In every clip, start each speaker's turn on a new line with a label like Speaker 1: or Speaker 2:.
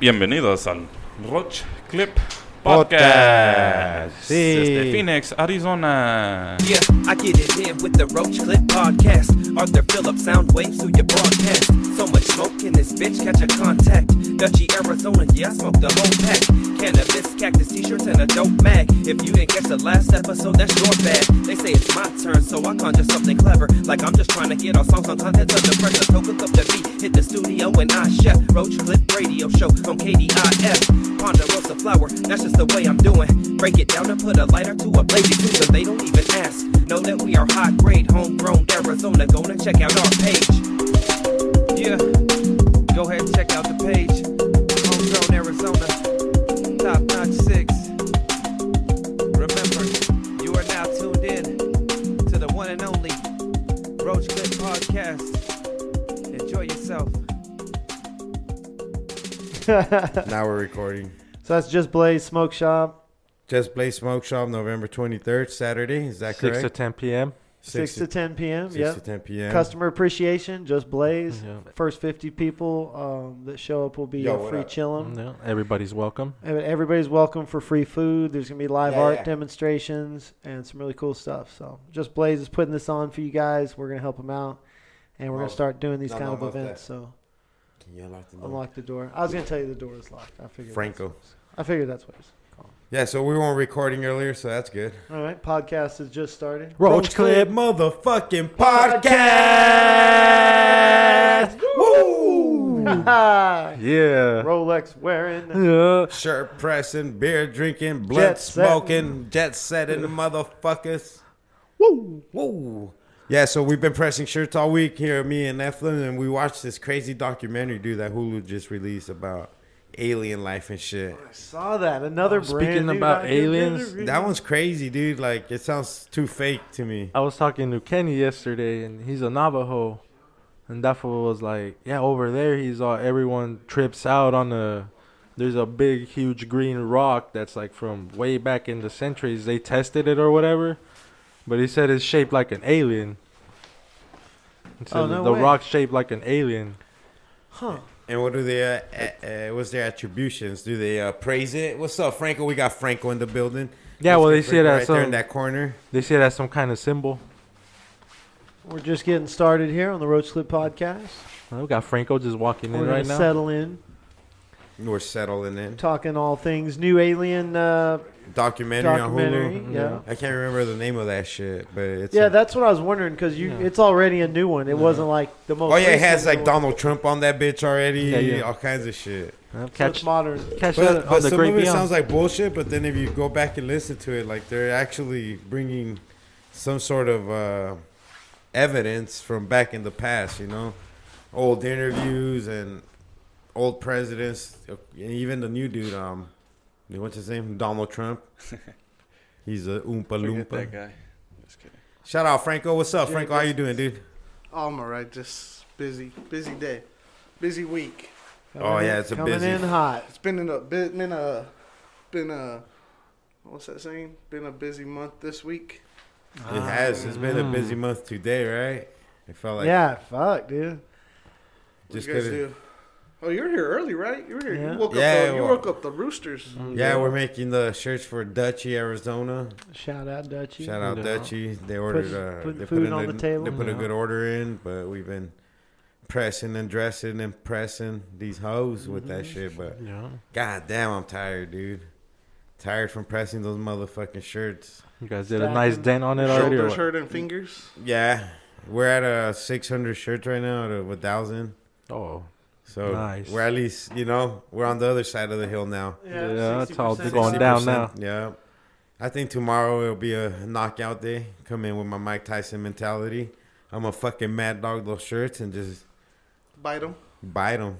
Speaker 1: Bienvenidos al Roach Clip
Speaker 2: Podcast.
Speaker 1: Podcast.
Speaker 2: Sí.
Speaker 1: Desde Phoenix, Arizona.
Speaker 3: Yeah, I get it in with the Roach Clip Podcast. Arthur Phillips, sound waves through your broadcast. So much smoke in this bitch, catch a contact. Dutchy, Arizona, yeah, I smoke the whole pack. Cannabis, cactus, t-shirts, and a dope mag. If you didn't catch the last episode, that's your bad. They say it's my turn, so I conjure something clever. Like I'm just trying to get our songs on content under pressure. So cook up the beat, hit the studio, and I chef. Roach Clip Radio Show on KDIF. Ponderosa flower, that's just the way I'm doing. Break it down and put a lighter to a blazing too, so they don't even ask. Know that we are high grade, homegrown Arizona. Go and check out our page. Yeah, go ahead and check out the page. Homegrown Arizona, top notch six. Remember, you are now tuned in to the one and only Roach Clip Podcast. Enjoy yourself.
Speaker 2: Now we're recording.
Speaker 4: So that's just Blaze Smoke Shop,
Speaker 2: Just Play Smoke Shop, November 23rd, Saturday. Is that
Speaker 5: Six to
Speaker 2: correct?
Speaker 5: ten p.m.
Speaker 4: six, to ten p.m.
Speaker 2: six
Speaker 4: Yep.
Speaker 2: to 10 p.m.
Speaker 4: Customer appreciation, just Blaze.
Speaker 5: Yeah.
Speaker 4: First fifty people um, that show up will be
Speaker 2: Yo,
Speaker 4: uh,
Speaker 2: what
Speaker 4: free
Speaker 2: up?
Speaker 4: chilling.
Speaker 5: Yeah, everybody's welcome.
Speaker 4: And Everybody's welcome for free food. There's gonna be live
Speaker 2: Yeah,
Speaker 4: art
Speaker 2: yeah.
Speaker 4: demonstrations and some really cool stuff. So just Blaze is putting this on for you guys. We're gonna help them out, and we're
Speaker 2: Well,
Speaker 4: gonna start doing these
Speaker 2: Oh, no,
Speaker 4: kind
Speaker 2: no,
Speaker 4: of
Speaker 2: about
Speaker 4: events.
Speaker 2: that.
Speaker 4: So
Speaker 2: Can you unlock the door?
Speaker 4: unlock the door. I was gonna tell you the door is locked. I figured.
Speaker 2: Franco.
Speaker 4: that's- I figured that's what it's called.
Speaker 2: Yeah, so we weren't recording earlier, so that's good.
Speaker 4: All right, podcast has just started.
Speaker 5: Roach clip.
Speaker 2: motherfucking podcast. Woo!
Speaker 5: Yeah.
Speaker 4: Rolex wearing.
Speaker 5: Yeah.
Speaker 2: Shirt pressing, beer drinking, blunt
Speaker 4: Jet setting.
Speaker 2: smoking, jet setting, motherfuckers.
Speaker 4: Woo!
Speaker 2: Woo! Yeah, so we've been pressing shirts all week here, me and Eflin, and we watched this crazy documentary, dude, that Hulu just released about alien life and shit.
Speaker 4: I saw that. Another brand
Speaker 5: Uh, Speaking
Speaker 4: new
Speaker 5: about
Speaker 4: documentary.
Speaker 5: aliens,
Speaker 2: That one's crazy, dude. Like, it sounds too fake to me.
Speaker 5: I was talking to Kenny yesterday, and he's a Navajo, and that fool was like, "Yeah, over there, he's all everyone trips out on a. There's a big, huge green rock that's like from way back in the centuries. They tested it or whatever, but he said it's shaped like an alien. He
Speaker 4: Oh,
Speaker 5: said
Speaker 4: no
Speaker 5: the
Speaker 4: way.
Speaker 5: rock's shaped like an alien.
Speaker 4: Huh.
Speaker 2: And what do they? Uh, uh, uh, what's their attributions? Do they uh, praise it? What's up, Franco? We got Franco in the building.
Speaker 5: Yeah, well, they see it
Speaker 2: right
Speaker 5: as
Speaker 2: there in
Speaker 5: some-
Speaker 2: that corner.
Speaker 5: They see it as some kind of symbol.
Speaker 4: We're just getting started here on the Roach Clip Podcast.
Speaker 5: Well, We got Franco just walking
Speaker 4: We're
Speaker 5: in
Speaker 4: gonna
Speaker 5: right now.
Speaker 4: settle in,
Speaker 2: We're settling in.
Speaker 4: talking all things new alien uh,
Speaker 2: Documentary,
Speaker 4: documentary.
Speaker 2: on Hulu.
Speaker 4: Yeah.
Speaker 5: Yeah.
Speaker 2: I can't remember the name of that shit, but it's
Speaker 4: Yeah,
Speaker 2: a-
Speaker 4: that's what I was wondering because you
Speaker 5: Yeah.
Speaker 4: it's already a new one. It wasn't like the most.
Speaker 2: Oh yeah, it has
Speaker 4: recent
Speaker 2: like
Speaker 4: one.
Speaker 2: Donald Trump on that bitch already.
Speaker 5: Yeah, yeah.
Speaker 2: All kinds of shit.
Speaker 5: Uh,
Speaker 4: So it's
Speaker 5: Catch,
Speaker 4: modern.
Speaker 5: catch
Speaker 2: But,
Speaker 5: that
Speaker 2: but
Speaker 5: on the
Speaker 2: some
Speaker 5: great
Speaker 2: of it
Speaker 5: beyond.
Speaker 2: sounds like bullshit. But then if you go back and listen to it, like they're actually bringing some sort of uh, evidence from back in the past. You know, old interviews and old presidents, and even the new dude. Um, what's his name? Donald Trump. He's a oompa
Speaker 1: Forget
Speaker 2: loompa.
Speaker 1: that guy. Just kidding.
Speaker 2: Shout out Franco. What's up, Franco? How you doing, dude?
Speaker 6: Oh, I'm alright. Just busy, busy day, busy week.
Speaker 2: Oh yeah, it's a
Speaker 4: coming
Speaker 2: busy.
Speaker 4: in hot.
Speaker 6: It's been in a bit, been a, been a, what's that saying? Been a busy month this week.
Speaker 2: It has. It's been a busy month today, right? It felt like
Speaker 4: yeah, fuck, dude.
Speaker 6: What
Speaker 2: just
Speaker 6: you guys
Speaker 2: couldn't-
Speaker 6: do? Oh, you're here early, right? You're here.
Speaker 4: Yeah.
Speaker 6: You woke
Speaker 2: Yeah,
Speaker 6: up. The,
Speaker 2: I
Speaker 6: you
Speaker 2: wa-
Speaker 6: woke up the roosters.
Speaker 5: Mm,
Speaker 2: Yeah, we're making the shirts for Dutchy, Arizona.
Speaker 4: Shout out Dutchy.
Speaker 2: Shout out
Speaker 5: Yeah.
Speaker 2: Dutchy. They ordered. uh,
Speaker 4: put
Speaker 2: they
Speaker 4: food
Speaker 2: in
Speaker 4: on
Speaker 2: a-
Speaker 4: the table.
Speaker 2: They put a
Speaker 5: Yeah.
Speaker 2: good order in, but we've been pressing and dressing and pressing these hoes with that shit. But
Speaker 5: yeah,
Speaker 2: god damn, I'm tired, dude. Tired from pressing those motherfucking shirts.
Speaker 5: you guys did a
Speaker 4: Stacking
Speaker 5: nice dent on it already. or
Speaker 6: Shoulders
Speaker 5: what?
Speaker 6: hurting, fingers.
Speaker 2: Yeah, we're at uh 600 shirts right now out of a thousand.
Speaker 5: Oh,
Speaker 2: So
Speaker 5: Nice.
Speaker 2: we're at least you know we're on the other side of the hill now.
Speaker 5: yeah, that's all
Speaker 4: 60%
Speaker 5: going down now.
Speaker 2: 60%, Yeah. I think tomorrow it'll be a knockout day. Come in with my Mike Tyson mentality. I'm a fucking mad dog those shirts and just
Speaker 6: Bite them.
Speaker 2: bite them.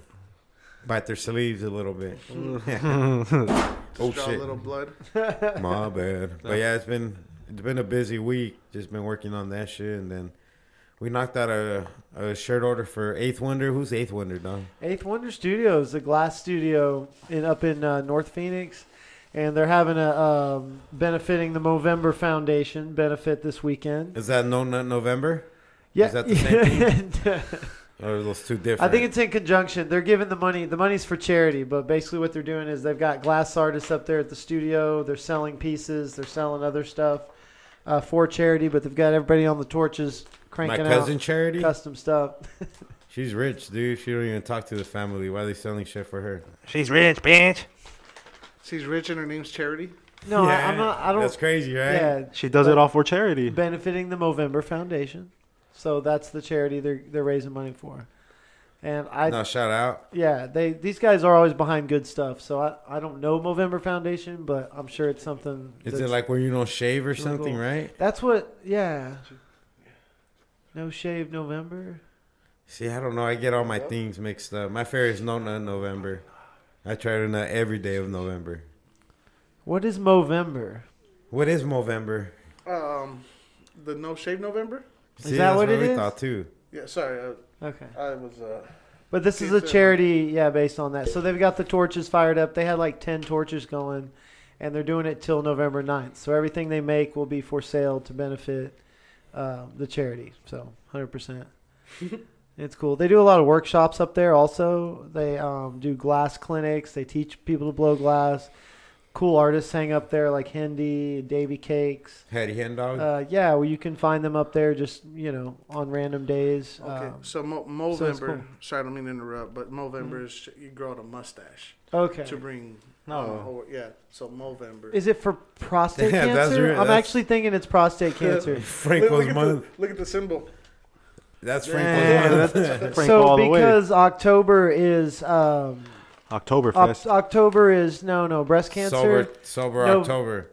Speaker 2: Bite their sleeves a little bit. oh
Speaker 6: draw
Speaker 2: shit.
Speaker 6: a little blood.
Speaker 2: My bad. But yeah, it's been it's been a busy week. Just been working on that shit and then we knocked out a, a shirt order for Eighth Wonder. Who's Eighth Wonder, dog?
Speaker 4: Eighth Wonder Studios, the glass studio in up in uh, North Phoenix, and they're having a um, benefiting the Movember Foundation benefit this weekend.
Speaker 2: Is that No Nut November?
Speaker 4: Yeah,
Speaker 2: that the same
Speaker 4: and, uh,
Speaker 2: Or are those two different?
Speaker 4: I think it's in conjunction. They're giving the money. The money's for charity, but basically what they're doing is they've got glass artists up there at the studio. They're selling pieces. They're selling other stuff uh, for charity, but they've got everybody on the torches
Speaker 2: my
Speaker 4: cranking
Speaker 2: cousin
Speaker 4: out
Speaker 2: Charity.
Speaker 4: custom stuff.
Speaker 2: She's rich, dude. She don't even talk to the family. Why are they selling shit for her?
Speaker 5: She's rich, bitch.
Speaker 6: She's rich and her name's Charity.
Speaker 4: No, I, I'm not. I don't.
Speaker 2: That's crazy, right?
Speaker 4: yeah,
Speaker 5: She does it all for charity.
Speaker 4: benefiting the Movember Foundation. So that's the charity they're they're raising money for. And I
Speaker 2: no, shout out.
Speaker 4: yeah, they these guys are always behind good stuff. So I, I don't know Movember Foundation, but I'm sure it's something
Speaker 2: Is it
Speaker 4: that's-
Speaker 2: like where you don't shave or something,
Speaker 4: Google.
Speaker 2: right?
Speaker 4: That's what yeah. No shave November.
Speaker 2: See, I don't know. I get all my things mixed up. My fair is no nut November. I try to nut every day of November.
Speaker 4: What is Movember?
Speaker 2: What is Movember?
Speaker 6: Um, the No Shave November.
Speaker 4: Is that what it
Speaker 2: we
Speaker 4: is?
Speaker 2: Thought too.
Speaker 6: Yeah, sorry,
Speaker 4: Okay.
Speaker 6: I, I was. Uh,
Speaker 4: But this is
Speaker 6: Two
Speaker 4: a
Speaker 6: thirty.
Speaker 4: charity, yeah, based on that. So they've got the torches fired up. They had like 10 torches going, and they're doing it till November 9th. So everything they make will be for sale to benefit um, the charity. So 100%. it's cool. They do a lot of workshops up there also. They um, do glass clinics, they teach people to blow glass. Cool artists hang up there like Hendy, Davy Cakes.
Speaker 2: Hattie Hen Dog.
Speaker 4: Uh, yeah, well, you can find them up there just, you know, on random days.
Speaker 6: okay,
Speaker 4: Um,
Speaker 6: so Mo-
Speaker 4: so it's
Speaker 6: Movember.
Speaker 4: cool. Mm-hmm.
Speaker 6: Sorry, I don't mean to interrupt, but Movember is sh- you grow out a mustache
Speaker 4: okay.
Speaker 6: to bring.
Speaker 5: No.
Speaker 6: um,
Speaker 2: Oh.
Speaker 6: or- yeah, so Movember.
Speaker 4: Is it for prostate
Speaker 2: Yeah, that's
Speaker 4: cancer?
Speaker 2: real-
Speaker 4: I'm
Speaker 2: that's-
Speaker 4: actually thinking it's prostate cancer.
Speaker 6: Look, look,
Speaker 2: Franco's
Speaker 6: at
Speaker 2: month.
Speaker 6: the, look at the symbol.
Speaker 2: That's
Speaker 5: Yeah,
Speaker 2: Franco's
Speaker 5: that's-
Speaker 2: month.
Speaker 5: Frank
Speaker 4: so
Speaker 5: all the way.
Speaker 4: because October is um,
Speaker 5: Oktoberfest.
Speaker 4: Oc- October is no no breast cancer
Speaker 2: sober, sober
Speaker 4: No.
Speaker 2: October.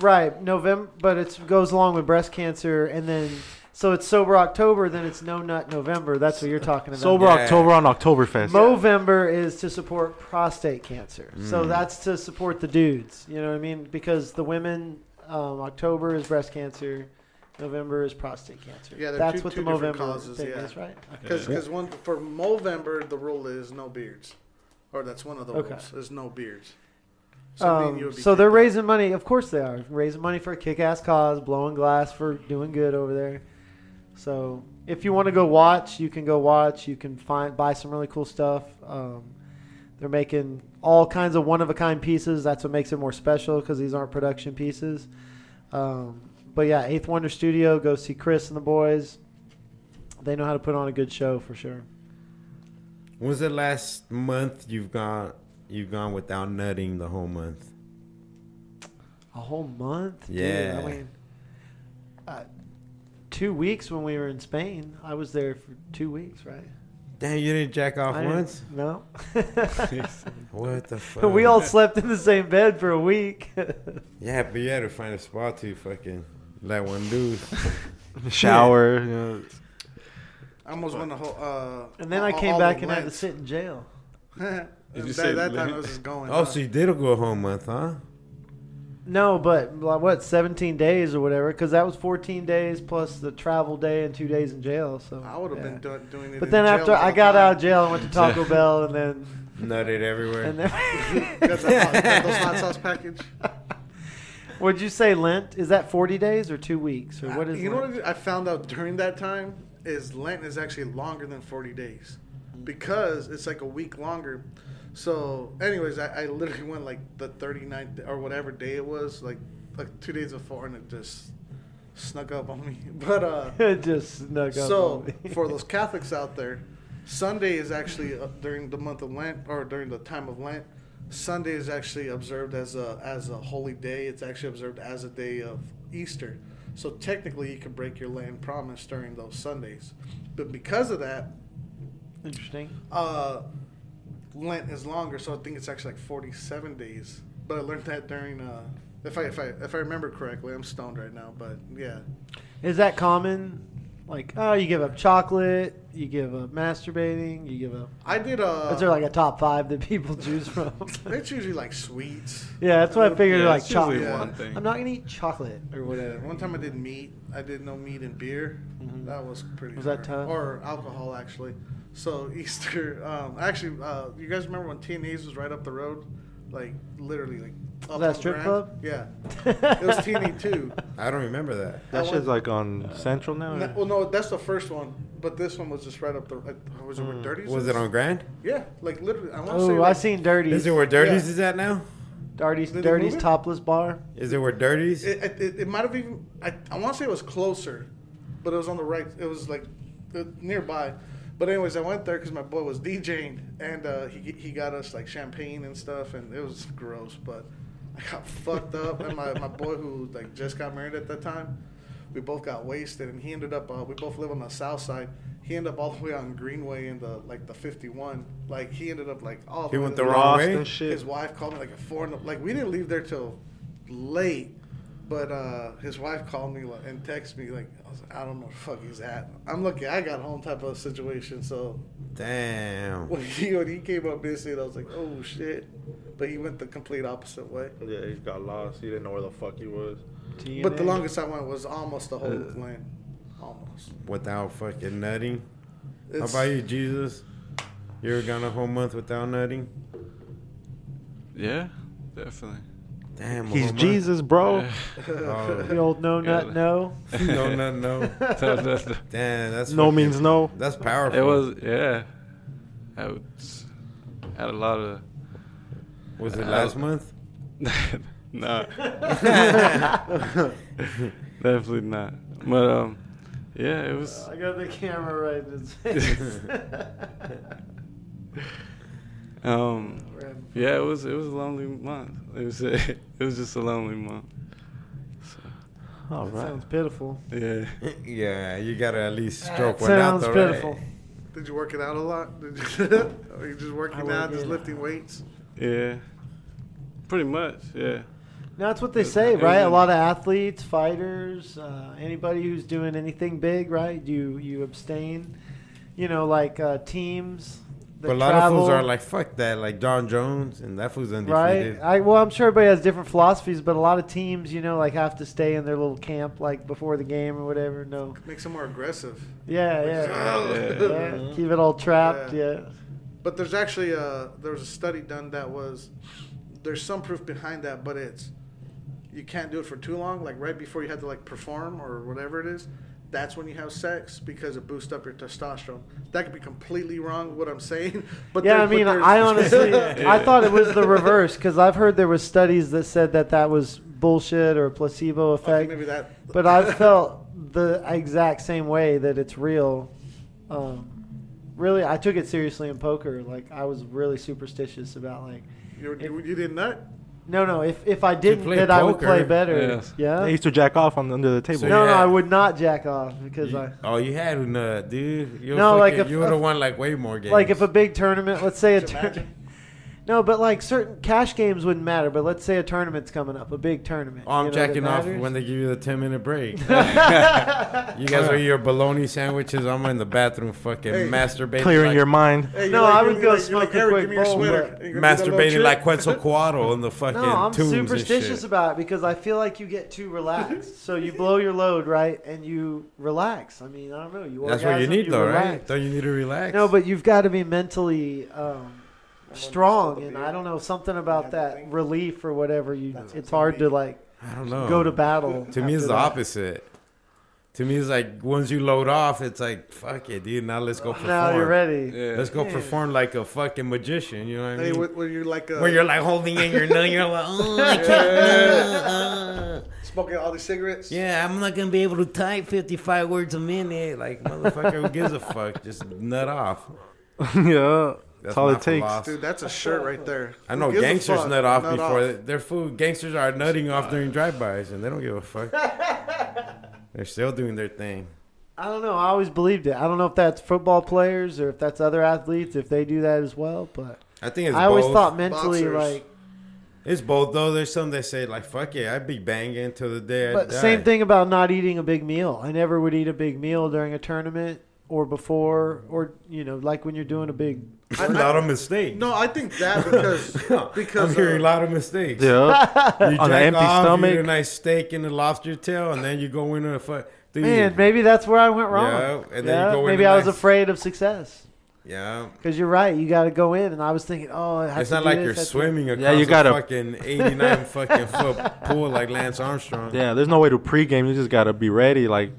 Speaker 4: right November but it goes along with breast cancer and then so it's sober October then it's no nut November that's what you're talking about
Speaker 5: Sober
Speaker 2: Yeah.
Speaker 5: October on Oktoberfest.
Speaker 4: Movember is to support prostate cancer so that's to support the dudes you know what I mean because the women um, October is breast cancer November is prostate cancer
Speaker 6: Yeah, they're
Speaker 4: that's
Speaker 6: two-
Speaker 4: what
Speaker 6: two
Speaker 4: the
Speaker 6: different
Speaker 4: Movember
Speaker 6: causes,
Speaker 4: thing
Speaker 6: yeah.
Speaker 4: is right
Speaker 6: Because one for Movember, the rule is no beards, or that's one of the
Speaker 4: Okay.
Speaker 6: rules. Is no beards. me and you
Speaker 4: Um,
Speaker 6: would be
Speaker 4: so they're
Speaker 6: kicked out.
Speaker 4: raising money. Of course they are raising money for a kick-ass cause, blowing glass for doing good over there. So if you want to go watch, you can go watch. You can find buy some really cool stuff. Um, they're making all kinds of one-of-a-kind pieces. That's what makes it more special because these aren't production pieces. Um, but yeah, Eighth Wonder Studio. Go see Chris and the boys. They know how to put on a good show for sure.
Speaker 2: When's the last month you've gone you've gone without nutting the whole month?
Speaker 4: A whole month? Dude,
Speaker 2: Yeah.
Speaker 4: I mean, uh, two weeks when we were in Spain. I was there for two weeks, right?
Speaker 2: Damn, you didn't jack off
Speaker 4: I didn't-
Speaker 2: once.
Speaker 4: No.
Speaker 2: What the fuck?
Speaker 4: we all slept in the same bed for a week.
Speaker 2: Yeah, but you had to find a spot to fucking let one loose.
Speaker 5: Shower. You know,
Speaker 6: I almost won the whole. Uh,
Speaker 4: and then
Speaker 6: all-
Speaker 4: I came
Speaker 6: all
Speaker 4: back
Speaker 6: of
Speaker 4: and had to
Speaker 6: Lent.
Speaker 4: sit in jail.
Speaker 1: Did
Speaker 6: And
Speaker 1: you
Speaker 6: that,
Speaker 1: say
Speaker 6: that time
Speaker 1: Lent?
Speaker 6: it was just going.
Speaker 2: Oh,
Speaker 6: up.
Speaker 2: so you did go home month, huh?
Speaker 4: No, but like, what, 17 days or whatever? Because that was 14 days plus the travel day and two days in jail. So
Speaker 6: I would have
Speaker 4: yeah.
Speaker 6: been do- doing it.
Speaker 4: But
Speaker 6: in
Speaker 4: then
Speaker 6: jail
Speaker 4: after
Speaker 6: the
Speaker 4: I
Speaker 6: whole
Speaker 4: got
Speaker 6: time.
Speaker 4: out of jail, I went to Taco Bell and then.
Speaker 2: Nutted everywhere.
Speaker 4: And then
Speaker 6: Got the hot- got those hot sauce package.
Speaker 4: Would you say Lent? Is that 40 days or two weeks? Or what is
Speaker 6: Uh, you know
Speaker 4: Lent?
Speaker 6: what I found out during that time is Lent is actually longer than 40 days
Speaker 4: Mm-hmm.
Speaker 6: because it's like a week longer. So, anyways, I, I literally went like the 39th or whatever day it was, like like two days before, and it just snuck up on me. But uh,
Speaker 4: It just snuck up.
Speaker 6: so
Speaker 4: on me.
Speaker 6: for those Catholics out there, Sunday is actually uh, during the month of Lent or during the time of Lent. Sunday is actually observed as a as a holy day. It's actually observed as a day of Easter. So technically, you can break your land promise during those Sundays, but because of that,
Speaker 4: interesting.
Speaker 6: uh, Lent is longer. So I think it's actually like forty-seven days. But I learned that during uh, if I if I if I remember correctly, I'm stoned right now. But yeah,
Speaker 4: Is that common? Like, oh, you give up chocolate, you give up masturbating, you give up.
Speaker 6: I did. Uh,
Speaker 4: is there like a top five that people choose from?
Speaker 6: it's usually like sweets.
Speaker 4: yeah, that's what I figured.
Speaker 1: Yeah,
Speaker 4: like
Speaker 1: it's usually
Speaker 4: chocolate.
Speaker 6: one
Speaker 1: thing.
Speaker 4: I'm not gonna eat chocolate or whatever.
Speaker 6: One time I did meat. I did no meat and beer. That was pretty.
Speaker 4: Mm-hmm. Was that tough?
Speaker 6: hard. Or alcohol actually. So Easter. Um, actually, uh, you guys remember when Teenage was right up the road, like literally like. Up
Speaker 4: that
Speaker 6: on
Speaker 4: strip
Speaker 6: Grand?
Speaker 4: club?
Speaker 6: Yeah, it was Teenage too.
Speaker 2: I don't remember that.
Speaker 5: that
Speaker 6: I
Speaker 5: shit's
Speaker 6: went-
Speaker 5: like on Central now.
Speaker 6: No, well, no, that's the first one. But this one was just right up the. uh, Was it where Dirty's?
Speaker 2: Was
Speaker 6: is?
Speaker 2: it on Grand?
Speaker 6: Yeah, like literally. I want to say.
Speaker 4: Oh, Mm. I
Speaker 6: like,
Speaker 4: seen Dirty's.
Speaker 2: Is it where Dirty's
Speaker 6: Yeah.
Speaker 2: is at now?
Speaker 4: Dirty's,
Speaker 6: Did they
Speaker 4: Dirty's
Speaker 6: move it?
Speaker 4: topless bar.
Speaker 2: Is it where Dirty's?
Speaker 6: It, it- it, it might have even. I, I want to say it was closer, but it was on the right. It was like uh, nearby. But anyways, I went there because my boy was DJing, and uh, he he got us like champagne and stuff, and it was gross. But I got fucked up, and my, my boy who like just got married at that time, we both got wasted, and he ended up. Uh, we both live on the south side. He ended up all the way on Greenway in the like the 51. Like he ended up like all.
Speaker 2: He
Speaker 6: way
Speaker 2: went
Speaker 6: to
Speaker 2: the wrong
Speaker 5: Lost
Speaker 2: way?
Speaker 5: and shit.
Speaker 6: his wife called me like at four. In the, like we didn't leave there till late, but uh, his wife called me like, and texted me like I, was like I don't know where the fuck he's at. I'm lucky I got home type of situation. So
Speaker 2: Damn.
Speaker 6: when he when he came up missing, I was like oh shit. But he went the complete opposite way.
Speaker 5: Yeah, he got lost. He didn't know where the fuck he was.
Speaker 6: But the longest I went was almost the whole
Speaker 4: Uh,
Speaker 6: lane, almost.
Speaker 2: Without fucking nutting. How
Speaker 6: It's-
Speaker 2: about you, Jesus? You ever gone a whole month without nutting?
Speaker 1: Yeah, definitely.
Speaker 2: Damn. a
Speaker 5: He's
Speaker 2: whole month?
Speaker 5: Jesus, bro.
Speaker 2: Oh.
Speaker 4: The old no nut no.
Speaker 2: no, no, no.
Speaker 1: So that's the-
Speaker 2: Damn, that's
Speaker 5: no
Speaker 2: fucking-
Speaker 5: means no.
Speaker 2: That's powerful.
Speaker 1: it was yeah. I was, had a lot of
Speaker 2: Was it last month?
Speaker 1: nah. Definitely not. But um, yeah, it was
Speaker 4: I got the camera right in his face.
Speaker 1: um, yeah, it was it was a lonely month. It was it was just a lonely month.
Speaker 5: All
Speaker 4: That
Speaker 5: right.
Speaker 4: sounds pitiful.
Speaker 1: Yeah.
Speaker 2: yeah, you gotta at least stroke
Speaker 4: That
Speaker 2: one out
Speaker 4: sounds
Speaker 2: though,
Speaker 4: pitiful.
Speaker 2: right?
Speaker 6: Did you work it out a lot? Did you, are you just
Speaker 4: I
Speaker 6: working
Speaker 4: work
Speaker 6: out, just
Speaker 4: it.
Speaker 6: lifting weights?
Speaker 1: Yeah. Pretty much, yeah.
Speaker 4: No, that's what they
Speaker 1: It-
Speaker 4: say,
Speaker 1: it
Speaker 4: right?
Speaker 1: was
Speaker 4: A
Speaker 1: in-
Speaker 4: lot of athletes, fighters, uh, anybody who's doing anything big, right? You you abstain. You know, like uh, teams. that
Speaker 2: But a lot of fools are
Speaker 4: travel,
Speaker 2: like, fuck that, like Don Jones, and that fool's
Speaker 4: Right.
Speaker 2: undefeated.
Speaker 4: I, well, I'm sure everybody has different philosophies, but a lot of teams, you know, like have to stay in their little camp, like before the game or whatever. No.
Speaker 6: Makes them more aggressive.
Speaker 4: Yeah, yeah. yeah. Keep it all trapped. Yeah.
Speaker 6: But there's actually a there was a study done that was there's some proof behind that, but it's you can't do it for too long. Like right before you have to like perform or whatever it is, that's when you have sex because it boosts up your testosterone. That could be completely wrong what I'm saying, but
Speaker 4: yeah,
Speaker 6: there-
Speaker 4: I
Speaker 6: but
Speaker 4: mean,
Speaker 6: there's-
Speaker 4: I honestly, I thought it was the reverse because I've heard there was studies that said that that was bullshit or placebo
Speaker 6: Okay,
Speaker 4: effect.
Speaker 6: maybe that.
Speaker 4: but I've felt the exact same way that it's real. Um, really, I took it seriously in poker. Like I was really superstitious about like,
Speaker 6: you, you, you didn't nut.
Speaker 4: no, no. If if I didn't,
Speaker 2: play
Speaker 4: that I would
Speaker 2: poker.
Speaker 4: play better.
Speaker 1: Yes.
Speaker 4: Yeah.
Speaker 5: They used to jack off on under the table.
Speaker 2: So
Speaker 4: no, no,
Speaker 2: yeah.
Speaker 4: I would not jack off because
Speaker 2: You-
Speaker 4: I.
Speaker 2: oh, you had a nut, dude. You're
Speaker 4: No, like if-
Speaker 2: you would have won like way more games.
Speaker 4: Like if a big tournament, let's say a
Speaker 6: Could you
Speaker 4: tournament.
Speaker 6: imagine?
Speaker 4: No, but like certain cash games wouldn't matter. But let's say a tournament's coming up, a big tournament.
Speaker 2: Oh, I'm
Speaker 4: you know, that
Speaker 2: jacking off
Speaker 4: matters.
Speaker 2: when they give you the 10 minute break. you guys are your bologna sandwiches. I'm in the bathroom fucking
Speaker 6: Hey.
Speaker 2: masturbating.
Speaker 5: Clearing
Speaker 2: like,
Speaker 5: your mind.
Speaker 6: Hey, you're
Speaker 4: No, I
Speaker 6: you're
Speaker 4: would go
Speaker 6: you're
Speaker 4: smoke a
Speaker 6: "Eric,
Speaker 4: quick
Speaker 6: give me your
Speaker 4: bowl, but-
Speaker 6: sweater." And you go do that little
Speaker 2: Masturbating
Speaker 6: chip.
Speaker 2: like Quetzalcoatl in the fucking
Speaker 4: No, I'm
Speaker 2: tombs and
Speaker 4: superstitious
Speaker 2: shit.
Speaker 4: about it because I feel like you get too relaxed. so you blow your load, right? And you relax. I mean, I don't know. You
Speaker 2: That's
Speaker 4: orgasm,
Speaker 2: what you need, though, right?
Speaker 4: relax.
Speaker 2: Don't you need to relax?
Speaker 4: No, but you've got to be mentally um, strong,
Speaker 6: the
Speaker 4: and
Speaker 6: beer.
Speaker 4: I don't know something
Speaker 6: have
Speaker 4: about
Speaker 6: to
Speaker 4: that
Speaker 6: think.
Speaker 4: relief or whatever. You,
Speaker 6: That's
Speaker 4: it's
Speaker 6: what
Speaker 4: hard
Speaker 6: they
Speaker 4: to
Speaker 6: make.
Speaker 4: like
Speaker 2: I don't know.
Speaker 4: go to battle.
Speaker 2: To me, it's the
Speaker 4: after that.
Speaker 2: opposite. To me, it's like once you load off, it's like fuck it, dude. Now let's go perform.
Speaker 4: Now you're ready.
Speaker 1: Yeah.
Speaker 2: Let's go perform like a fucking magician. You know what I
Speaker 6: Hey,
Speaker 2: mean?
Speaker 6: when when you're like uh, a,
Speaker 2: Where you're like holding in your nut, you're like, oh, I can't. uh, uh."
Speaker 6: smoking all these cigarettes.
Speaker 2: Yeah, I'm not gonna be able to type 55 words a minute. Like motherfucker, who gives a fuck? Just nut off.
Speaker 5: yeah. That's all
Speaker 2: my
Speaker 5: it takes.
Speaker 2: philosophy.
Speaker 6: Dude, that's a shirt right there.
Speaker 2: I
Speaker 6: Who
Speaker 2: know
Speaker 6: gives a
Speaker 2: gangsters
Speaker 6: fuck?
Speaker 2: nut off before their food. Gangsters are nutting off during drive-bys, and they don't give a fuck. They're still doing their thing.
Speaker 4: I don't know. I always believed it. I don't know if that's football players or if that's other athletes if they do that as well. But
Speaker 2: I think it's.
Speaker 4: I always
Speaker 2: both.
Speaker 4: thought mentally,
Speaker 6: Boxers.
Speaker 4: like
Speaker 2: It's both though. There's some that say like, "Fuck it, I'd be banging till the day I
Speaker 4: But
Speaker 2: die."
Speaker 4: same thing about not eating a big meal. I never would eat a big meal during a tournament or before or you know like when you're doing a big.
Speaker 2: a lot of mistakes.
Speaker 6: No, I think that because because
Speaker 2: I'm hearing
Speaker 6: uh,
Speaker 2: a lot of mistakes.
Speaker 5: Yeah.
Speaker 2: You
Speaker 5: On an
Speaker 2: jack
Speaker 5: empty
Speaker 2: off, You eat a
Speaker 5: stomach.
Speaker 2: nice steak and a lobster tail, and then you go into a fuck. dude.
Speaker 4: Man, maybe that's where I went wrong.
Speaker 2: Yeah, and then you go in
Speaker 4: maybe
Speaker 2: the
Speaker 4: I was
Speaker 2: next-
Speaker 4: afraid of success
Speaker 2: Yeah,
Speaker 4: because you're right. You got to go in, and I was thinking, oh, I have
Speaker 2: it's
Speaker 4: to
Speaker 2: not
Speaker 4: do
Speaker 2: like
Speaker 4: this,
Speaker 2: you're
Speaker 4: I have to-
Speaker 2: swimming across
Speaker 5: Yeah, you gotta-
Speaker 2: a fucking 89 fucking foot pool like Lance Armstrong.
Speaker 5: Yeah, there's no way to pregame. You just gotta be ready. Like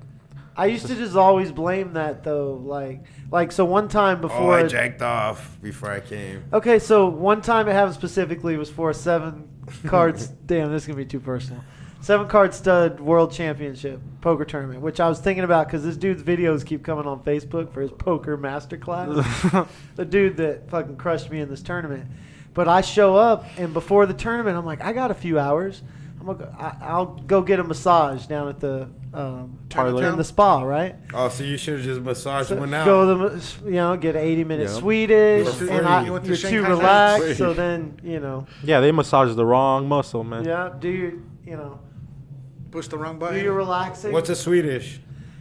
Speaker 4: I used to just always blame that though. Like, like so one time
Speaker 2: Oh,
Speaker 4: before.
Speaker 2: I jacked off before I came.
Speaker 4: Okay, so one time it happened specifically was for a seven cards. damn, this is gonna be too personal. Seven card stud world championship poker tournament, which I was thinking about because this dude's videos keep coming on Facebook for his poker masterclass. the dude that fucking crushed me in this tournament. But I show up and before the tournament, I'm like, I got a few hours. I'm gonna, go- I, I'll go get a massage down at the um,
Speaker 5: Parlor.
Speaker 4: in the spa, right?
Speaker 2: Oh, so you should have just massaged one out.
Speaker 4: Go to the, you know, get 80 minute
Speaker 5: Yeah.
Speaker 4: Swedish,
Speaker 2: You went to-
Speaker 4: and I,
Speaker 6: you
Speaker 4: you are
Speaker 6: went to
Speaker 4: too
Speaker 6: Shanghai
Speaker 4: relaxed.
Speaker 1: Nights.
Speaker 4: So then, you know,
Speaker 5: Yeah, they massage the wrong muscle, man.
Speaker 4: yeah, do your, you know,
Speaker 6: Push the wrong
Speaker 4: do your
Speaker 6: button.
Speaker 4: relaxing.
Speaker 2: What's a Swedish?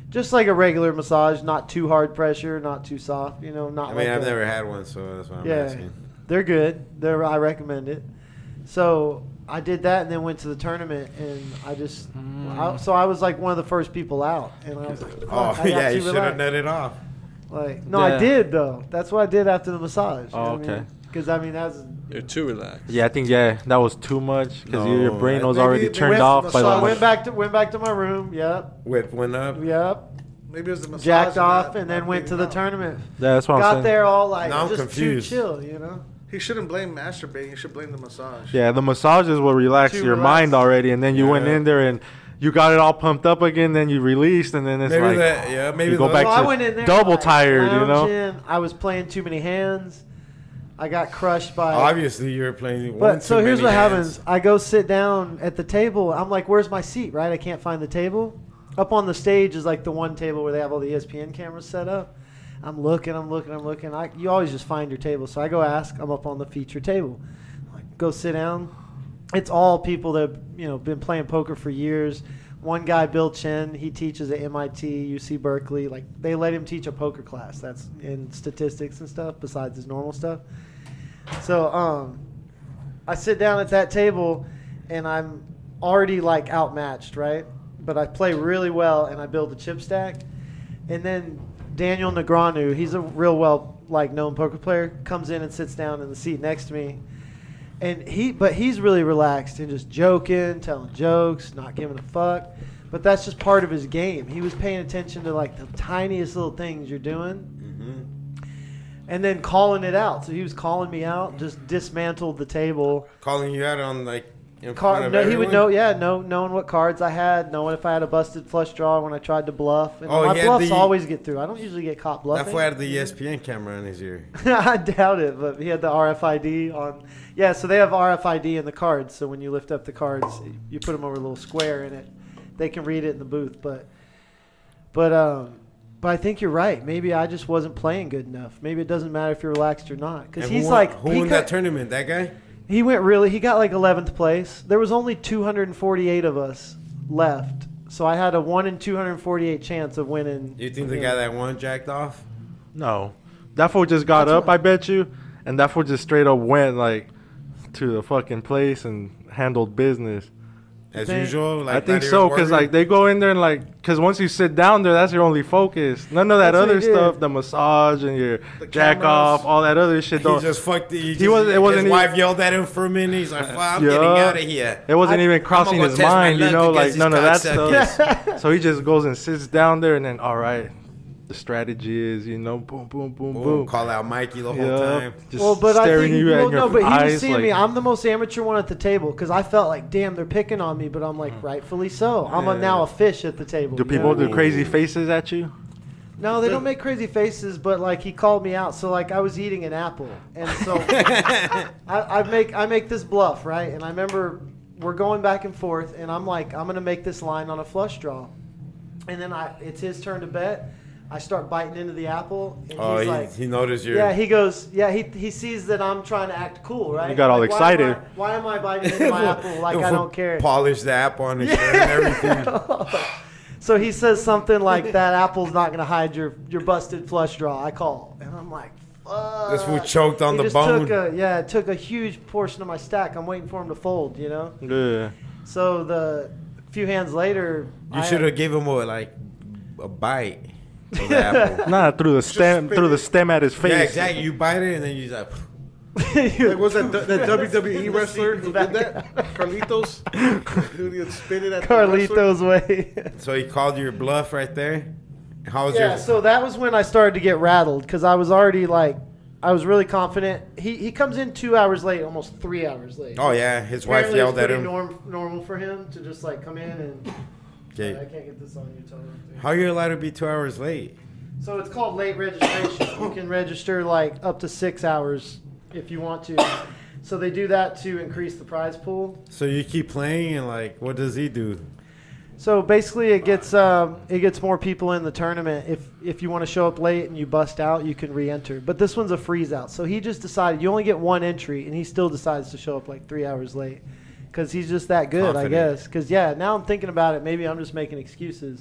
Speaker 4: Just like a regular massage, not too hard pressure, not too soft. You know,
Speaker 2: I
Speaker 4: not.
Speaker 2: mean,
Speaker 4: like
Speaker 2: I've
Speaker 4: a-
Speaker 2: never had one, so that's why I'm
Speaker 4: Yeah.
Speaker 2: asking.
Speaker 4: They're good. They're I recommend it. So I did that and then went to the tournament and I just I, so I was like one of the first people out and I was like, Fuck,
Speaker 2: Mm. Oh,
Speaker 4: I got
Speaker 2: yeah,
Speaker 4: too
Speaker 2: you should have
Speaker 4: relaxed.
Speaker 2: nutted off.
Speaker 4: Like no, I
Speaker 5: Yeah.
Speaker 4: did though. That's what I did after the massage.
Speaker 5: Oh, okay.
Speaker 4: Because I mean that's
Speaker 1: You're too relaxed.
Speaker 5: Yeah, I think yeah, that was too much because your
Speaker 2: No,
Speaker 5: brain
Speaker 2: I-
Speaker 5: was
Speaker 6: Maybe
Speaker 5: already
Speaker 6: they
Speaker 5: turned
Speaker 6: went-
Speaker 5: off by
Speaker 6: so
Speaker 4: So I
Speaker 5: the.
Speaker 4: went back to went back to my room. Yep,
Speaker 2: Whip one up.
Speaker 4: yep.
Speaker 6: Maybe it was the massage.
Speaker 4: Jacked off
Speaker 6: that-
Speaker 4: and
Speaker 6: that
Speaker 4: then went
Speaker 6: made
Speaker 4: to
Speaker 6: him
Speaker 4: the
Speaker 6: out.
Speaker 4: tournament.
Speaker 5: Yeah, that's what I'm
Speaker 4: Got
Speaker 5: saying.
Speaker 4: there all like
Speaker 2: Now I'm
Speaker 4: just
Speaker 2: confused.
Speaker 4: too chill, you know.
Speaker 6: He shouldn't blame masturbating. He should blame the massage.
Speaker 5: Yeah, the massage is what relaxed
Speaker 4: Too
Speaker 5: your
Speaker 4: relaxed.
Speaker 5: mind already, and then you went
Speaker 2: Yeah.
Speaker 5: in there and you got it all pumped up again. Then you released, and then it's
Speaker 2: Maybe
Speaker 5: like
Speaker 2: that. Yeah, maybe
Speaker 5: go
Speaker 2: the-
Speaker 5: back
Speaker 4: So
Speaker 5: to-
Speaker 4: I went in there
Speaker 5: double
Speaker 4: like,
Speaker 5: tired, you know?
Speaker 4: lounging. I was playing too many hands. I got crushed by.
Speaker 2: Oh, Obviously, you're playing. one
Speaker 4: But
Speaker 2: too
Speaker 4: so here's
Speaker 2: many
Speaker 4: what
Speaker 2: hands.
Speaker 4: happens. I go sit down at the table. I'm like, where's my seat, right? I can't find the table. Up on the stage is like the one table where they have all the E ESPN cameras set up. I'm looking, I'm looking, I'm looking. I, you always just find your table. So I go ask, I'm up on the feature table. I'm like, go sit down. It's all people that have, you know been playing poker for years. One guy, Bill Chen, he teaches at MIT, UC Berkeley. Like they let him teach a poker class. That's in statistics and stuff besides his normal stuff. So um, I sit down at that table and I'm already like outmatched, right? But I play really well and I build a chip stack. And then Daniel Negreanu, he's a real well like known poker player, comes in and sits down in the seat next to me. And he but he's really relaxed and just joking, telling jokes, not giving a fuck. But that's just part of his game. He was paying attention to like the tiniest little things you're doing and then calling it out. So he was calling me out, just dismantled the table.
Speaker 2: Calling you out on like. In front
Speaker 4: Car-
Speaker 2: of
Speaker 4: no, he would
Speaker 2: everyone?
Speaker 4: know, yeah, know, knowing what cards I had, knowing if I had a busted flush draw when I tried to bluff. And
Speaker 2: Oh,
Speaker 4: my
Speaker 2: he had
Speaker 4: bluffs
Speaker 2: the-
Speaker 4: always get through. I don't usually get caught
Speaker 2: That's
Speaker 4: bluffing.
Speaker 2: why I had the E ESPN camera in his ear.
Speaker 4: I doubt it, but he had the RFID on. Yeah, so they have RFID in the cards. So when you lift up the cards, you put them over a little square in it. They can read it in the booth, but but um, but I think you're right. Maybe I just wasn't playing good enough. Maybe it doesn't matter if you're relaxed or not, because
Speaker 2: And
Speaker 4: he's
Speaker 2: who won,
Speaker 4: like
Speaker 2: who
Speaker 4: he
Speaker 2: won
Speaker 4: cut-
Speaker 2: that tournament? That guy.
Speaker 4: He went really. He got like 11th place. There was only 248 of us left, so I had a one in 248 chance of winning.
Speaker 2: You think the guy that won jacked off?
Speaker 5: No, that fool just got
Speaker 4: That's
Speaker 5: up.
Speaker 4: what-
Speaker 5: I bet you, and that fool just straight up went like to the fucking place and handled business.
Speaker 2: As
Speaker 4: They-
Speaker 2: usual, like
Speaker 5: I think
Speaker 2: not even
Speaker 5: so, cause
Speaker 2: worried?
Speaker 5: like they go in there and like, cause once you sit down there, that's your only focus. None of that
Speaker 4: That's what
Speaker 5: other
Speaker 4: he did.
Speaker 5: stuff, the massage and your jack off,
Speaker 6: cameras.
Speaker 5: all that other shit.
Speaker 2: he
Speaker 5: Don't,
Speaker 2: just fucked. The, he
Speaker 5: He wasn't- it wasn't
Speaker 2: His
Speaker 5: even-
Speaker 2: wife yelled at him for a minute. He's like, "Fuck, I'm getting
Speaker 5: Yeah.
Speaker 2: out of here."
Speaker 5: it wasn't
Speaker 4: I-
Speaker 5: even crossing
Speaker 2: go
Speaker 5: his
Speaker 2: test my
Speaker 5: mind, you
Speaker 2: luck
Speaker 5: know, like
Speaker 2: against
Speaker 5: none of that
Speaker 2: these
Speaker 5: stuff. so he just goes and sits down there, and then all right, the strategy is, you know, boom, boom, boom,
Speaker 2: Boom,
Speaker 5: boom.
Speaker 2: Call out Mikey the whole
Speaker 5: Yeah,
Speaker 2: time.
Speaker 5: just
Speaker 4: well, but I
Speaker 5: staring
Speaker 4: think
Speaker 5: you
Speaker 4: well,
Speaker 5: at your
Speaker 4: no, but he was
Speaker 5: eyes,
Speaker 4: seeing
Speaker 5: like,
Speaker 4: me. I'm the most amateur one at the table because I felt like, damn, they're picking on me, but I'm
Speaker 2: Mm.
Speaker 4: like, rightfully so. I'm a, now a fish at the table.
Speaker 5: do
Speaker 4: you know
Speaker 5: people
Speaker 4: what I
Speaker 5: do
Speaker 4: mean?
Speaker 5: crazy faces at you?
Speaker 4: No, they don't make crazy faces, but like he called me out. So like I was eating an apple, and so I, I make I make this bluff right, and I remember we're going back and forth, and I'm like I'm gonna make this line on a flush draw, and then I it's his turn to bet. I start biting into the apple, and
Speaker 2: Oh,
Speaker 4: he's
Speaker 2: he,
Speaker 4: like,
Speaker 2: he noticed you.
Speaker 4: yeah, he goes, yeah, he he sees that I'm trying to act cool, right?
Speaker 5: You got all
Speaker 4: Like, why am
Speaker 5: excited.
Speaker 4: I- Why am, I, biting into my apple like I don't care?
Speaker 2: Polish the app on his shirt and everything.
Speaker 4: So he says something like that apple's not gonna hide your your busted flush draw. I call, and I'm like, fuck.
Speaker 2: This fool choked on
Speaker 4: He
Speaker 2: the
Speaker 4: just
Speaker 2: bone.
Speaker 4: Took a, yeah, took a huge portion of my stack. I'm waiting for him to fold, you know.
Speaker 5: Yeah.
Speaker 4: So the few hands later,
Speaker 2: You
Speaker 4: I-
Speaker 2: should have given him a, like a bite of the apple.
Speaker 5: Nah, through the stem,
Speaker 6: spit
Speaker 5: through the
Speaker 6: it.
Speaker 5: stem at his face.
Speaker 2: Yeah, exactly. You bite it and then you just like.
Speaker 6: Like, was that that WWE E wrestler who
Speaker 4: back
Speaker 6: did that? Carlitos? Who did spit it at the wrestler?
Speaker 4: Carlito's way.
Speaker 2: So he called your bluff right there. How was
Speaker 4: yeah,
Speaker 2: your?
Speaker 4: so that was when I started to get rattled because I was already like, I was really confident. He he comes in two hours late, almost three hours late.
Speaker 2: oh yeah, his wife
Speaker 4: Apparently it's
Speaker 2: yelled at
Speaker 4: pretty
Speaker 2: him.
Speaker 4: Norm, normal for him to just like come in and.
Speaker 2: Okay.
Speaker 4: I can't get this on your television.
Speaker 2: How you allowed to be two hours late?
Speaker 4: So it's called late registration. you can register like up to six hours if you want to. So they do that to increase the prize pool.
Speaker 2: So you keep playing and like, what does he do?
Speaker 4: So basically, it gets um, it gets more people in the tournament. If if you want to show up late and you bust out, you can re-enter. But this one's a freeze out. So he just decided you only get one entry, and he still decides to show up like three hours late because he's just that good, I
Speaker 2: Confident.
Speaker 4: guess. Because yeah, now I'm thinking about it. Maybe I'm just making excuses,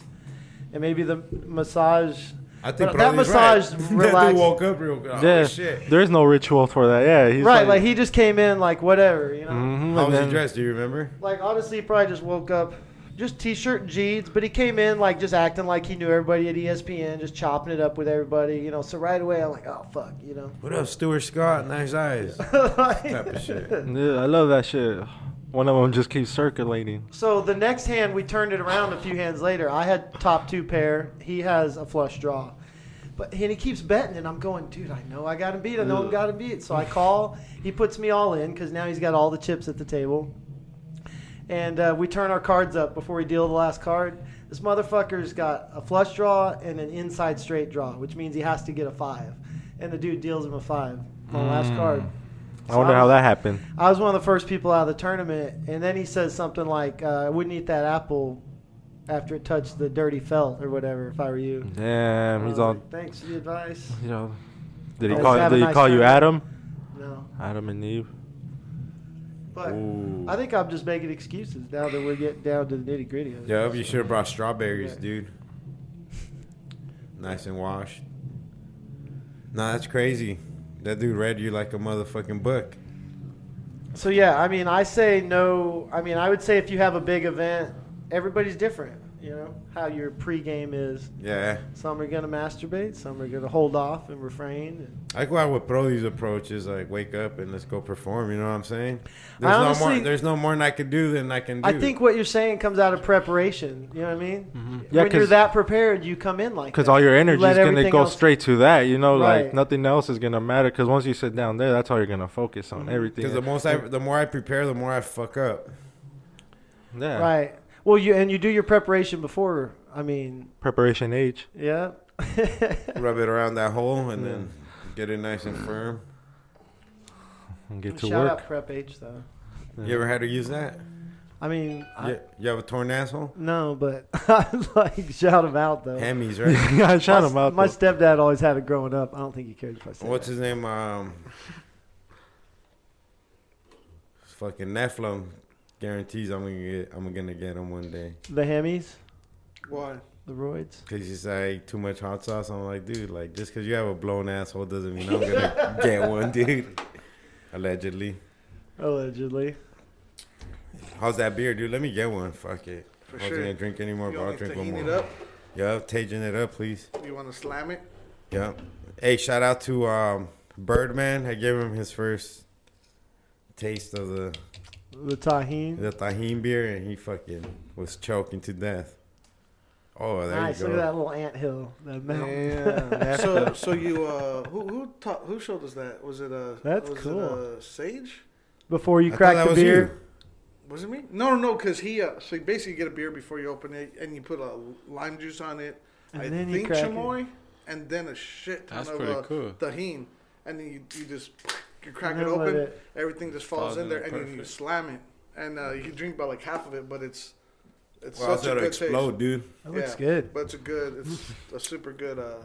Speaker 4: and maybe the massage.
Speaker 2: I think
Speaker 4: But that
Speaker 2: Brody's
Speaker 4: massage
Speaker 2: right. that dude
Speaker 4: relaxed-
Speaker 2: woke up real good. Oh,
Speaker 5: yeah,
Speaker 2: shit.
Speaker 5: there's no ritual for that. Yeah, he's
Speaker 4: right,
Speaker 5: like,
Speaker 4: like, he just came in like whatever, you know.
Speaker 5: Mhm,
Speaker 2: How
Speaker 5: and
Speaker 2: was he
Speaker 5: then-
Speaker 2: dressed? Do you remember?
Speaker 4: Like honestly, he probably just woke up, just t-shirt and jeans. But he came in like just acting like he knew everybody at E ESPN, just chopping it up with everybody, you know. So right away, I'm like, oh fuck, you know.
Speaker 2: What up, Stuart Scott? Nice eyes. type of shit.
Speaker 5: Yeah, I love that shit. One of them just keeps circulating.
Speaker 4: so the next hand, we turned it around a few hands later. I had top two pair. He has a flush draw. But and he keeps betting, and I'm going, dude. I know I got him beat. I know I got him beat. So I call. He puts me all in because now he's got all the chips at the table. and uh, we turn our cards up before we deal the last card. This motherfucker's got a flush draw and an inside straight draw, which means he has to get a five. And the dude deals him a five on the last card.
Speaker 5: Hmm. I wonder how that happened.
Speaker 4: I was one of the first people out of the tournament, and then he says something like, uh, "I wouldn't eat that apple after it touched the dirty felt or whatever if I were you."
Speaker 5: Damn,
Speaker 4: And I
Speaker 5: he's
Speaker 4: was
Speaker 5: on.
Speaker 4: like, Thanks for the advice.
Speaker 5: You know, did he
Speaker 4: Let's
Speaker 5: call?
Speaker 4: have a
Speaker 5: Did he
Speaker 4: nice
Speaker 5: call you
Speaker 4: time.
Speaker 5: Adam?
Speaker 4: No,
Speaker 5: Adam and Eve.
Speaker 4: but
Speaker 2: Ooh.
Speaker 4: I think I'm just making excuses now that we're getting down to the nitty gritty. of it.
Speaker 2: Yup, you should have brought strawberries,
Speaker 4: Yeah.
Speaker 2: dude. Nice and washed. Nah, that's crazy. That dude read you like a motherfucking book.
Speaker 4: So yeah, I mean, I say no. I mean, I would say if you have a big event, everybody's different. You know how your pregame is.
Speaker 2: Yeah.
Speaker 4: Some are gonna masturbate, some are gonna hold off and refrain. And
Speaker 2: I go out with Brody's approach is like wake up and let's go perform, you know what I'm saying?
Speaker 4: I
Speaker 2: There's no
Speaker 4: honestly-
Speaker 2: more there's no more than I can do than I can do.
Speaker 4: I think what you're saying comes out of preparation. You know what I mean?
Speaker 5: Yeah,
Speaker 4: when you're
Speaker 5: 'cause-
Speaker 4: that prepared, you come in like
Speaker 5: Because
Speaker 4: that.
Speaker 5: all your
Speaker 4: You
Speaker 5: energy
Speaker 4: let
Speaker 5: is gonna
Speaker 4: everything
Speaker 5: go
Speaker 4: else-
Speaker 5: straight to that. You know,
Speaker 4: Right.
Speaker 5: like nothing else is gonna matter. Because once you sit down there, that's all you're gonna focus on. Everything.
Speaker 2: because the most I the more I prepare, the more I fuck up.
Speaker 5: yeah.
Speaker 4: Right. Well, you and you do your preparation before. I mean,
Speaker 5: Preparation H.
Speaker 4: yeah.
Speaker 2: Rub it around that hole and then get it nice and firm.
Speaker 5: And get to
Speaker 4: Shout
Speaker 5: work.
Speaker 4: out prep H though.
Speaker 2: You ever had to use that?
Speaker 4: I mean, I,
Speaker 2: You, you have a torn asshole?
Speaker 4: no, but I like shout him out though.
Speaker 2: Hammies, right?
Speaker 5: Yeah, shout
Speaker 4: my,
Speaker 5: him out.
Speaker 4: My
Speaker 5: though.
Speaker 4: stepdad always had it growing up. I don't think he cared if I said
Speaker 2: What's
Speaker 4: that.
Speaker 2: his name? Um, fucking Nephilim guarantees I'm gonna get I'm gonna get him one day.
Speaker 4: the hammies,
Speaker 6: Why?
Speaker 4: the roids.
Speaker 2: Cause he's like "Eat too much hot sauce. I'm like, dude, like just cause you have a blown asshole doesn't mean I'm gonna get one, dude. Allegedly.
Speaker 4: Allegedly.
Speaker 2: How's that beer, dude? Let me get one. Fuck it.
Speaker 6: For
Speaker 2: I wasn't
Speaker 6: sure.
Speaker 2: gonna drink any more,
Speaker 6: You
Speaker 2: but I'll
Speaker 6: want me
Speaker 2: drink
Speaker 6: to
Speaker 2: one
Speaker 6: heat
Speaker 2: more.
Speaker 6: it up?
Speaker 2: Yup, taging it up, please.
Speaker 6: You want to slam it?
Speaker 2: Yep. Hey, shout out to um, Birdman. I gave him his first taste of the
Speaker 4: The tahine.
Speaker 2: the tahine beer and he fucking was choking to death. Oh, there
Speaker 4: nice.
Speaker 2: you
Speaker 4: Look
Speaker 2: go.
Speaker 4: at that little anthill. That mountain.
Speaker 5: that's
Speaker 6: so, so you, uh, who, who, taught, who showed us that? Was it uh,
Speaker 4: That's
Speaker 6: was
Speaker 4: cool.
Speaker 6: It, uh, Sage?
Speaker 4: Before you
Speaker 2: I thought
Speaker 4: crack
Speaker 2: that
Speaker 4: the
Speaker 2: was
Speaker 4: beer.
Speaker 6: Was it me? No, no, because he. Uh, so you basically get a beer before you open it, and you put a lime juice on it.
Speaker 4: And
Speaker 6: I
Speaker 4: then you
Speaker 6: think
Speaker 4: crack it.
Speaker 6: chamoy, and then a shit ton
Speaker 1: That's
Speaker 6: of
Speaker 1: pretty
Speaker 6: uh,
Speaker 1: cool.
Speaker 6: tahine, and then you, you just you crack
Speaker 4: And
Speaker 6: it
Speaker 4: then let
Speaker 6: open.
Speaker 4: it-
Speaker 6: Everything just falls,
Speaker 1: Falls
Speaker 6: in
Speaker 1: in
Speaker 6: there,
Speaker 1: there
Speaker 6: and then you
Speaker 1: perfect.
Speaker 6: slam it, and uh, you can drink about like half of it, but it's it's
Speaker 2: Well, I was
Speaker 6: such a
Speaker 2: gonna
Speaker 6: good
Speaker 2: explode,
Speaker 6: taste.
Speaker 2: dude.
Speaker 4: That looks
Speaker 6: Yeah,
Speaker 4: good.
Speaker 6: But it's a good. It's a super good. Uh,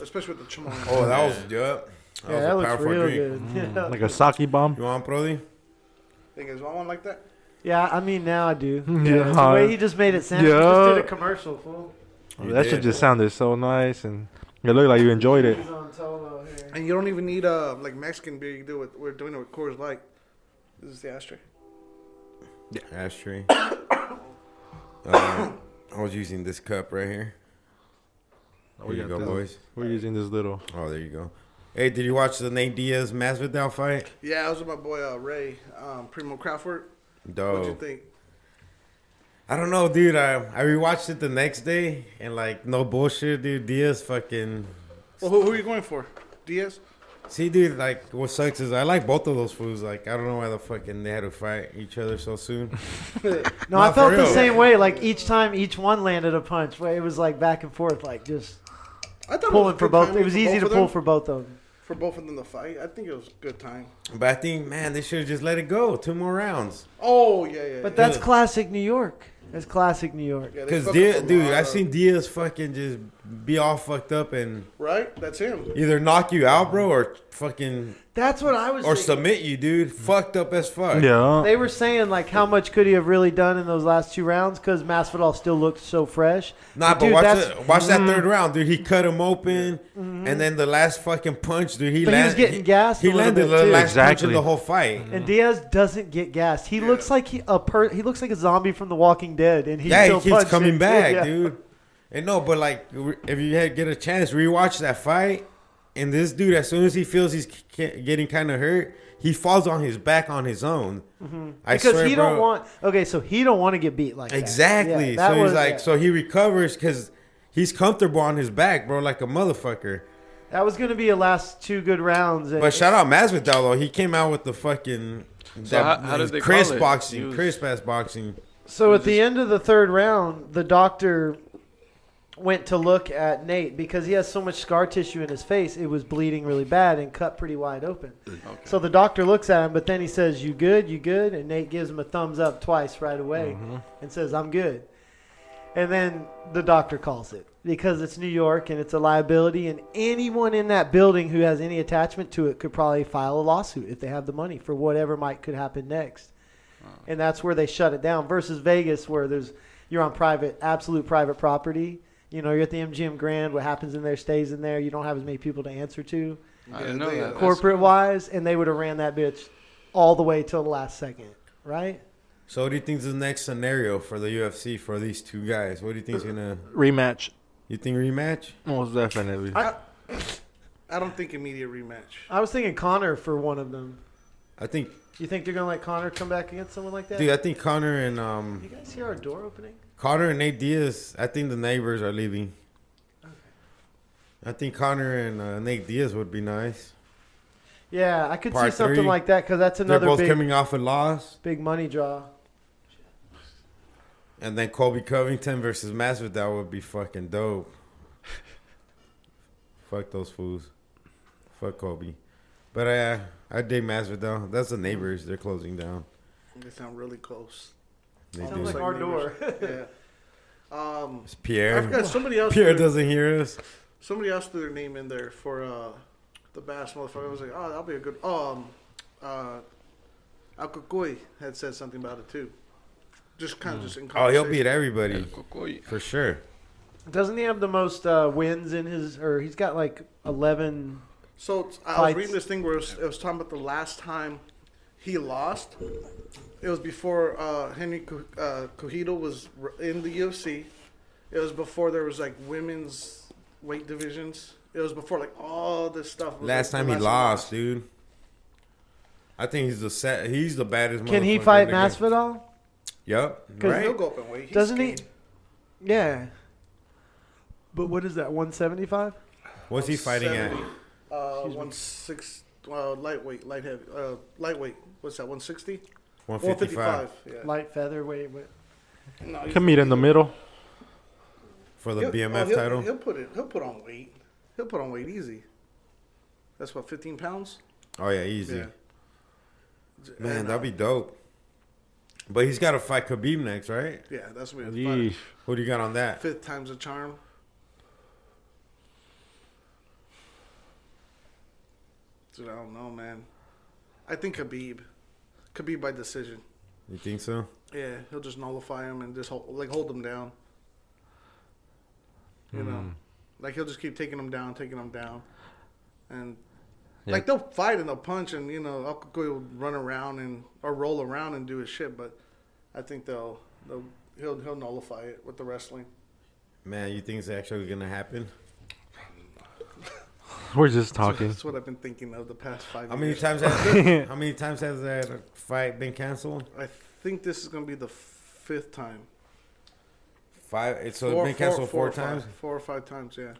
Speaker 6: especially with the chamoy.
Speaker 2: Oh, that was yup. That
Speaker 4: Yeah,
Speaker 2: was
Speaker 4: that
Speaker 2: a
Speaker 4: looks
Speaker 2: powerful
Speaker 4: real
Speaker 2: drink.
Speaker 4: good. Yeah.
Speaker 2: Mm-hmm.
Speaker 5: like a sake bomb.
Speaker 2: You want Brody?
Speaker 6: Thing is, want one like that?
Speaker 4: yeah, I mean, now I do.
Speaker 5: Yeah.
Speaker 4: Yeah. The way he just made it sound. He
Speaker 5: Yeah.
Speaker 4: Just did a commercial, fool.
Speaker 2: You
Speaker 5: that
Speaker 2: did.
Speaker 5: shit just sounded so nice, and it looked like you enjoyed it.
Speaker 4: He's on Tolo here.
Speaker 6: And you don't even need uh like Mexican beer. You can do it. We're doing it with Coors Light. This is the ashtray.
Speaker 2: Ashtray. um, Uh, I was using this cup right here. Here
Speaker 5: we
Speaker 2: you
Speaker 5: got
Speaker 2: go,
Speaker 5: this.
Speaker 2: boys.
Speaker 5: We're using this little.
Speaker 2: Oh, there you go. Hey, did you watch the Nate Diaz Masvidal fight? Oh.
Speaker 6: Yeah, I was with my boy uh, Ray, um, Primo Craftwork. What'd you
Speaker 2: Dog.
Speaker 6: think?
Speaker 2: I I don't know, dude. I I rewatched it the next day and like no bullshit, dude. Diaz fucking
Speaker 6: Well, who, who are you going for? Diaz?
Speaker 2: see, dude. Like what sucks is I like both of those fools. Like I don't know why the fucking they had to fight each other so soon.
Speaker 4: No,
Speaker 2: Nah,
Speaker 4: I felt
Speaker 2: for
Speaker 4: the
Speaker 2: real.
Speaker 4: same way. Like each time, each one landed a punch. Where it was like back and forth, like just
Speaker 6: I thought
Speaker 4: pulling for
Speaker 6: good
Speaker 4: both.
Speaker 6: timing
Speaker 4: It was
Speaker 6: for
Speaker 4: easy
Speaker 6: both
Speaker 4: to
Speaker 6: of
Speaker 4: pull
Speaker 6: them-
Speaker 4: for both of them.
Speaker 6: for both of them to fight. I think it was a good time.
Speaker 2: But I think, man, they should have just let it go. Two more rounds.
Speaker 6: Oh yeah, yeah.
Speaker 4: But
Speaker 6: yeah.
Speaker 4: that's classic New York. That's classic New York.
Speaker 6: Yeah, they
Speaker 2: Cause
Speaker 6: fucked
Speaker 2: Diaz,
Speaker 6: up a
Speaker 2: dude,
Speaker 6: lot
Speaker 2: I've
Speaker 6: of-
Speaker 2: seen Diaz fucking just be all fucked up and
Speaker 6: right. That's him.
Speaker 2: either knock you out, bro, or fucking
Speaker 4: That's what I was.
Speaker 2: or
Speaker 4: thinking.
Speaker 2: submit you, dude. Fucked up as fuck.
Speaker 5: Yeah.
Speaker 4: They were saying like how much could he have really done in those last two rounds because Masvidal still looked so fresh.
Speaker 2: Nah, but
Speaker 4: Dude,
Speaker 2: watch
Speaker 4: that's- mm-hmm.
Speaker 2: that, watch that third round, dude. He cut him open,
Speaker 6: Mm-hmm.
Speaker 2: and then the last fucking punch, dude. He
Speaker 4: But he was
Speaker 2: land-
Speaker 4: getting gassed
Speaker 2: He
Speaker 4: a little
Speaker 2: landed
Speaker 4: bit,
Speaker 2: the
Speaker 4: too.
Speaker 2: last punch in
Speaker 5: Exactly.
Speaker 2: the whole fight.
Speaker 4: And Diaz doesn't get gassed. He looks like he a per, he looks like a zombie from The Walking Dead, and he
Speaker 2: yeah,
Speaker 4: still
Speaker 2: he keeps
Speaker 4: punching.
Speaker 2: coming back,
Speaker 4: Yeah.
Speaker 2: dude. And no, but like, re- if you had, get a chance, rewatch that fight. And this dude, as soon as he feels he's k- k- getting kind of hurt, he falls on his back on his own. I
Speaker 4: Mm-hmm. because
Speaker 2: swear,
Speaker 4: he don't
Speaker 2: bro.
Speaker 4: want. Okay, so he don't want to get beat like that.
Speaker 2: Exactly.
Speaker 4: Yeah, that
Speaker 2: so
Speaker 4: was-
Speaker 2: he's like,
Speaker 4: yeah.
Speaker 2: so he recovers because he's comfortable on his back, bro, like a motherfucker.
Speaker 4: that was going to be a last two good rounds. and-
Speaker 2: But shout out Masvidal though, he came out with the fucking
Speaker 1: So how- how did they
Speaker 2: crisp
Speaker 1: call it? He
Speaker 2: boxing,
Speaker 1: was-
Speaker 2: crisp ass boxing.
Speaker 4: So at the end of the third round, the doctor went to look at Nate because he has so much scar tissue in his face, it was bleeding really bad and cut pretty wide open. So the doctor looks at him, but then he says, You good? You good? And Nate gives him a thumbs up twice right away and says, I'm good. And then the doctor calls it because it's New York and it's a liability, and anyone in that building who has any attachment to it could probably file a lawsuit if they have the money for whatever might could happen next and that's where they shut it down. Versus Vegas, where there's you're on private, absolute private property. You know, you're at the MGM Grand. What happens in there stays in there. You don't have as many people to answer to,
Speaker 1: I didn't know
Speaker 6: they-
Speaker 1: that. That's-
Speaker 4: corporate wise, and they would have ran that bitch all the way till the last second, right?
Speaker 2: So what do you think's the next scenario for the UFC for these two guys? What do you think's gonna?
Speaker 5: Rematch.
Speaker 2: You think rematch?
Speaker 5: Most definitely.
Speaker 6: I, I don't think immediate rematch.
Speaker 4: I was thinking Connor for one of them.
Speaker 2: I think,
Speaker 4: You think they're gonna let Connor come back against someone like that?
Speaker 2: dude. I think Connor and
Speaker 4: you
Speaker 2: um
Speaker 4: guys hear our door opening?
Speaker 2: Connor and Nate Diaz. I think the neighbors are leaving. I think Connor and uh, Nate Diaz would be nice.
Speaker 4: Yeah, I could
Speaker 2: Part
Speaker 4: see something
Speaker 2: three.
Speaker 4: like that because that's
Speaker 2: They're
Speaker 4: another
Speaker 2: both
Speaker 4: big
Speaker 2: coming off a loss,
Speaker 4: big money draw.
Speaker 2: and then Colby Covington versus Masvidal would be fucking dope. Fuck those fools. Fuck Kobe. But I I dig Masvidal. That's the neighbors. They're closing down.
Speaker 6: They sound really close.
Speaker 2: They
Speaker 6: Sounds
Speaker 2: do.
Speaker 4: Sounds like
Speaker 6: Almost like
Speaker 4: our door.
Speaker 6: neighbors. Yeah. Um,
Speaker 2: It's
Speaker 6: I forgot
Speaker 2: Pierre.
Speaker 6: somebody else.
Speaker 2: Pierre
Speaker 6: threw-
Speaker 2: doesn't hear us.
Speaker 6: Somebody else threw their name in there for uh, the bass motherfucker. I was like, oh, that'll be a good. Um, uh, Alcocoy had said something about it too. Just kind of just in
Speaker 2: Oh, he'll
Speaker 6: conversation.
Speaker 2: beat everybody
Speaker 1: Cocoy.
Speaker 2: for sure.
Speaker 4: Doesn't he have the most uh, wins in his, or he's got like 11
Speaker 6: So it's- I
Speaker 4: Fights.
Speaker 6: was reading this thing where it was, it was talking about the last time he lost. It was before uh, Henry Co- uh, Cojito was r- in the UFC. It was before there was like women's weight divisions. It was before like all this stuff. was,
Speaker 2: Last
Speaker 6: like,
Speaker 2: time
Speaker 6: the
Speaker 2: he lost, dude. I think he's the set. He's the baddest.
Speaker 4: Can he
Speaker 2: motherfucker
Speaker 4: fight
Speaker 2: in the game.
Speaker 4: Masvidal?
Speaker 2: Yep.
Speaker 4: 'Cause
Speaker 6: He'll
Speaker 2: Right.
Speaker 6: go up in weight. He's
Speaker 4: Doesn't he?
Speaker 6: skinny.
Speaker 4: Yeah. But what is that? 175?
Speaker 2: What's he fighting at?
Speaker 6: 170, Uh, one six, uh, lightweight, light heavy, uh, lightweight. What's that? One sixty?
Speaker 2: One
Speaker 6: One
Speaker 2: fifty-five
Speaker 6: Yeah.
Speaker 4: Light feather? Wait, wait.
Speaker 6: No, he's-
Speaker 5: Can meet in the middle.
Speaker 2: for the
Speaker 6: he'll- oh,
Speaker 2: BMF
Speaker 6: he'll-
Speaker 2: title.
Speaker 6: He'll put it. He'll put on weight. He'll put on weight easy. That's what fifteen pounds.
Speaker 2: Oh yeah, easy. Man,
Speaker 6: And, uh,
Speaker 2: that'd be dope. But he's got to fight Khabib next, right?
Speaker 6: Yeah, that's what we
Speaker 5: Yeesh.
Speaker 2: Who do you got on that?
Speaker 6: Fifth time's a charm. Dude, I don't know, man. I think Khabib. Khabib by decision.
Speaker 2: You think so?
Speaker 6: Yeah, he'll just nullify him and just hold, like hold him down. You know, like he'll just keep taking him down, taking him down, and
Speaker 5: Yeah.
Speaker 6: like they'll fight and they'll punch and you know Akukui will run around and or roll around and do his shit, but I think they'll they'll he'll he'll nullify it with the wrestling.
Speaker 2: Man, you think it's actually gonna happen?
Speaker 5: We're just talking.
Speaker 6: That's what I've been thinking of the past five.
Speaker 2: How many
Speaker 6: years.
Speaker 2: times has how many times has that fight been canceled?
Speaker 6: I think this is gonna be the fifth time.
Speaker 2: Five. It's, so it's been canceled four,
Speaker 6: or
Speaker 2: times.
Speaker 6: Five, four or five times, yeah.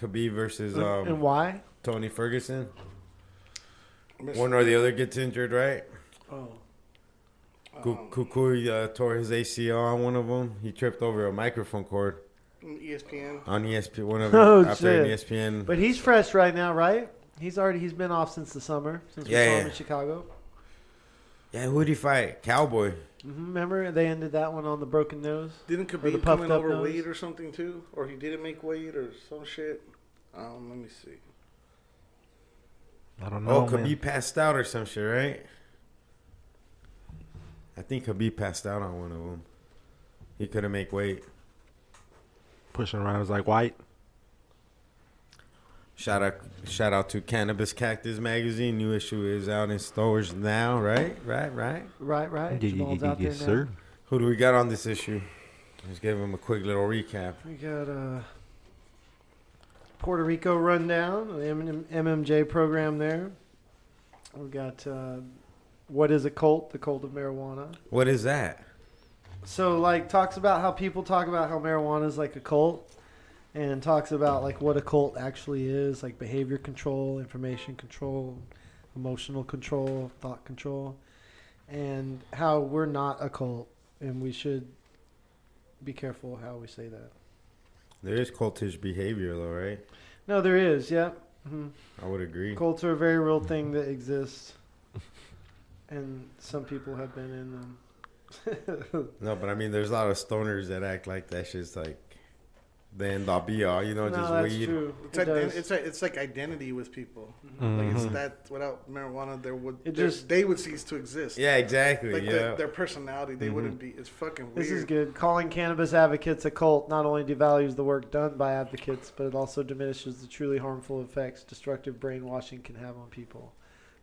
Speaker 2: Khabib versus
Speaker 4: And- and
Speaker 2: um,
Speaker 4: why?
Speaker 2: Tony Ferguson.
Speaker 6: Miss-
Speaker 2: One or the other gets injured, right?
Speaker 6: Oh.
Speaker 2: Ku- Kukui uh, tore his ACL on one of them. He tripped over a microphone cord
Speaker 6: ESPN.
Speaker 2: on ESPN. One of them
Speaker 4: Oh,
Speaker 2: out there in
Speaker 4: shit.
Speaker 2: ESPN.
Speaker 4: But he's fresh right now, right? He's already he's been off since the summer since we
Speaker 2: Yeah,
Speaker 4: saw him
Speaker 2: yeah.
Speaker 4: in Chicago.
Speaker 2: yeah, who'd he fight? Cowboy.
Speaker 4: hmm Remember they ended that one on the broken nose.
Speaker 6: Didn't
Speaker 4: the
Speaker 6: Khabib come
Speaker 4: puffed
Speaker 6: in
Speaker 4: up
Speaker 6: overweight
Speaker 4: nose?
Speaker 6: or something too, or he didn't make weight or some shit? Um, let me see.
Speaker 5: I don't
Speaker 2: Oh,
Speaker 5: know.
Speaker 2: Khabib
Speaker 5: man.
Speaker 2: passed out or some shit, right? I think Khabib passed out on one of them. He couldn't make weight.
Speaker 5: Pushing around is like white.
Speaker 2: Shout out, shout out to Cannabis Cactus Magazine. New issue is out in stores now. Right, right, right.
Speaker 4: Right, right. Jamal's out there now.
Speaker 2: Who do we got on this issue? Let's give him a quick little recap.
Speaker 4: We got uh, Puerto Rico rundown, the M- MMJ program there. We got uh, what is a cult? The cult of marijuana.
Speaker 2: What is that?
Speaker 4: So like talks about how people talk about how marijuana is like a cult, and talks about like what a cult actually is, like behavior control, information control, emotional control, thought control, and how we're not a cult, and we should be careful how we say that.
Speaker 2: There is cultish behavior, though, right?
Speaker 4: No, there is. Yeah. hmm
Speaker 2: I would agree.
Speaker 4: Cults are a very real thing that exists, and some people have been in them.
Speaker 2: No, but I mean, there's a lot of stoners that act like that shit's like the end all be all. You know,
Speaker 4: no,
Speaker 2: just
Speaker 4: that's
Speaker 2: weed.
Speaker 4: true.
Speaker 6: It's
Speaker 4: It,
Speaker 6: like
Speaker 4: does.
Speaker 6: it's like it's like identity with people.
Speaker 5: Mm-hmm.
Speaker 6: Like
Speaker 2: Mm-hmm.
Speaker 6: it's that without marijuana, there would
Speaker 4: It
Speaker 6: there-
Speaker 4: just-
Speaker 6: they would cease to exist.
Speaker 2: Yeah, exactly.
Speaker 6: like
Speaker 2: yeah. Mm-hmm.
Speaker 6: their, their personality, they wouldn't be. It's fucking weird.
Speaker 4: This is good. Calling cannabis advocates a cult not only devalues the work done by advocates, but it also diminishes the truly harmful effects destructive brainwashing can have on people.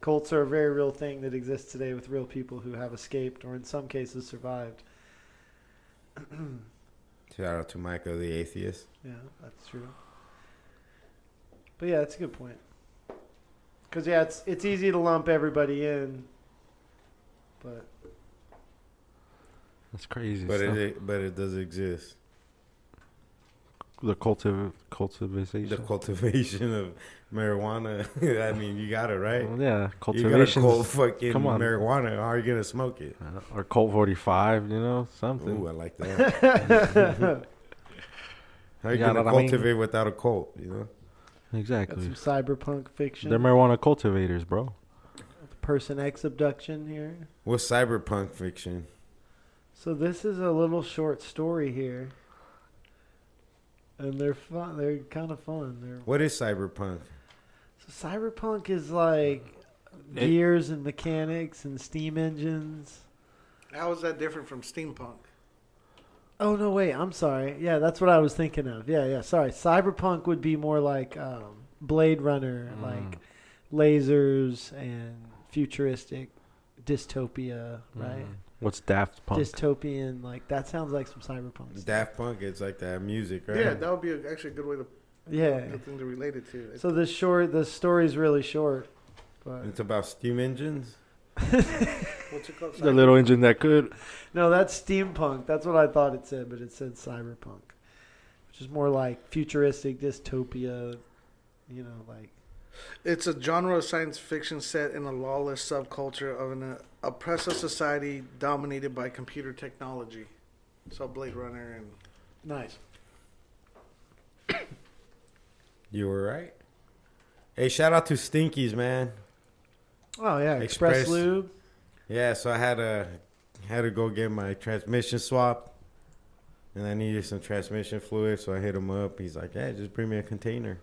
Speaker 4: Cults are a very real thing that exists today with real people who have escaped or, in some cases, survived.
Speaker 2: Shout out to Michael the atheist.
Speaker 4: Yeah, that's true. But yeah, that's a good point. Because yeah, it's it's easy to lump everybody in, but
Speaker 5: That's crazy.
Speaker 2: But
Speaker 5: stuff.
Speaker 2: it, it but it does exist.
Speaker 5: the cultiv- cultivation.
Speaker 2: The cultivation of marijuana. I mean, you got it right.
Speaker 5: Well, yeah,
Speaker 2: You got
Speaker 5: cultivation.
Speaker 2: to cold fucking
Speaker 5: Come on.
Speaker 2: marijuana. How are you gonna smoke it?
Speaker 5: or Colt 45, you know, something.
Speaker 2: Ooh, I like that. How are you
Speaker 5: You got
Speaker 2: gonna
Speaker 5: what I mean?
Speaker 2: cultivate without a cult? You know.
Speaker 4: got
Speaker 5: exactly.
Speaker 4: some cyberpunk fiction.
Speaker 5: They're marijuana cultivators, bro.
Speaker 4: person X abduction here.
Speaker 2: What's cyberpunk fiction?
Speaker 4: So this is a little short story here, and they're fun. They're kind of fun. They're
Speaker 2: What is cyberpunk?
Speaker 4: so cyberpunk is like
Speaker 5: It-
Speaker 4: gears and mechanics and steam engines.
Speaker 6: How is that different from steampunk?
Speaker 4: Oh no, wait. I'm sorry. Yeah, that's what I was thinking of. Yeah, yeah. Sorry. Cyberpunk would be more like um, Blade Runner,
Speaker 5: Mm.
Speaker 4: like lasers and futuristic dystopia, right?
Speaker 5: What's Daft Mm-hmm. Punk?
Speaker 4: Dystopian. Like that sounds like some cyberpunk. stuff.
Speaker 2: Daft Punk. It's like that music, right?
Speaker 6: Yeah, that would be a, actually a good way to
Speaker 4: Yeah.
Speaker 6: good thing to relate it to.
Speaker 4: So the short, the story's really short, but
Speaker 2: It's about steam engines.
Speaker 6: What's it called?
Speaker 5: the little engine that could.
Speaker 4: no, that's steampunk. That's what I thought it said, but it said cyberpunk, which is more like futuristic dystopia. You know, like
Speaker 6: It's a genre of science fiction set in a lawless subculture of an uh, oppressive society dominated by computer technology. So Blade Runner and
Speaker 4: nice.
Speaker 2: You were right. Hey, shout out to Stinkies, man.
Speaker 4: Oh yeah, Express,
Speaker 2: Express.
Speaker 4: Lube.
Speaker 2: Yeah, so I had to had to go get my transmission swap, and I needed some transmission fluid. So I hit him up. He's like, "Yeah, just bring me a container."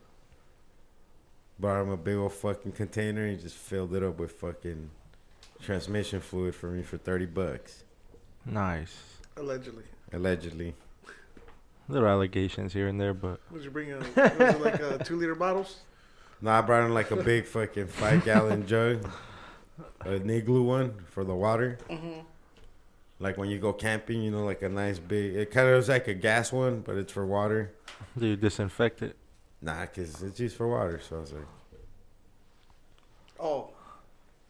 Speaker 2: Brought him a big old fucking container and just filled it up with fucking transmission fluid for me for thirty bucks,
Speaker 5: Nice.
Speaker 6: allegedly.
Speaker 2: allegedly.
Speaker 5: Little allegations here and there, but
Speaker 6: Would you bring a was it like uh two liter bottles?
Speaker 2: No, I brought him like a big fucking five gallon jug, a Niglu one for the water.
Speaker 6: Mm-hmm.
Speaker 2: Like when you go camping, you know, like a nice big. It kind of is like a gas one, but it's for water.
Speaker 5: do you disinfect it?
Speaker 2: Nah, cause it's used for water. So I was like,
Speaker 6: Oh,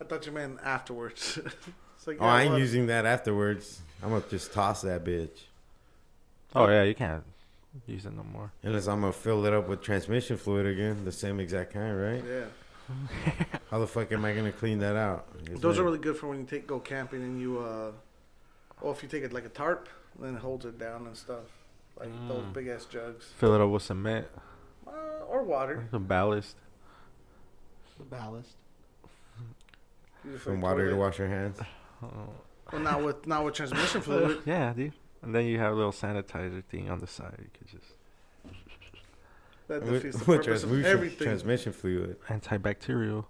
Speaker 6: I thought you meant afterwards. it's like,
Speaker 2: oh, I ain't
Speaker 6: well,
Speaker 2: using that afterwards. I'm gonna just toss that bitch.
Speaker 5: Oh yeah, you can't use it no more.
Speaker 2: Unless I'm gonna fill it up with transmission fluid again, the same exact kind, right?
Speaker 6: Yeah,
Speaker 2: How the fuck am I gonna clean that out? It's
Speaker 6: those
Speaker 2: like-
Speaker 6: are really good for when you take go camping and you, uh, or if you take it like a tarp, then it holds it down and stuff, like those big ass jugs
Speaker 5: Fill it up with cement,
Speaker 6: uh, or water.
Speaker 5: some ballast.
Speaker 4: The ballast.
Speaker 6: Use it for
Speaker 2: some
Speaker 6: the
Speaker 2: water to
Speaker 6: toilet.
Speaker 2: wash your hands.
Speaker 5: Oh.
Speaker 6: Well, not with not with transmission fluid.
Speaker 5: yeah, dude. And then you have a little sanitizer thing on the side. You could just
Speaker 6: That
Speaker 2: With,
Speaker 6: defeats the
Speaker 2: with
Speaker 6: purpose of
Speaker 2: transmission-
Speaker 6: everything.
Speaker 2: transmission fluid.
Speaker 5: antibacterial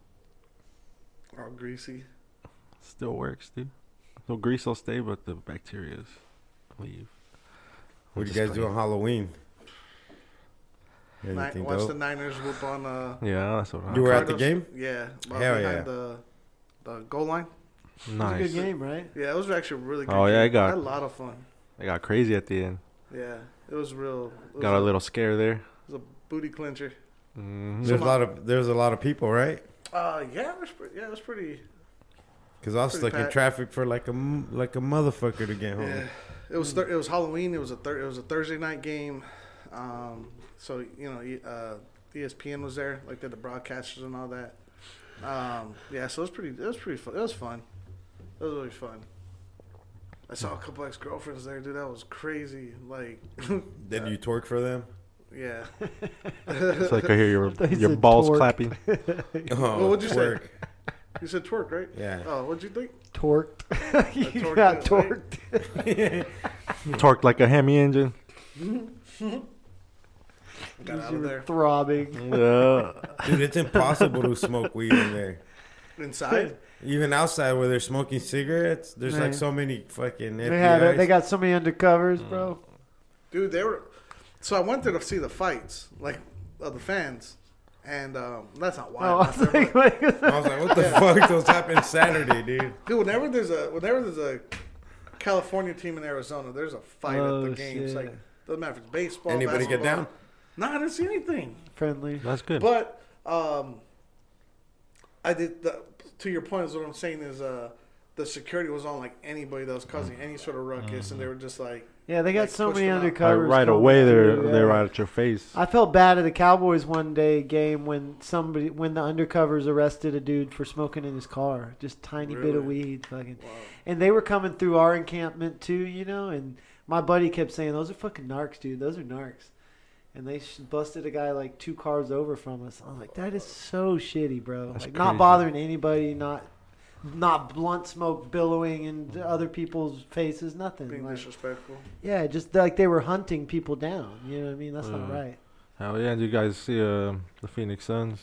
Speaker 6: All Oh, greasy.
Speaker 5: still works, dude. So grease will stay, but the bacteria's leave.
Speaker 2: What do
Speaker 5: Just
Speaker 2: you guys do
Speaker 5: like-
Speaker 2: on Halloween?
Speaker 6: Ni-
Speaker 2: Anything
Speaker 6: watch the
Speaker 2: dope?
Speaker 6: Niners whoop on. Uh,
Speaker 5: Yeah, that's what I'm.
Speaker 2: You were at the
Speaker 6: Cardinals.
Speaker 2: game?
Speaker 6: Yeah, well,
Speaker 2: Hell
Speaker 6: behind
Speaker 2: yeah.
Speaker 6: The the goal line.
Speaker 4: It was
Speaker 5: nice.
Speaker 4: a good game, right?
Speaker 6: Yeah, it was actually a really. Good
Speaker 5: Oh, yeah,
Speaker 6: game.
Speaker 5: I got-
Speaker 6: had a lot of fun.
Speaker 5: It got crazy at the end.
Speaker 6: Yeah, it was real. It
Speaker 5: Got a
Speaker 6: was
Speaker 5: little scare there.
Speaker 6: It was a booty clincher.
Speaker 5: Mm-hmm.
Speaker 2: There's a lot of there's a lot of people, right?
Speaker 6: Uh, yeah, it was pretty. Yeah, it was pretty.
Speaker 2: Because I was
Speaker 6: Pretty
Speaker 2: stuck in
Speaker 6: packed.
Speaker 2: traffic for like a m- like a motherfucker to get home.
Speaker 6: Yeah, it was. Thir- it was Halloween. It was a. Thir- it was a Thursday night game. Um, so you know, e- uh, ESPN was there, like did the broadcasters and all that. Um, yeah, so it was pretty. It was pretty. Fun. It was fun. It was really fun. I saw a couple ex girlfriends there, dude. That was crazy. Like,
Speaker 2: Did you twerk for them?
Speaker 6: yeah.
Speaker 5: So I could hear your
Speaker 4: thought he
Speaker 5: your
Speaker 4: said
Speaker 5: balls
Speaker 4: torque.
Speaker 5: clapping.
Speaker 2: Oh,
Speaker 6: what'd you say?
Speaker 2: twerk.
Speaker 6: You said twerk, right?
Speaker 2: Yeah.
Speaker 6: Oh, what'd you think?
Speaker 4: Torqued. you
Speaker 6: torqued
Speaker 4: got
Speaker 6: it, right?
Speaker 4: torqued.
Speaker 5: Torqued like a Hemi engine.
Speaker 6: Got out
Speaker 4: You
Speaker 6: of
Speaker 4: were
Speaker 6: there
Speaker 4: throbbing.
Speaker 5: Yeah.
Speaker 2: Dude, it's impossible to smoke weed in there.
Speaker 6: inside.
Speaker 2: Even outside where they're smoking cigarettes, there's
Speaker 4: Man.
Speaker 2: like so many fucking.
Speaker 4: They had it.
Speaker 2: FBIs.
Speaker 4: They got so many undercovers,
Speaker 6: Mm.
Speaker 4: bro.
Speaker 6: dude they were so i went there to see the fights like of the fans and um, that's not
Speaker 4: Oh,
Speaker 6: why
Speaker 4: I was like, what is that?
Speaker 2: I was like, what the fuck? Those happened Saturday, dude.
Speaker 6: dude whenever there's a whenever there's a california team in arizona there's a fight
Speaker 4: Oh,
Speaker 6: at the games
Speaker 4: shit.
Speaker 6: like doesn't matter if it's baseball
Speaker 2: Anybody get
Speaker 6: basketball.
Speaker 2: down?
Speaker 6: no i didn't see anything
Speaker 4: friendly.
Speaker 5: That's good.
Speaker 6: but um i did the, to your point is what i'm saying is uh the security was on like anybody that was causing any sort of ruckus and they were just like
Speaker 4: Yeah, they got
Speaker 6: Like,
Speaker 4: so
Speaker 6: push
Speaker 4: many
Speaker 6: them out. Like,
Speaker 5: Like,
Speaker 4: undercovers.
Speaker 5: right
Speaker 4: coming
Speaker 5: away, they're
Speaker 4: through, yeah.
Speaker 5: they're right at your face.
Speaker 4: I felt bad at the Cowboys one day game when somebody when the undercovers arrested a dude for smoking in his car, just tiny bit
Speaker 6: Really?
Speaker 4: of weed, fucking.
Speaker 6: wow
Speaker 4: And they were coming through our encampment too, you know. And my buddy kept saying, "Those are fucking narcs, dude. Those are narcs." And they sh- busted a guy like two cars over from us. I'm like, that is so shitty, bro.
Speaker 5: That's
Speaker 4: Like,
Speaker 5: crazy.
Speaker 4: not bothering anybody, not not blunt smoke billowing into other people's faces, nothing.
Speaker 6: being
Speaker 4: Like,
Speaker 6: disrespectful
Speaker 4: yeah, just like they were hunting people down. You know what I mean? That's not
Speaker 5: Mm.
Speaker 4: right.
Speaker 5: Hell yeah! Did you guys see uh, the Phoenix Suns?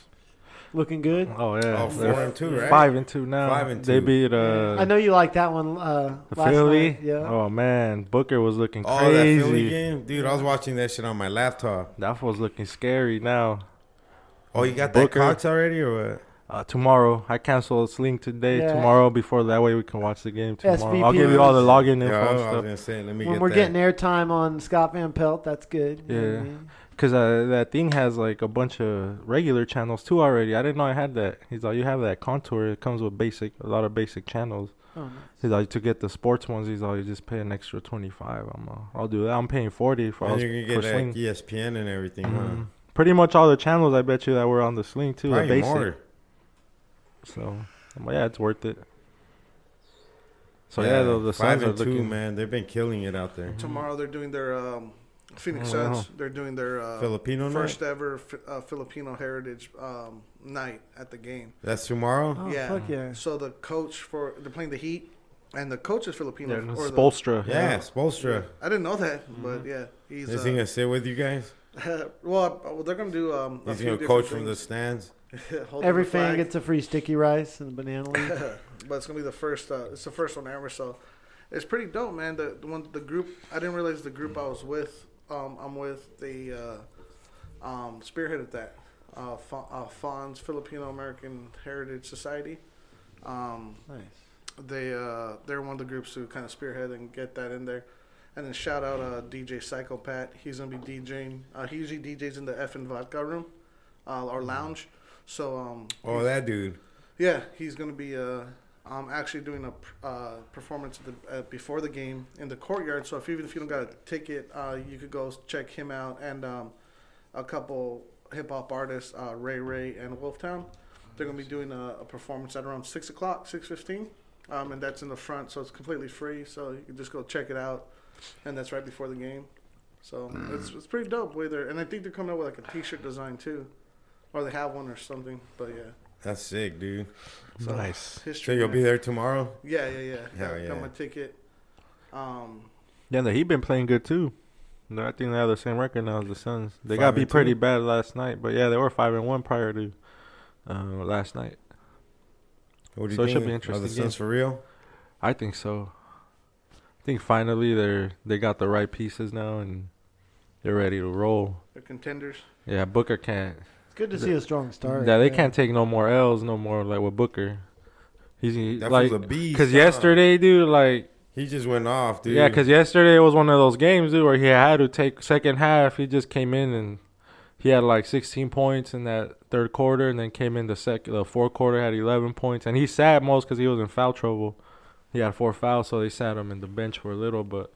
Speaker 4: Looking good.
Speaker 5: Oh yeah,
Speaker 2: Oh, four
Speaker 5: They're
Speaker 2: and two, right?
Speaker 5: Five and two now.
Speaker 2: Five and
Speaker 5: They
Speaker 2: two.
Speaker 5: beat uh,
Speaker 4: I know you like that one uh,
Speaker 5: the
Speaker 4: last
Speaker 5: Philly.
Speaker 4: night. Yeah.
Speaker 5: Oh man, Booker was looking
Speaker 2: Oh,
Speaker 5: crazy.
Speaker 2: that Philly game, dude. I was watching that shit on my laptop.
Speaker 5: That was looking scary now.
Speaker 2: Oh, you got
Speaker 5: Booker.
Speaker 2: that Cox already or what?
Speaker 5: Uh, tomorrow, I canceled Sling today.
Speaker 4: Yeah.
Speaker 5: Tomorrow, before that way we can watch the game tomorrow. I'll give you
Speaker 4: SVPs.
Speaker 5: all the login info
Speaker 2: Yeah, I
Speaker 5: and
Speaker 2: was
Speaker 5: stuff.
Speaker 2: gonna say, let me
Speaker 4: when
Speaker 2: get
Speaker 4: we're
Speaker 2: that.
Speaker 4: getting airtime on Scott Van Pelt, that's good. You know what I
Speaker 5: Yeah.
Speaker 4: mean?
Speaker 5: Cause uh, that thing has like a bunch of regular channels too already. I didn't know I had that. He's like, you have that contour. It comes with basic, a lot of basic channels.
Speaker 4: Oh,
Speaker 5: He's like, to get the sports ones, he's like, you just pay an extra twenty five. I'm, uh, I'll do that. I'm paying forty for, all
Speaker 2: And you're gonna
Speaker 5: for
Speaker 2: get that E
Speaker 5: Sling.
Speaker 2: ESPN and everything,
Speaker 5: Mhm. Pretty much all the channels. I bet you that were on the Sling
Speaker 2: huh?
Speaker 5: too. The
Speaker 2: Probably
Speaker 5: basic.
Speaker 2: more.
Speaker 5: So I'm like, yeah, it's worth it. So yeah,
Speaker 2: Yeah,
Speaker 5: the, the
Speaker 2: five
Speaker 5: Suns are
Speaker 2: and two,
Speaker 5: looking.
Speaker 2: man. They've been killing it out there.
Speaker 6: Tomorrow they're doing their um, Phoenix
Speaker 5: Oh, wow.
Speaker 6: Suns. They're doing their uh,
Speaker 2: Filipino
Speaker 6: first
Speaker 2: night.
Speaker 6: ever fi- uh, Filipino Heritage um, night at the game.
Speaker 2: That's tomorrow.
Speaker 4: Oh,
Speaker 6: Yeah.
Speaker 4: fuck yeah.
Speaker 6: So the coach for they're playing the Heat, and the coach is Filipino.
Speaker 5: Yeah,
Speaker 6: or the-
Speaker 5: Spolstra.
Speaker 2: Yeah, Spolstra.
Speaker 6: I didn't know that, but yeah, he's
Speaker 2: Mm-hmm. Is he
Speaker 6: uh,
Speaker 2: gonna sit with you guys?
Speaker 6: well. I- Well, they're gonna do. Um, a
Speaker 2: He's
Speaker 6: few
Speaker 2: gonna
Speaker 6: different
Speaker 2: coach from the
Speaker 6: things.
Speaker 2: stands.
Speaker 6: Holding
Speaker 4: Every
Speaker 6: the
Speaker 4: fan
Speaker 6: flag.
Speaker 4: gets a free sticky rice and banana leaf.
Speaker 6: but it's gonna be the first. Uh, it's the first one ever, so it's pretty dope, man. The, the one, the group. I didn't realize the group I was with. Um, I'm with the uh, um, spearheaded that uh, Fa- uh, Fonz Filipino American Heritage Society. Um,
Speaker 4: nice.
Speaker 6: they uh, they're one of the groups who kind of spearhead and get that in there. And then shout out uh, DJ Psychopat. He's gonna be DJing. Uh, he usually DJs in the F and Vodka room uh, or lounge. So um,
Speaker 2: Oh, that dude.
Speaker 6: yeah, he's gonna be uh I'm actually doing a pr- uh, performance at the, uh, before the game in the courtyard. So if even if you don't got a ticket, uh, you could go check him out and um, a couple hip hop artists, uh, Ray Ray and Wolftown. They're gonna be doing a, a performance at around six o'clock, six fifteen, um, and that's in the front, so it's completely free. So you can just go check it out, and that's right before the game. So
Speaker 2: Mm.
Speaker 6: it's, it's pretty dope way there, and I think they're coming out with like a T-shirt design too, or they have one or something. But yeah,
Speaker 2: That's sick, dude.
Speaker 6: so
Speaker 5: nice.
Speaker 2: So
Speaker 6: history.
Speaker 2: you'll be there tomorrow?
Speaker 6: Yeah, yeah, yeah.
Speaker 2: Hell
Speaker 6: got,
Speaker 2: yeah.
Speaker 6: got my ticket. Um,
Speaker 5: Yeah, no, he been playing good too. No, I think they have the same record now as the Suns. They
Speaker 2: Five
Speaker 5: got beat
Speaker 2: and
Speaker 5: pretty
Speaker 2: two?
Speaker 5: bad last night, but yeah, they were five and one prior to uh, last night.
Speaker 2: What do you
Speaker 5: So it should
Speaker 2: think?
Speaker 5: be
Speaker 2: Are
Speaker 5: interesting
Speaker 2: the
Speaker 5: game.
Speaker 2: Suns for real?
Speaker 5: I think so. I think finally they're they got the right pieces now and they're ready to roll.
Speaker 6: they're contenders.
Speaker 5: Yeah, Booker can't.
Speaker 4: It's good to see a strong start.
Speaker 5: yeah, they can't take no more L's, no more like with Booker. He's he-
Speaker 2: That
Speaker 5: like
Speaker 2: was a beast.
Speaker 5: because
Speaker 2: huh?
Speaker 5: yesterday, dude, like
Speaker 2: he just went off, dude.
Speaker 5: Yeah, because yesterday was one of those games dude, where he had to take second half. He just came in and he had like 16 points in that third quarter, and then came in the second, the fourth quarter had 11 points, and he sat most because he was in foul trouble. He had four fouls, so they sat him in the bench for a little. But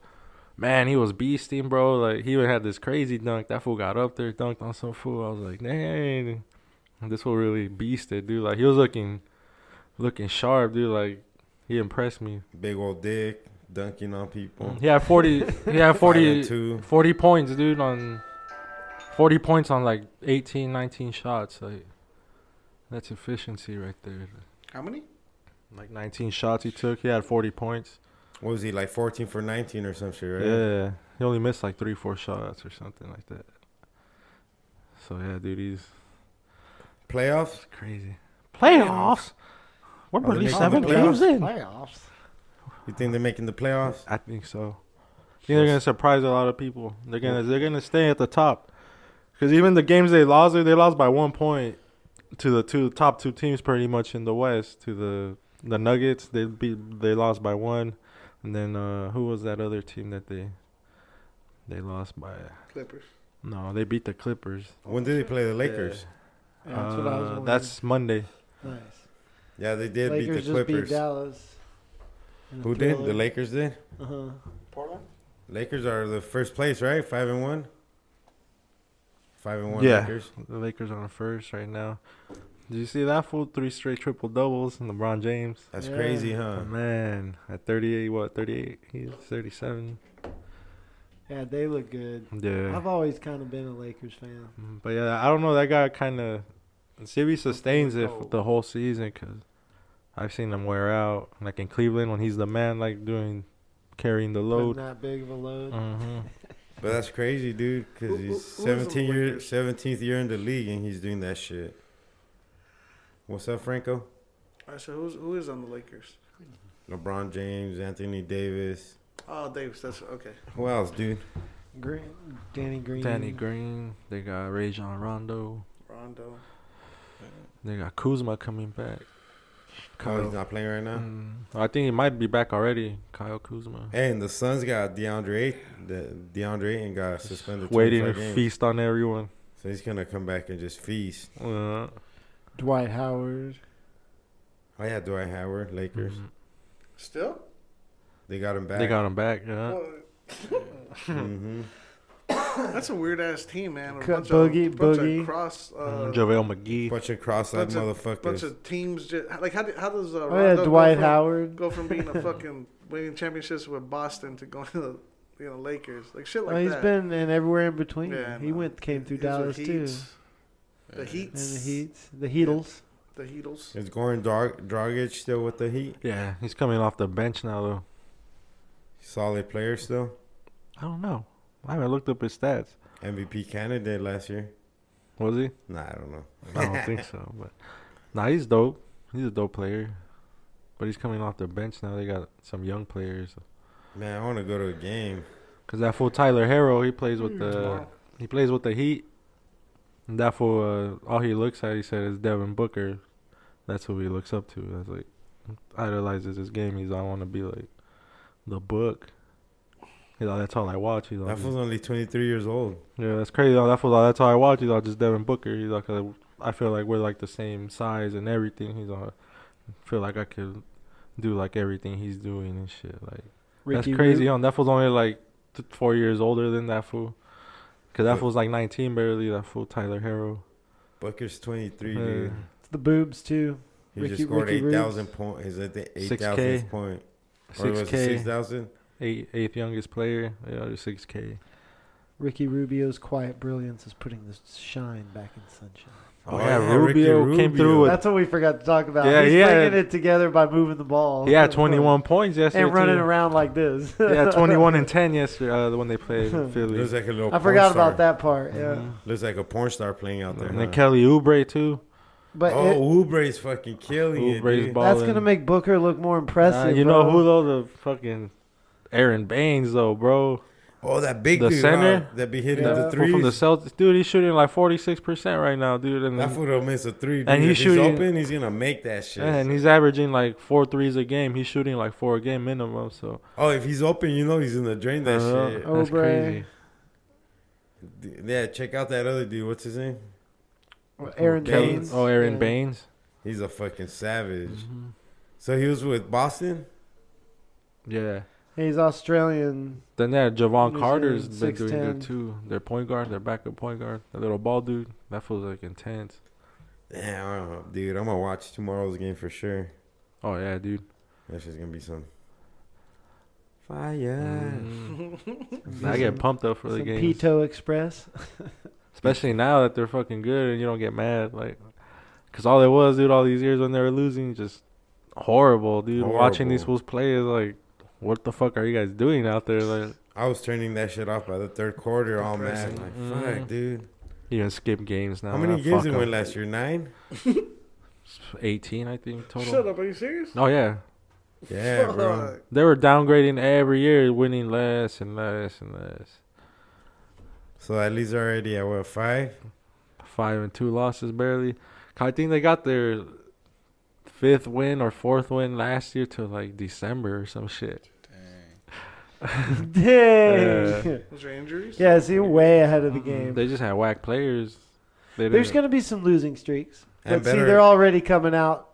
Speaker 5: man, he was beasting, bro. Like he had this crazy dunk. That fool got up there, dunked on some fool. I was like, dang, this fool really beasted, dude. Like he was looking, looking sharp, dude. Like he impressed me.
Speaker 2: big old dick dunking on people.
Speaker 5: He had 40. He had
Speaker 2: Five
Speaker 5: 40,
Speaker 2: and two.
Speaker 5: 40 points, dude. On 40 points on like 18, 19 shots. Like that's efficiency right there.
Speaker 6: How many?
Speaker 5: Like 19 shots he took. He had 40 points.
Speaker 2: What was he like, fourteen for nineteen or some shit, right?
Speaker 5: Yeah, he only missed like three, four shots or something like that. So yeah, dude, he's
Speaker 2: Playoffs.
Speaker 5: crazy. Playoffs. What
Speaker 2: Are they
Speaker 5: about these
Speaker 2: making
Speaker 5: seven
Speaker 2: the
Speaker 5: games in?
Speaker 4: Oh, playoffs.
Speaker 2: You think they're making the playoffs?
Speaker 5: I think so. I think they're gonna surprise a lot of people. They're gonna they're gonna stay at the top, because even the games they lost, they lost by one point to the two top two teams pretty much in the West. To the the Nuggets, they beat they lost by one, and then uh, who was that other team that they they lost by?
Speaker 6: Clippers.
Speaker 5: No, they beat the Clippers.
Speaker 2: When did they play the Lakers?
Speaker 4: Yeah, that's what I was
Speaker 5: Uh,
Speaker 4: wondering.
Speaker 5: that's Monday.
Speaker 4: nice.
Speaker 2: Yeah, they did
Speaker 4: Lakers
Speaker 2: beat the
Speaker 4: just beat
Speaker 2: Clippers.
Speaker 4: Dallas. in a
Speaker 2: Who did?
Speaker 4: thriller.
Speaker 2: The Lakers did.
Speaker 4: Uh-huh.
Speaker 6: Portland.
Speaker 2: Lakers are the first place, right? Five and one. Five and one
Speaker 5: Yeah.
Speaker 2: Lakers.
Speaker 5: The Lakers on first right now. Did you see that fool? Three straight triple doubles and LeBron James.
Speaker 2: That's
Speaker 4: Yeah.
Speaker 2: crazy,
Speaker 5: Uh,
Speaker 2: huh?
Speaker 5: Oh, Man, at 38, what, 38? He's 37.
Speaker 4: Yeah, they look good.
Speaker 5: Yeah.
Speaker 4: I've always kind of been a Lakers fan.
Speaker 5: Mm, But yeah, I don't know. That guy kind of. See if he sustains it for the whole season because I've seen him wear out. Like in Cleveland when he's the man, like doing. carrying the
Speaker 4: Load.
Speaker 5: load.
Speaker 4: Not big of a load.
Speaker 5: hmm
Speaker 2: But that's crazy, dude. Because
Speaker 6: Who- who-
Speaker 2: he's
Speaker 6: who is the
Speaker 2: seventeen year,
Speaker 6: Lakers?
Speaker 2: seventeenth year in the league, and he's doing that shit. What's up, Franco?
Speaker 6: I said, who's who is on the Lakers?
Speaker 2: LeBron James, Anthony Davis.
Speaker 6: Oh, Davis. That's okay.
Speaker 2: Who else, dude? Oh,
Speaker 4: Green, Danny Green.
Speaker 5: Danny Green. They got Rajon Rondo.
Speaker 6: Rondo.
Speaker 5: They got Kuzma coming back.
Speaker 2: Oh,
Speaker 5: Kyle.
Speaker 2: he's not playing right now.
Speaker 5: Mm, I think he might be back already. Kyle Kuzma.
Speaker 2: And the Suns got DeAndre Ayton. The DeAndre Ayton got suspended.
Speaker 5: Waiting
Speaker 2: 25
Speaker 5: to
Speaker 2: games.
Speaker 5: feast on everyone.
Speaker 2: So he's gonna come back and just feast.
Speaker 5: Uh,
Speaker 4: Dwight Howard.
Speaker 2: Oh yeah, Dwight Howard, Lakers.
Speaker 6: Mm-hmm.
Speaker 5: mhm.
Speaker 6: Still?
Speaker 2: They got him back.
Speaker 5: They got him back.
Speaker 4: Uh,
Speaker 5: Yeah.
Speaker 6: Well,
Speaker 2: hmm
Speaker 6: that's a weird ass team, man. A
Speaker 4: Cut
Speaker 6: bunch
Speaker 4: Boogie,
Speaker 6: of, bunch
Speaker 4: Boogie. Mm-hmm.
Speaker 6: Of cross. Uh,
Speaker 5: Mm, JaVale McGee.
Speaker 2: Bunch of cross-eyed
Speaker 6: Bunch of-
Speaker 2: motherfuckers.
Speaker 6: bunch of teams. Just, like how, do, how does uh,
Speaker 4: Oh yeah,
Speaker 6: Rondo
Speaker 4: Dwight
Speaker 6: go from,
Speaker 4: Howard.
Speaker 6: go from being a fucking winning championships with Boston to going to the you know Lakers? Like shit like
Speaker 4: oh, he's
Speaker 6: that.
Speaker 4: been in everywhere in between.
Speaker 6: Yeah,
Speaker 4: he
Speaker 6: no.
Speaker 4: went came through
Speaker 6: These are
Speaker 4: Dallas too.
Speaker 6: Heats. The
Speaker 4: And
Speaker 6: Heats.
Speaker 4: the Heats, the Heatles.
Speaker 6: The Heatles.
Speaker 2: Is Goran Dra- Dragic still with the Heat?
Speaker 5: Yeah, he's coming off the bench now though.
Speaker 2: Solid player still.
Speaker 5: I don't know. I haven't looked up his stats.
Speaker 2: MVP candidate last year.
Speaker 5: Was he?
Speaker 2: Nah, I don't know.
Speaker 5: I don't think so. But nah, he's dope. He's a dope player. But he's coming off the bench now. They got some young players.
Speaker 2: Man, I want to go to a game.
Speaker 5: Cause that fool Tyler Harrow, he plays with the
Speaker 6: Tomorrow.
Speaker 5: he plays with the Heat. And that fool, uh, all he looks at, he said, is Devin Booker. That's who he looks up to. That's like idolizes his game. He's I want to be like the book. He's like, that's all I watch. He's like,
Speaker 2: That fool's only 23 years old.
Speaker 5: Yeah, that's crazy. though. That was all. That's how I watch. He's all just Devin Booker. He's like, I feel like we're like the same size and everything. He's all, I feel like I could do like everything he's doing and shit. Like
Speaker 4: Ricky
Speaker 5: that's crazy.
Speaker 4: Rube.
Speaker 5: On that fool's only like th- four years older than that fool. Cause that
Speaker 2: Yeah.
Speaker 5: fool's like 19 barely. That fool Tyler Harrow.
Speaker 2: Bucker's 23,
Speaker 5: Yeah.
Speaker 2: dude.
Speaker 4: It's the boobs too.
Speaker 2: He
Speaker 4: Ricky-
Speaker 2: just scored
Speaker 4: Ricky
Speaker 2: 8,000 points. He's at the
Speaker 5: 6K.
Speaker 2: 8,000th point. Or was it
Speaker 5: 6K,
Speaker 2: 6,000?
Speaker 5: eight, eighth youngest player. Yeah, or 6K.
Speaker 4: Ricky Rubio's quiet brilliance is putting the shine back in sunshine.
Speaker 5: Oh, yeah, Rubio came through with-
Speaker 4: That's what we forgot to talk about.
Speaker 5: Yeah,
Speaker 4: He's
Speaker 5: yeah.
Speaker 4: bringing it together by moving the ball.
Speaker 5: He had 21 points yesterday.
Speaker 4: Oh. and running
Speaker 5: too.
Speaker 4: around like this.
Speaker 5: Yeah, 21 and 10 yesterday. Uh, the one they played in Philly.
Speaker 2: Looks like a little
Speaker 4: I
Speaker 2: porn
Speaker 4: forgot
Speaker 2: star.
Speaker 4: about that part. Yeah,
Speaker 5: Mhm.
Speaker 2: Looks like a porn star playing out there.
Speaker 5: And then
Speaker 2: huh?
Speaker 5: Kelly Oubre too.
Speaker 4: but
Speaker 2: oh,
Speaker 4: it-
Speaker 2: Oubre's fucking killing
Speaker 5: Oubre's
Speaker 2: it. Dude.
Speaker 5: ball-
Speaker 4: that's
Speaker 5: ballin'.
Speaker 4: gonna make Booker look more
Speaker 5: Uh,
Speaker 4: impressive.
Speaker 5: you know
Speaker 4: bro.
Speaker 5: who though? The fucking Aaron Baines though, bro.
Speaker 2: Oh, that big
Speaker 5: The
Speaker 2: dude
Speaker 5: center?
Speaker 2: huh, that be hitting
Speaker 4: Yeah.
Speaker 2: the
Speaker 5: Fool
Speaker 2: threes.
Speaker 5: from the Celtics, dude. He's shooting like 46 percent right now, dude. And,
Speaker 2: that fool don't miss a three. Dude.
Speaker 5: And he
Speaker 2: if
Speaker 5: shooting-
Speaker 2: he's open, he's gonna make that shit.
Speaker 5: and he's averaging like four threes a game. He's shooting like four a game minimum. So
Speaker 2: oh, if he's open, you know he's gonna drain that
Speaker 5: Uh,
Speaker 2: shit.
Speaker 4: Oubre.
Speaker 5: that's crazy.
Speaker 2: D- Yeah, check out that other dude. What's his name?
Speaker 4: Aaron
Speaker 5: Kelly-
Speaker 4: Baines.
Speaker 5: Oh, Aaron
Speaker 4: Yeah.
Speaker 5: Baines.
Speaker 2: He's a fucking savage. So he was with Boston.
Speaker 5: Yeah.
Speaker 4: He's Australian.
Speaker 5: Then yeah, Javon
Speaker 4: New
Speaker 5: Carter's been
Speaker 4: Zealand,
Speaker 5: doing
Speaker 4: 6'10".
Speaker 5: good too. Their point guard, their backup point guard, that little ball dude. That feels like intense.
Speaker 2: Damn, I don't know, dude, I'm gonna watch tomorrow's game for sure.
Speaker 5: Oh yeah, dude.
Speaker 2: That's just gonna be some fire.
Speaker 5: Mm. I get pumped up for the
Speaker 4: Some
Speaker 5: game.
Speaker 4: Pito Express.
Speaker 5: Especially now that they're fucking good and you don't get mad, like, cause all it was, dude, all these years when they were losing, just horrible, dude. Watching these
Speaker 2: Horrible.
Speaker 5: fools play is like, what the fuck are you guys doing out there? Like,
Speaker 2: I was turning that shit off by the third quarter. All mad,
Speaker 6: Depressing.
Speaker 2: like
Speaker 5: Mm.
Speaker 2: fuck, dude.
Speaker 5: you can skip games now.
Speaker 2: How many
Speaker 5: ah,
Speaker 2: games
Speaker 5: fuck
Speaker 2: did
Speaker 5: 'em.
Speaker 2: we win last year? Nine.
Speaker 5: Eighteen, I think total.
Speaker 6: Shut up! Are you serious?
Speaker 5: Oh yeah,
Speaker 2: Yeah, bro.
Speaker 6: Fuck.
Speaker 5: they were downgrading every year, winning less and less and less.
Speaker 2: So at least already at what five?
Speaker 5: Five and two losses barely. I think they got their fifth win or fourth win last year to like December or some shit.
Speaker 4: Dang.
Speaker 5: Yeah.
Speaker 6: Was there injuries?
Speaker 4: yeah, see, way ahead of the
Speaker 5: Mm-mm.
Speaker 4: game.
Speaker 5: They just had whack players. They
Speaker 4: There's
Speaker 5: didn't-
Speaker 4: going to be some losing streaks.
Speaker 2: And
Speaker 4: But see,
Speaker 2: better-
Speaker 4: they're already coming out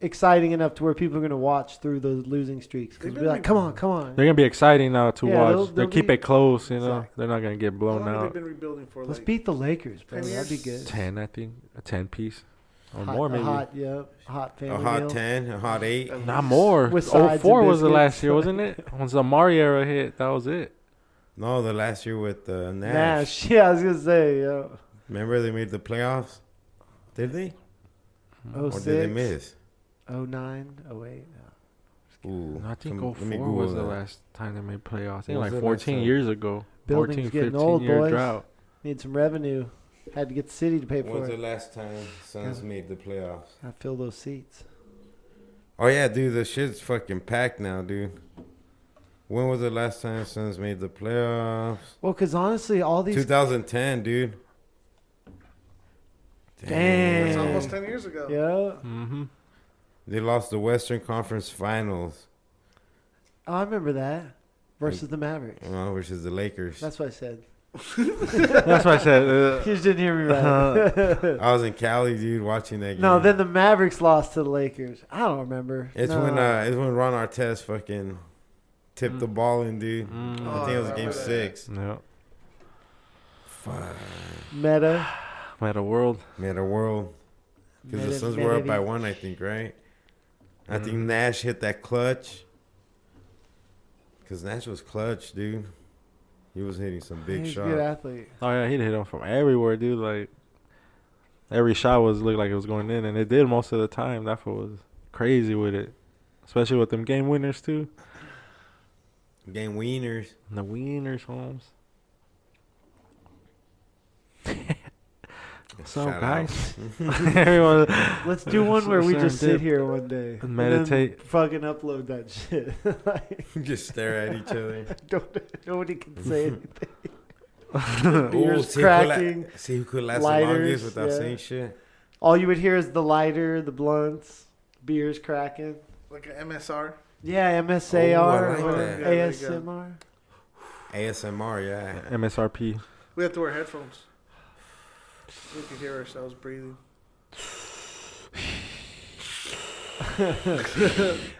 Speaker 4: exciting enough to where people are going to watch through those losing streaks. Because
Speaker 6: They've
Speaker 4: be
Speaker 6: been
Speaker 4: like,
Speaker 6: like-
Speaker 4: come on, come on.
Speaker 5: They're gonna be exciting now to
Speaker 4: Yeah,
Speaker 5: watch.
Speaker 4: they'll-
Speaker 5: They'll,
Speaker 4: they'll
Speaker 5: keep
Speaker 4: be-
Speaker 5: it close, you know.
Speaker 4: Exactly.
Speaker 5: They're not gonna get blown
Speaker 6: How long have they
Speaker 5: out.
Speaker 6: been rebuilding for?
Speaker 4: Let's
Speaker 6: like,
Speaker 4: beat the Lakers, bro.
Speaker 6: ten
Speaker 4: That'd be
Speaker 6: years?
Speaker 4: good.
Speaker 5: Ten, I think, a ten piece or
Speaker 4: Hot-
Speaker 5: more
Speaker 4: a
Speaker 5: maybe.
Speaker 4: Hot, yeah. Hot family
Speaker 2: A hot
Speaker 4: meal.
Speaker 2: ten, a hot eight.
Speaker 6: at
Speaker 5: Not
Speaker 6: least?
Speaker 5: more.
Speaker 4: With
Speaker 5: With
Speaker 4: sides and
Speaker 5: 04 was the last
Speaker 4: biscuits.
Speaker 5: year, wasn't it? Once the Mari era hit, that was it.
Speaker 2: No, the last year with uh, Nash.
Speaker 4: Nash. Yeah, I was going to say. Yeah.
Speaker 2: Remember they made the playoffs? Did they?
Speaker 4: Oh,
Speaker 2: or
Speaker 4: six,
Speaker 2: did they miss?
Speaker 4: oh, nine, oh, eight. yeah.
Speaker 2: Ooh,
Speaker 5: I think
Speaker 2: come-
Speaker 5: 04
Speaker 2: let me Google
Speaker 5: was the
Speaker 2: that.
Speaker 5: last time they made playoffs. I think
Speaker 2: What was
Speaker 5: like
Speaker 2: the last
Speaker 5: 14
Speaker 2: time?
Speaker 5: years ago.
Speaker 4: Building's
Speaker 5: 14,
Speaker 4: getting
Speaker 5: 15
Speaker 4: old,
Speaker 5: year
Speaker 4: boys.
Speaker 5: drought.
Speaker 4: Need some revenue. Had to get the city to pay
Speaker 2: When was
Speaker 4: for
Speaker 2: the
Speaker 4: it.
Speaker 2: last time Suns made the playoffs?
Speaker 4: I fill those seats.
Speaker 2: Oh yeah, dude, the shit's fucking packed now, dude. When was the last time Suns made the playoffs?
Speaker 4: Well, because honestly, all these
Speaker 2: 2010, dude.
Speaker 4: Damn. Oh,
Speaker 6: It's almost ten years ago.
Speaker 4: Yeah.
Speaker 5: Mm-hmm.
Speaker 2: They lost the Western Conference Finals,
Speaker 4: Oh, I remember that. Versus the Mavericks.
Speaker 2: uh, which is the Lakers.
Speaker 4: That's what I said.
Speaker 5: That's what I said.
Speaker 4: You
Speaker 5: Uh,
Speaker 4: just didn't hear me right.
Speaker 2: I was in Cali, dude, watching that game.
Speaker 4: Uh-huh. no, then the Mavericks lost to the Lakers. I don't remember.
Speaker 2: it's
Speaker 4: No.
Speaker 2: when uh, it's when Ron Artest fucking tipped the ball in, dude.
Speaker 5: mm,
Speaker 2: I think it was
Speaker 6: Oh,
Speaker 2: game
Speaker 6: I remember that.
Speaker 2: six.
Speaker 5: yeah.
Speaker 2: Fuck,
Speaker 4: Meta.
Speaker 5: I'm at a world.
Speaker 2: man, the world. Because the
Speaker 4: Meta-
Speaker 2: Suns were up by
Speaker 4: Medvedev.
Speaker 2: one, I think, right? I think
Speaker 5: Mm.
Speaker 2: Nash hit that clutch. Because Nash was clutch, dude. He was hitting some big
Speaker 4: He's a
Speaker 2: shots.
Speaker 4: good athlete.
Speaker 5: Oh yeah, he'd hit him from everywhere, dude. Like every shot was looked like it was going in, and it did most of the time. That fool was crazy with it, especially with them game winners too.
Speaker 2: Game wieners.
Speaker 5: And the winners, Holmes. So
Speaker 2: Shout out.
Speaker 5: guys, everyone
Speaker 4: Let's do one where we
Speaker 5: Certain
Speaker 4: just sit
Speaker 5: dip.
Speaker 4: here one day. and then
Speaker 5: meditate.
Speaker 4: fucking upload that shit. like,
Speaker 2: Just stare at each other.
Speaker 4: don't, nobody can say anything.
Speaker 2: Ooh,
Speaker 4: Beers
Speaker 2: see, who la-
Speaker 4: cracking.
Speaker 2: see who could last the
Speaker 4: lighters,
Speaker 2: longest without
Speaker 4: yeah.
Speaker 2: saying shit.
Speaker 4: All you would hear is the lighter, the blunts, beers cracking.
Speaker 6: Like an MSR.
Speaker 4: Yeah, MSAR
Speaker 2: Oh, like
Speaker 4: or
Speaker 2: that.
Speaker 6: There you go.
Speaker 4: ASMR.
Speaker 2: ASMR, yeah.
Speaker 5: MSRP.
Speaker 6: We have to wear headphones. We can hear ourselves breathing.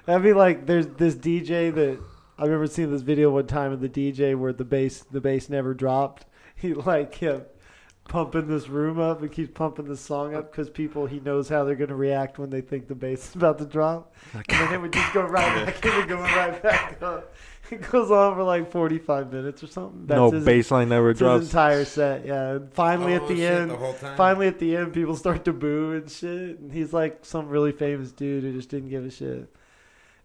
Speaker 4: That'd be like there's this DJ that I remember seeing this video one time of the DJ where the bass the bass never dropped. He like kept pumping this room up and keeps pumping this song up because people he knows how they're gonna react when they think the bass is about to drop.
Speaker 5: Oh
Speaker 4: and then it would just go right back in and going right back up. It goes on for like forty five minutes or something.
Speaker 5: no
Speaker 4: his-
Speaker 5: baseline never
Speaker 4: it's his
Speaker 5: drops.
Speaker 4: entire set, yeah. And finally
Speaker 2: Oh,
Speaker 4: at the
Speaker 2: shit,
Speaker 4: end,
Speaker 2: the whole time?
Speaker 4: finally at the end, people start to boo and shit. And he's like some really famous dude who just didn't give a shit.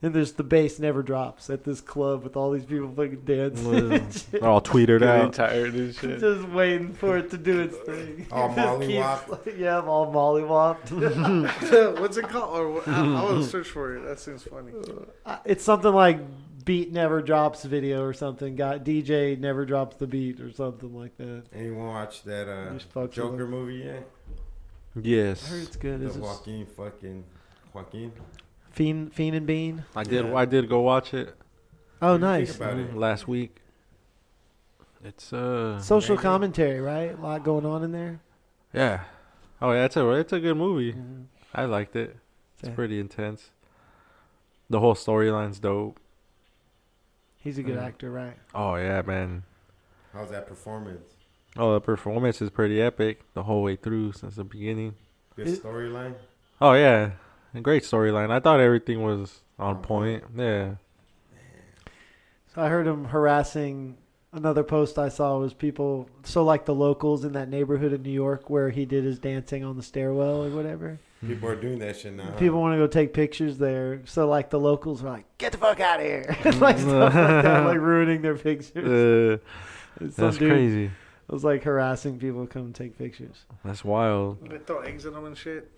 Speaker 4: And there's the bass never drops at this club with all these people fucking dancing. and shit.
Speaker 5: They're all tweeted
Speaker 1: Getting
Speaker 5: out.
Speaker 1: tired and shit.
Speaker 4: Just waiting for it to do its thing.
Speaker 2: All
Speaker 4: It just keeps-
Speaker 2: mollywopped.
Speaker 4: yeah, I'm all mollywopped.
Speaker 6: What's it called? Or what- I, I want to search for it. That seems funny.
Speaker 4: Uh, it's something like beat never drops video or something. Got DJ never drops the beat or something like that.
Speaker 2: Anyone watch that
Speaker 4: You just
Speaker 2: uh,
Speaker 4: fucked it
Speaker 2: Joker
Speaker 4: up.
Speaker 2: movie yet?
Speaker 4: I
Speaker 5: Yes,
Speaker 4: heard it's good. Is
Speaker 2: The
Speaker 4: it
Speaker 2: Joaquin fucking Joaquin.
Speaker 4: Fiend, Fiend and Bean?
Speaker 5: I did.
Speaker 2: Yeah.
Speaker 5: I did go watch it
Speaker 4: Oh,
Speaker 2: What do you think
Speaker 4: nice.
Speaker 2: about it?
Speaker 5: mm, last week. It's uh,
Speaker 4: Social
Speaker 2: Maybe.
Speaker 4: commentary, right? A lot going on in there.
Speaker 5: yeah. Oh yeah, it's a it's a good movie.
Speaker 4: Mhm.
Speaker 5: I liked it. It's
Speaker 4: Yeah.
Speaker 5: pretty intense. The whole storyline's dope.
Speaker 4: He's a good
Speaker 5: Yeah.
Speaker 4: actor, right?
Speaker 5: Oh yeah, man.
Speaker 2: How's that performance?
Speaker 5: Oh, the performance is pretty epic the whole way through since the beginning.
Speaker 2: Good
Speaker 4: It-
Speaker 2: storyline.
Speaker 5: Oh yeah, a great storyline. I thought everything was on
Speaker 2: On
Speaker 5: point. Yeah.
Speaker 4: So I heard him harassing. Another post I saw was people, so like the locals in that neighborhood in New York where he did his dancing on the stairwell or whatever.
Speaker 2: People are doing that shit now. huh?
Speaker 4: People want to go take pictures there. So like the locals are like, get the fuck out of here.
Speaker 5: Mm.
Speaker 4: like stuff like that, like ruining their pictures.
Speaker 5: Uh,
Speaker 4: Some
Speaker 5: that's
Speaker 4: dude
Speaker 5: crazy.
Speaker 4: was like harassing people to come take pictures.
Speaker 5: That's wild.
Speaker 6: They throw eggs in them and shit.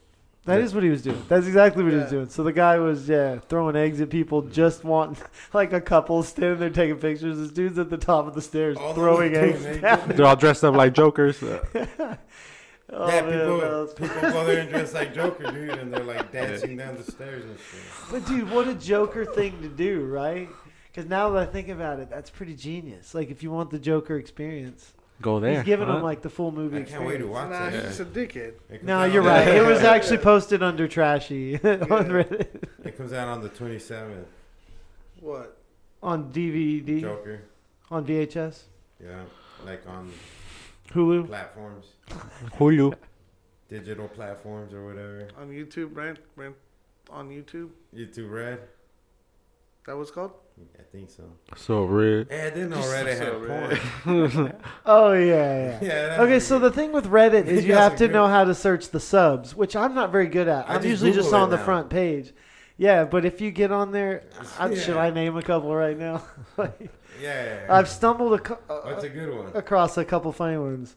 Speaker 4: That is what he was doing. That's exactly what he was
Speaker 6: Yeah.
Speaker 4: doing. So the guy was yeah throwing eggs at people, just wanting like a couple standing there taking pictures. This dude's at the top of the stairs
Speaker 2: All the
Speaker 4: throwing
Speaker 2: way eh?
Speaker 4: eggs.
Speaker 2: through,
Speaker 4: down.
Speaker 5: They're all dressed up like jokers. Uh,
Speaker 4: Oh,
Speaker 2: yeah,
Speaker 4: man, that
Speaker 2: people,
Speaker 4: was-
Speaker 2: people go there and dress like Joker, dude, and they're like dancing down the stairs and shit.
Speaker 4: But dude, what a Joker thing to do, right? Because now that I think about it, that's pretty genius. Like if you want the Joker experience,
Speaker 5: Go there.
Speaker 4: he's giving
Speaker 5: huh?
Speaker 4: them like the full movie.
Speaker 2: I can't wait to
Speaker 4: experience.
Speaker 2: watch
Speaker 6: Nah,
Speaker 2: that.
Speaker 6: he's just a dickhead.
Speaker 2: It comes
Speaker 4: No,
Speaker 2: out
Speaker 4: you're
Speaker 2: on-
Speaker 4: right. It was actually posted under Trashy on Reddit,
Speaker 2: It comes out on the 27th.
Speaker 6: What?
Speaker 4: on DVD,
Speaker 2: Joker.
Speaker 4: on VHS,
Speaker 2: Yeah, like on
Speaker 4: Hulu.
Speaker 2: platforms,
Speaker 5: Hulu.
Speaker 2: digital platforms or whatever.
Speaker 6: On YouTube, Rant? Rant on YouTube?
Speaker 2: YouTube Red.
Speaker 6: That was called?
Speaker 2: I think so.
Speaker 5: So red.
Speaker 2: Hey, I didn't know Reddit had
Speaker 1: so
Speaker 2: porn.
Speaker 4: Oh yeah, yeah.
Speaker 2: Yeah. that-
Speaker 4: Okay, so the thing with Reddit is you
Speaker 2: That's
Speaker 4: have to
Speaker 2: a
Speaker 4: know
Speaker 2: good-
Speaker 4: how to search the subs, which I'm not very good at.
Speaker 2: I
Speaker 4: I'm
Speaker 2: just
Speaker 4: usually just
Speaker 2: Google it
Speaker 4: on the
Speaker 2: now.
Speaker 4: front page. Yeah, but if you get on there, I, should
Speaker 2: Yeah.
Speaker 4: I name a couple right now? Like,
Speaker 2: yeah.
Speaker 4: I've stumbled ac-
Speaker 2: What's a good one?
Speaker 4: across a couple funny ones.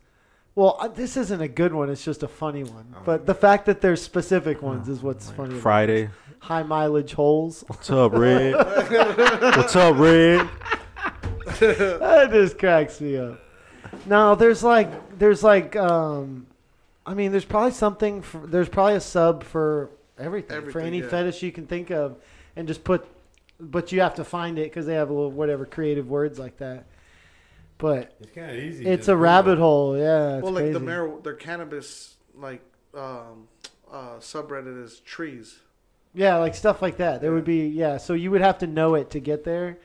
Speaker 4: Well, I, this isn't a good one; it's just a funny one.
Speaker 2: Oh,
Speaker 4: but the fact that there's specific ones is what's funny. about
Speaker 5: Friday.
Speaker 4: it. high mileage holes.
Speaker 5: What's up, red? What's up, red?
Speaker 4: that just cracks me up. No, there's like there's like um, I mean there's probably something for, there's probably a sub for everything, for
Speaker 6: Everything,
Speaker 4: any
Speaker 6: yeah.
Speaker 4: fetish you can think of, and just put, but you have to find it because they have a little whatever creative words like that. But
Speaker 2: It's kind of easy.
Speaker 4: it's
Speaker 2: just
Speaker 4: a
Speaker 2: Google
Speaker 4: rabbit
Speaker 2: it.
Speaker 4: hole, yeah. It's
Speaker 6: well, like the
Speaker 4: crazy.
Speaker 6: mar- their cannabis, like, um, uh, subreddit is trees.
Speaker 4: Yeah, like stuff like that. There would be yeah. So you would have to know it to get there,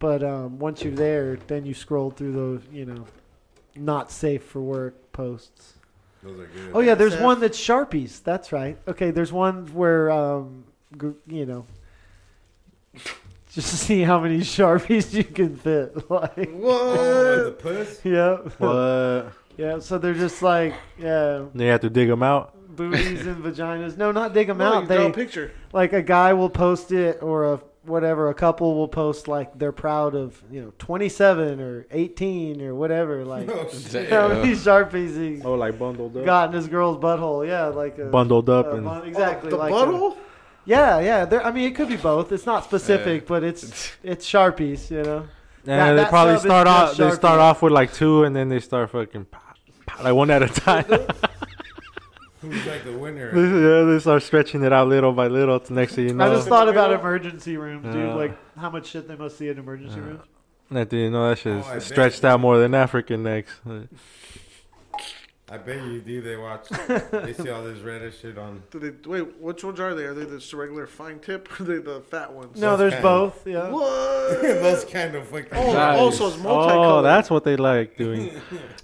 Speaker 4: but um, once you're there, then you scroll through those you know, not safe for work posts.
Speaker 2: Those are good.
Speaker 4: Oh yeah, there's
Speaker 6: NSF.
Speaker 4: one that's sharpies. That's right. Okay, there's one where um, gr- you know, just see how many sharpies you can fit. Like,
Speaker 2: Oh, the
Speaker 6: What?
Speaker 2: puss.
Speaker 4: yeah,
Speaker 5: What?
Speaker 4: yeah. So they're just like yeah,
Speaker 5: They have to dig them out.
Speaker 4: booties and vaginas. No, not dig them
Speaker 6: No,
Speaker 4: out.
Speaker 6: you draw
Speaker 4: They
Speaker 6: a picture.
Speaker 4: like a guy will post it or a whatever a couple will post like they're proud of you know 27 or 18 or whatever like
Speaker 2: Oh, shit.
Speaker 4: how many sharpies he
Speaker 5: Oh, like bundled
Speaker 4: got in his girl's butthole yeah like a,
Speaker 5: Bundled up
Speaker 4: a
Speaker 5: and
Speaker 4: Uh, bun- exactly
Speaker 6: the
Speaker 4: like a-
Speaker 6: butthole?
Speaker 4: yeah yeah there i mean it could be both it's not specific but it's it's sharpies you know That-
Speaker 5: and they
Speaker 4: that
Speaker 5: probably
Speaker 4: sub is
Speaker 5: start
Speaker 4: just
Speaker 5: off. They
Speaker 4: Sharpie.
Speaker 5: start off with like two, and then they start fucking pop, pop, like one at a time.
Speaker 2: Who's like the winner?
Speaker 5: yeah, they start stretching it out little by little. To next thing you know,
Speaker 4: i just
Speaker 6: in the
Speaker 4: thought about
Speaker 6: middle?
Speaker 4: emergency rooms dude
Speaker 5: Yeah.
Speaker 4: like how much shit they must see in emergency
Speaker 5: Yeah.
Speaker 4: rooms
Speaker 5: next thing you know, that shit
Speaker 2: Oh, I
Speaker 5: is stretched
Speaker 2: bet.
Speaker 4: Oh,
Speaker 5: out more than African necks.
Speaker 2: I bet you do. They watch. they see all this reddish shit on.
Speaker 6: Do they, wait, which ones are they? Are they just the regular fine tip? Or are they the fat ones?
Speaker 4: No, there's
Speaker 2: kind.
Speaker 4: both. Yeah.
Speaker 6: What?
Speaker 2: Those kind of fucking.
Speaker 6: Oh, oh, so it's multicolored.
Speaker 5: Oh, that's what they like doing.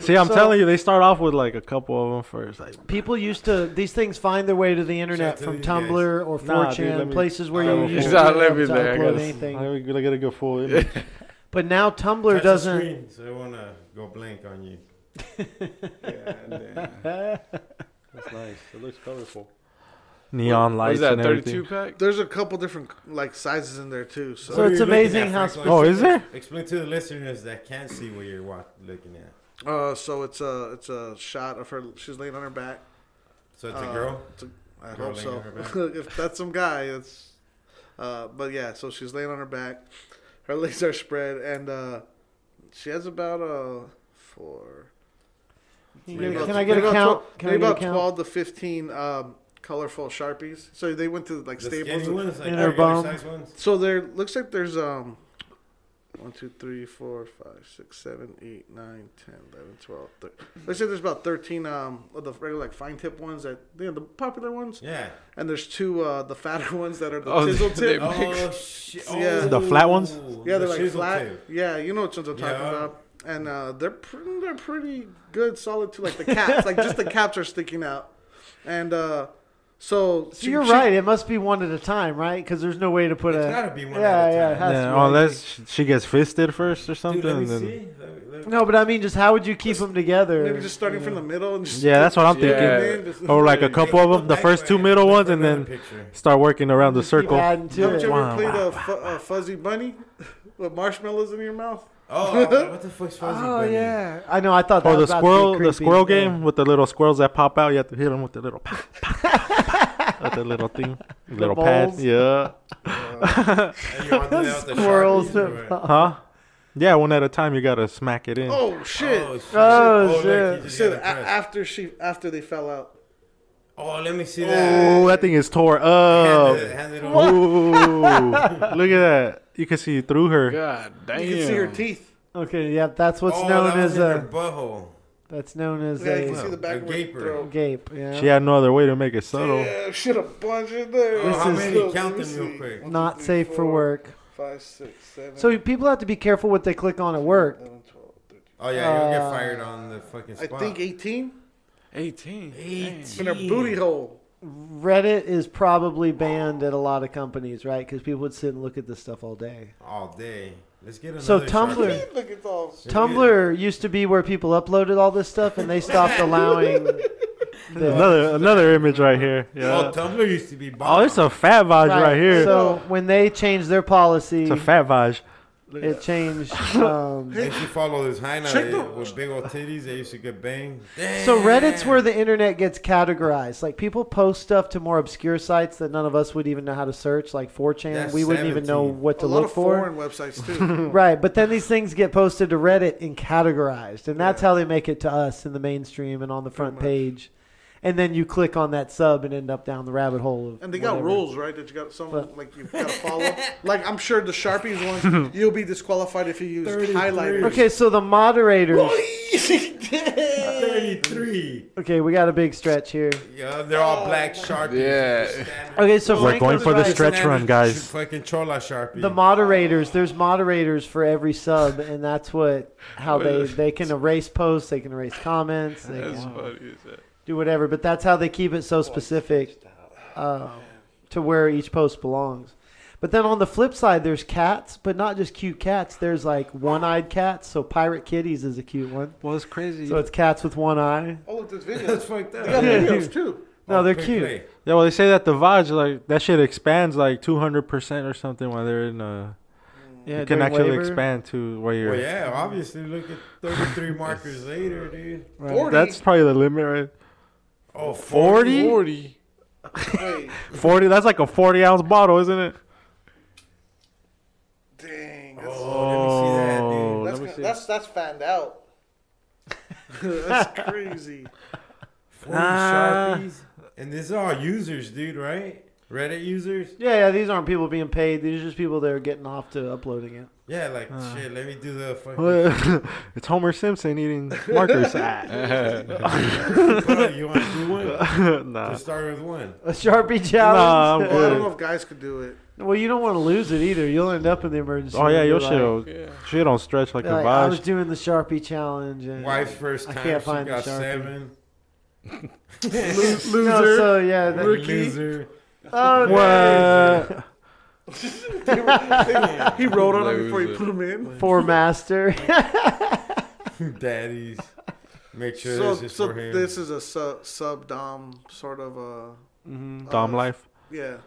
Speaker 5: See, I'm
Speaker 4: So-
Speaker 5: telling you, they start off with like a couple of them first. Like,
Speaker 4: People used to these things find their way to the
Speaker 2: out
Speaker 4: internet
Speaker 2: to
Speaker 4: from
Speaker 2: these guys.
Speaker 4: Tumblr or 4chan,
Speaker 5: Nah, dude, let me-
Speaker 4: places where
Speaker 5: I
Speaker 4: you
Speaker 5: will-
Speaker 4: used
Speaker 1: Nah,
Speaker 4: to, be
Speaker 1: let
Speaker 4: able
Speaker 1: me
Speaker 4: to
Speaker 1: there, I
Speaker 4: upload
Speaker 1: guess.
Speaker 4: anything.
Speaker 5: I gotta get a full image.
Speaker 4: But now Tumblr
Speaker 2: Touch the
Speaker 4: doesn't.
Speaker 2: screen, so it wanna go blank on you.
Speaker 5: That's nice. It looks colorful. Neon
Speaker 1: What
Speaker 5: lights
Speaker 1: is that?
Speaker 5: and everything.
Speaker 1: Thirty-two pack.
Speaker 6: There's a couple different like sizes in there too.
Speaker 4: So
Speaker 6: So,
Speaker 2: What
Speaker 4: it's
Speaker 2: are you looking
Speaker 4: amazing
Speaker 2: at,
Speaker 4: how
Speaker 2: Frank?
Speaker 4: spe-
Speaker 5: Oh, is there?
Speaker 2: Explain to the listeners that can't see what you're wa looking at.
Speaker 6: uh, so it's a it's a shot of her. She's laying on her back.
Speaker 2: So it's a
Speaker 6: Uh,
Speaker 2: girl.
Speaker 6: it's a- I
Speaker 2: Girl
Speaker 6: hope
Speaker 2: laying on her back.
Speaker 6: so. if that's some guy, it's. Uh, but yeah, so she's laying on her back. Her legs are spread, and uh, she has about uh, four.
Speaker 4: Can
Speaker 6: maybe
Speaker 4: I-
Speaker 6: about-
Speaker 4: can I get
Speaker 6: maybe
Speaker 4: a
Speaker 6: about
Speaker 4: count?
Speaker 6: tw-
Speaker 4: Can I
Speaker 6: maybe
Speaker 4: get a
Speaker 6: about
Speaker 4: count?
Speaker 6: twelve to fifteen um, colorful sharpies. So they went to like
Speaker 2: The
Speaker 6: Staples.
Speaker 2: skinny ones, like
Speaker 4: in her
Speaker 2: regular
Speaker 4: bum.
Speaker 2: size ones.
Speaker 6: So there looks like there's um one, two, three, four, five, six, seven, eight, nine, ten, eleven, twelve, thirteen. Looks like there's about thirteen um of the regular like fine tip ones that you know, the popular ones.
Speaker 2: Yeah.
Speaker 6: And there's two uh the fatter ones that are the
Speaker 1: Oh,
Speaker 6: chisel
Speaker 1: they-
Speaker 6: tip.
Speaker 1: they-
Speaker 2: Oh shit!
Speaker 6: Yeah.
Speaker 5: The flat ones?
Speaker 6: yeah, they're like
Speaker 2: chisel
Speaker 6: flat.
Speaker 2: tip.
Speaker 6: Yeah, you know which ones I'm talking
Speaker 2: Yeah.
Speaker 6: about. And uh, they're pretty, they're pretty good, solid too. Like the caps, like just the caps are sticking out. And uh, so,
Speaker 4: So you're right. It must be one at a time, right? Because there's no way to put
Speaker 2: It's
Speaker 4: a.
Speaker 2: gotta be one
Speaker 4: uh, yeah,
Speaker 2: at a
Speaker 4: yeah,
Speaker 2: time.
Speaker 4: it has to
Speaker 5: Yeah,
Speaker 4: be.
Speaker 5: unless sh- she gets fisted first or something.
Speaker 2: Dude, let me
Speaker 5: then-
Speaker 2: see. Let me- let me-
Speaker 4: No, but I mean, just how would you keep them together?
Speaker 6: Maybe just starting
Speaker 4: you
Speaker 6: from
Speaker 4: know?
Speaker 6: the middle and just
Speaker 5: Yeah, that's what I'm thinking.
Speaker 1: Yeah.
Speaker 5: Or like a couple of them, the first two middle ones, and then
Speaker 2: Picture. Oh,
Speaker 5: start working around the
Speaker 4: Just keep
Speaker 5: circle.
Speaker 4: adding to
Speaker 6: Haven't
Speaker 4: it.
Speaker 6: you ever
Speaker 5: Wow,
Speaker 6: played a, fu- a fuzzy bunny with marshmallows in your mouth?
Speaker 2: Oh, what the fuck's fuzzy
Speaker 4: Oh
Speaker 2: bunny?
Speaker 4: yeah, I know. I thought. That
Speaker 5: Or Oh, the
Speaker 4: was about to be
Speaker 5: squirrel,
Speaker 4: creepy.
Speaker 5: the squirrel
Speaker 4: Yeah.
Speaker 5: game with the little squirrels that pop out. You have to hit them with the little, pop, pop, pop, with the little thing, little pad.
Speaker 4: balls.
Speaker 5: Yeah,
Speaker 2: And you want to know the
Speaker 4: Squirrels.
Speaker 2: Sharpies or what?
Speaker 5: huh? Yeah, one at a time. You gotta smack it in.
Speaker 6: Oh shit!
Speaker 2: Oh shit!
Speaker 4: Oh,
Speaker 2: look, you
Speaker 4: shit.
Speaker 2: just
Speaker 6: so
Speaker 2: gotta
Speaker 6: a-
Speaker 2: press.
Speaker 6: after she after they fell out,
Speaker 2: Oh, let me see that.
Speaker 5: Oh, that thing is tore
Speaker 2: Hand
Speaker 5: up.
Speaker 2: it- hand it over.
Speaker 5: Ooh, look at that. You can see through her.
Speaker 1: God damn.
Speaker 6: you can see her teeth.
Speaker 4: Okay, yeah, that's what's
Speaker 2: Oh,
Speaker 4: known
Speaker 2: that was
Speaker 4: as uh,
Speaker 2: in her
Speaker 4: a.
Speaker 2: butthole.
Speaker 4: That's known as
Speaker 6: Yeah, you can see
Speaker 4: a
Speaker 6: the back of her
Speaker 2: gaper.
Speaker 6: throat.
Speaker 4: gape. Yeah.
Speaker 5: She had no other way to make it subtle.
Speaker 6: Yeah, shit, a bunch in there.
Speaker 2: Oh, how
Speaker 4: is-
Speaker 2: many? Count them real quick.
Speaker 4: Not safe for work.
Speaker 6: Five, six, seven.
Speaker 4: So people have to be careful what they click on at work.
Speaker 6: 11, 12, 13.
Speaker 2: Oh yeah, you'll get
Speaker 4: Uh,
Speaker 2: fired on the fucking
Speaker 6: I
Speaker 2: spot.
Speaker 6: think 18
Speaker 1: Eighteen.
Speaker 6: in her booty hole.
Speaker 4: Reddit is probably banned at a lot of companies, right? Because people would sit and look at this stuff all day.
Speaker 2: all day. Let's get another. Oh,
Speaker 4: So Tumblr-
Speaker 2: Sharpie.
Speaker 6: Look, it's all.
Speaker 4: Tumblr used to be where people uploaded all this stuff, and they stopped allowing. The,
Speaker 5: Another another image right here.
Speaker 2: Oh,
Speaker 5: Yeah.
Speaker 2: Tumblr used to be. Bomb.
Speaker 5: Oh, it's a fat vaj right, here.
Speaker 4: So when they changed their policy,
Speaker 5: it's a fat vaj.
Speaker 4: it changed. Um,
Speaker 2: If you follow this hyena
Speaker 6: Check the-
Speaker 2: with big old titties, they used to get banged.
Speaker 4: So Reddit's where the internet gets categorized. Like people post stuff to more obscure sites that none of us would even know how to search, like 4chan.
Speaker 2: That's
Speaker 4: we wouldn't even know
Speaker 2: 17.
Speaker 4: what to
Speaker 6: A lot
Speaker 4: look
Speaker 6: of
Speaker 4: for.
Speaker 6: foreign websites too.
Speaker 4: Right, but then these things get posted to Reddit and categorized, and that's how they make it to us in the mainstream and on the front page. And then you click on that sub and end up down the rabbit hole of
Speaker 6: And they got
Speaker 4: whatever.
Speaker 6: rules, right? That you got some
Speaker 4: But-
Speaker 6: like you've got to follow. like I'm sure the sharpies ones, you'll be disqualified if you use highlighters.
Speaker 4: Okay, so the moderators.
Speaker 2: Thirty-three.
Speaker 4: Okay, we got a big stretch here.
Speaker 2: Yeah, they're all black sharpies.
Speaker 1: Yeah.
Speaker 2: Just standard-
Speaker 4: Okay, so
Speaker 5: We're
Speaker 4: Frank
Speaker 5: going
Speaker 4: was
Speaker 5: for the
Speaker 4: right.
Speaker 5: stretch run, guys.
Speaker 2: Fucking Chola sharpie.
Speaker 4: the moderators there's moderators for every sub and that's what how they they can erase posts they can erase comments they
Speaker 1: That's
Speaker 4: can
Speaker 1: funny as that.
Speaker 4: do whatever but that's how they keep it so specific uh, to where each post belongs but then on the flip side there's cats but not just cute cats there's like one-eyed cats so pirate kitties is a cute one
Speaker 5: Well, it's crazy.
Speaker 4: so it's cats with one eye
Speaker 6: Oh, look, there's
Speaker 2: That's
Speaker 6: videos.
Speaker 2: fucked
Speaker 6: They got
Speaker 2: up.
Speaker 6: videos too.
Speaker 4: no
Speaker 2: Oh,
Speaker 4: they're
Speaker 2: quick
Speaker 4: cute
Speaker 2: play.
Speaker 5: yeah, well, they say that the vaj like that shit expands like 200 percent or something while they're in a.
Speaker 4: yeah
Speaker 5: it can
Speaker 4: during
Speaker 5: actually
Speaker 4: labor.
Speaker 5: expand to where you're.
Speaker 2: Well, Oh, yeah, obviously. Look at 33 markers later, dude.
Speaker 4: Right.
Speaker 6: 40.
Speaker 5: That's probably the limit, right?
Speaker 2: Oh, four.
Speaker 5: 40?
Speaker 1: Forty.
Speaker 6: Wait,
Speaker 5: 40? That's like a 40 ounce bottle, isn't it?
Speaker 6: dang. That's,
Speaker 2: Oh, let me see that, dude.
Speaker 5: let
Speaker 6: that's,
Speaker 5: me
Speaker 6: gonna-
Speaker 5: see.
Speaker 6: that's that's fanned out. that's crazy.
Speaker 4: Ah.
Speaker 2: 40 sharpies. And this is all users, dude, right? Reddit users?
Speaker 4: Yeah, yeah. These aren't people being paid. These are just people that are getting off to uploading it.
Speaker 2: Yeah, like
Speaker 4: Ah.
Speaker 2: shit. Let me do the fucking.
Speaker 5: it's Homer Simpson eating markers. Ah.
Speaker 2: you want to do one?
Speaker 5: nah.
Speaker 2: Just start with one.
Speaker 4: A sharpie challenge.
Speaker 5: I'm
Speaker 6: Well, I don't
Speaker 5: good.
Speaker 6: know if guys could do it.
Speaker 4: well, you don't want to lose it either. You'll end up in the emergency.
Speaker 5: Oh yeah,
Speaker 4: room. You're
Speaker 5: your shit,
Speaker 4: like-
Speaker 5: will-
Speaker 1: Yeah.
Speaker 5: shit don't stretch like
Speaker 4: you're
Speaker 5: a
Speaker 4: like, I was
Speaker 5: Bosch.
Speaker 4: doing the sharpie challenge and
Speaker 2: Wife's first
Speaker 4: I
Speaker 2: time.
Speaker 4: can't
Speaker 2: she
Speaker 4: find the
Speaker 2: got
Speaker 4: Sharpie.
Speaker 2: seven.
Speaker 4: No, so yeah, that-
Speaker 2: Loser.
Speaker 4: oh,
Speaker 5: What?
Speaker 6: He rolled on him
Speaker 1: Lose
Speaker 6: before he
Speaker 1: it.
Speaker 6: put him in.
Speaker 4: for master.
Speaker 2: Daddies. Make sure
Speaker 6: So,
Speaker 2: this is
Speaker 6: so
Speaker 2: for him.
Speaker 6: this is a sub sub dom sort of a
Speaker 5: Dom life.
Speaker 6: yeah.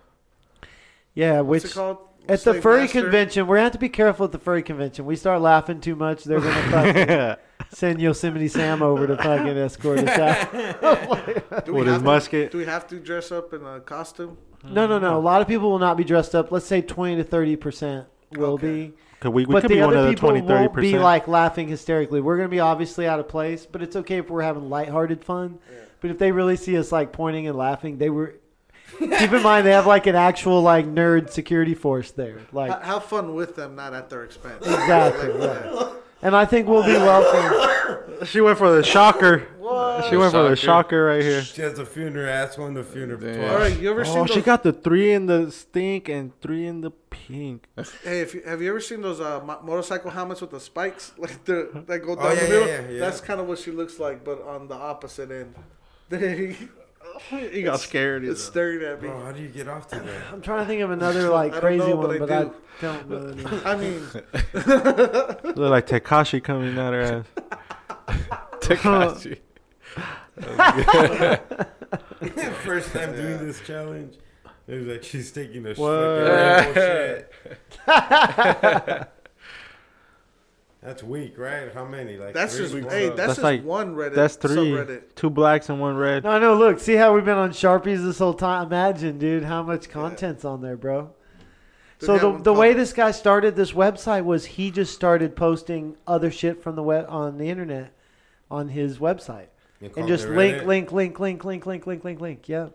Speaker 4: yeah,
Speaker 6: What's
Speaker 4: which
Speaker 6: it called?
Speaker 4: at the
Speaker 6: Slave
Speaker 4: furry
Speaker 6: master?
Speaker 4: convention, we're gonna have to be careful at the furry convention. We start laughing too much, they're gonna fucking send Yosemite Sam over to fucking escort us out.
Speaker 6: Do we
Speaker 5: With his
Speaker 6: have to-
Speaker 5: musket.
Speaker 6: Do we have to dress up in a costume?
Speaker 4: No, no, no. A lot of people will not be dressed up. Let's say twenty to thirty percent will
Speaker 6: Okay.
Speaker 4: be.
Speaker 5: Could we, we
Speaker 4: but
Speaker 5: could
Speaker 4: the
Speaker 5: be one
Speaker 4: other
Speaker 5: of the
Speaker 4: people
Speaker 5: 20, 30
Speaker 4: won't be
Speaker 5: percent.
Speaker 4: like laughing hysterically. We're gonna be obviously out of place, but it's okay if we're having lighthearted fun. But if they really see us like pointing and laughing, they were. Keep in mind they have like an actual like nerd security force there. Like
Speaker 6: Ha- have fun with them, not at their expense.
Speaker 4: exactly. yeah. And I think we'll be welcome.
Speaker 5: she went for the shocker. She went for the shocker right here.
Speaker 2: She has a funeral. That's one the funeral
Speaker 1: Damn.
Speaker 2: twice.
Speaker 6: All right, you ever
Speaker 5: Oh,
Speaker 6: seen? Those,
Speaker 5: she got the three in the stink and three in the pink.
Speaker 6: hey, if you, have you ever seen those uh, mo- motorcycle helmets with the spikes like the that go down
Speaker 2: yeah,
Speaker 6: the middle?
Speaker 2: yeah, yeah, yeah.
Speaker 6: That's kind of what she looks like, but on the opposite end. he got scared. It's staring at me.
Speaker 2: Bro, how do you get off to that?
Speaker 4: I'm trying to think of another like
Speaker 6: I don't
Speaker 4: crazy
Speaker 6: know,
Speaker 4: one,
Speaker 6: but I
Speaker 4: but I, don't know. the name.
Speaker 6: I mean,
Speaker 5: Look like Takashi coming out her ass.
Speaker 1: Takashi.
Speaker 2: First time doing this challenge. It was like she's taking a sh-
Speaker 5: What?
Speaker 2: fucking rainbow shit. That's weak, right? How many? Like
Speaker 6: that's
Speaker 2: three?
Speaker 6: just hey, that's, just
Speaker 5: like-
Speaker 6: one Reddit.
Speaker 5: That's three.
Speaker 6: subreddit.
Speaker 5: Two blacks and one red.
Speaker 4: No, no. Look, see how we've been on sharpies this whole time. Imagine, dude, how much content's on there, bro.
Speaker 6: Didn't
Speaker 4: So
Speaker 6: have
Speaker 4: the,
Speaker 6: one
Speaker 4: the
Speaker 6: called-
Speaker 4: way this guy started this website was he just started posting other shit from the web on the internet on his website
Speaker 2: You call
Speaker 4: and
Speaker 2: it
Speaker 4: just
Speaker 2: a
Speaker 4: link
Speaker 2: Reddit? Mm.
Speaker 4: link link link link link link link link yeah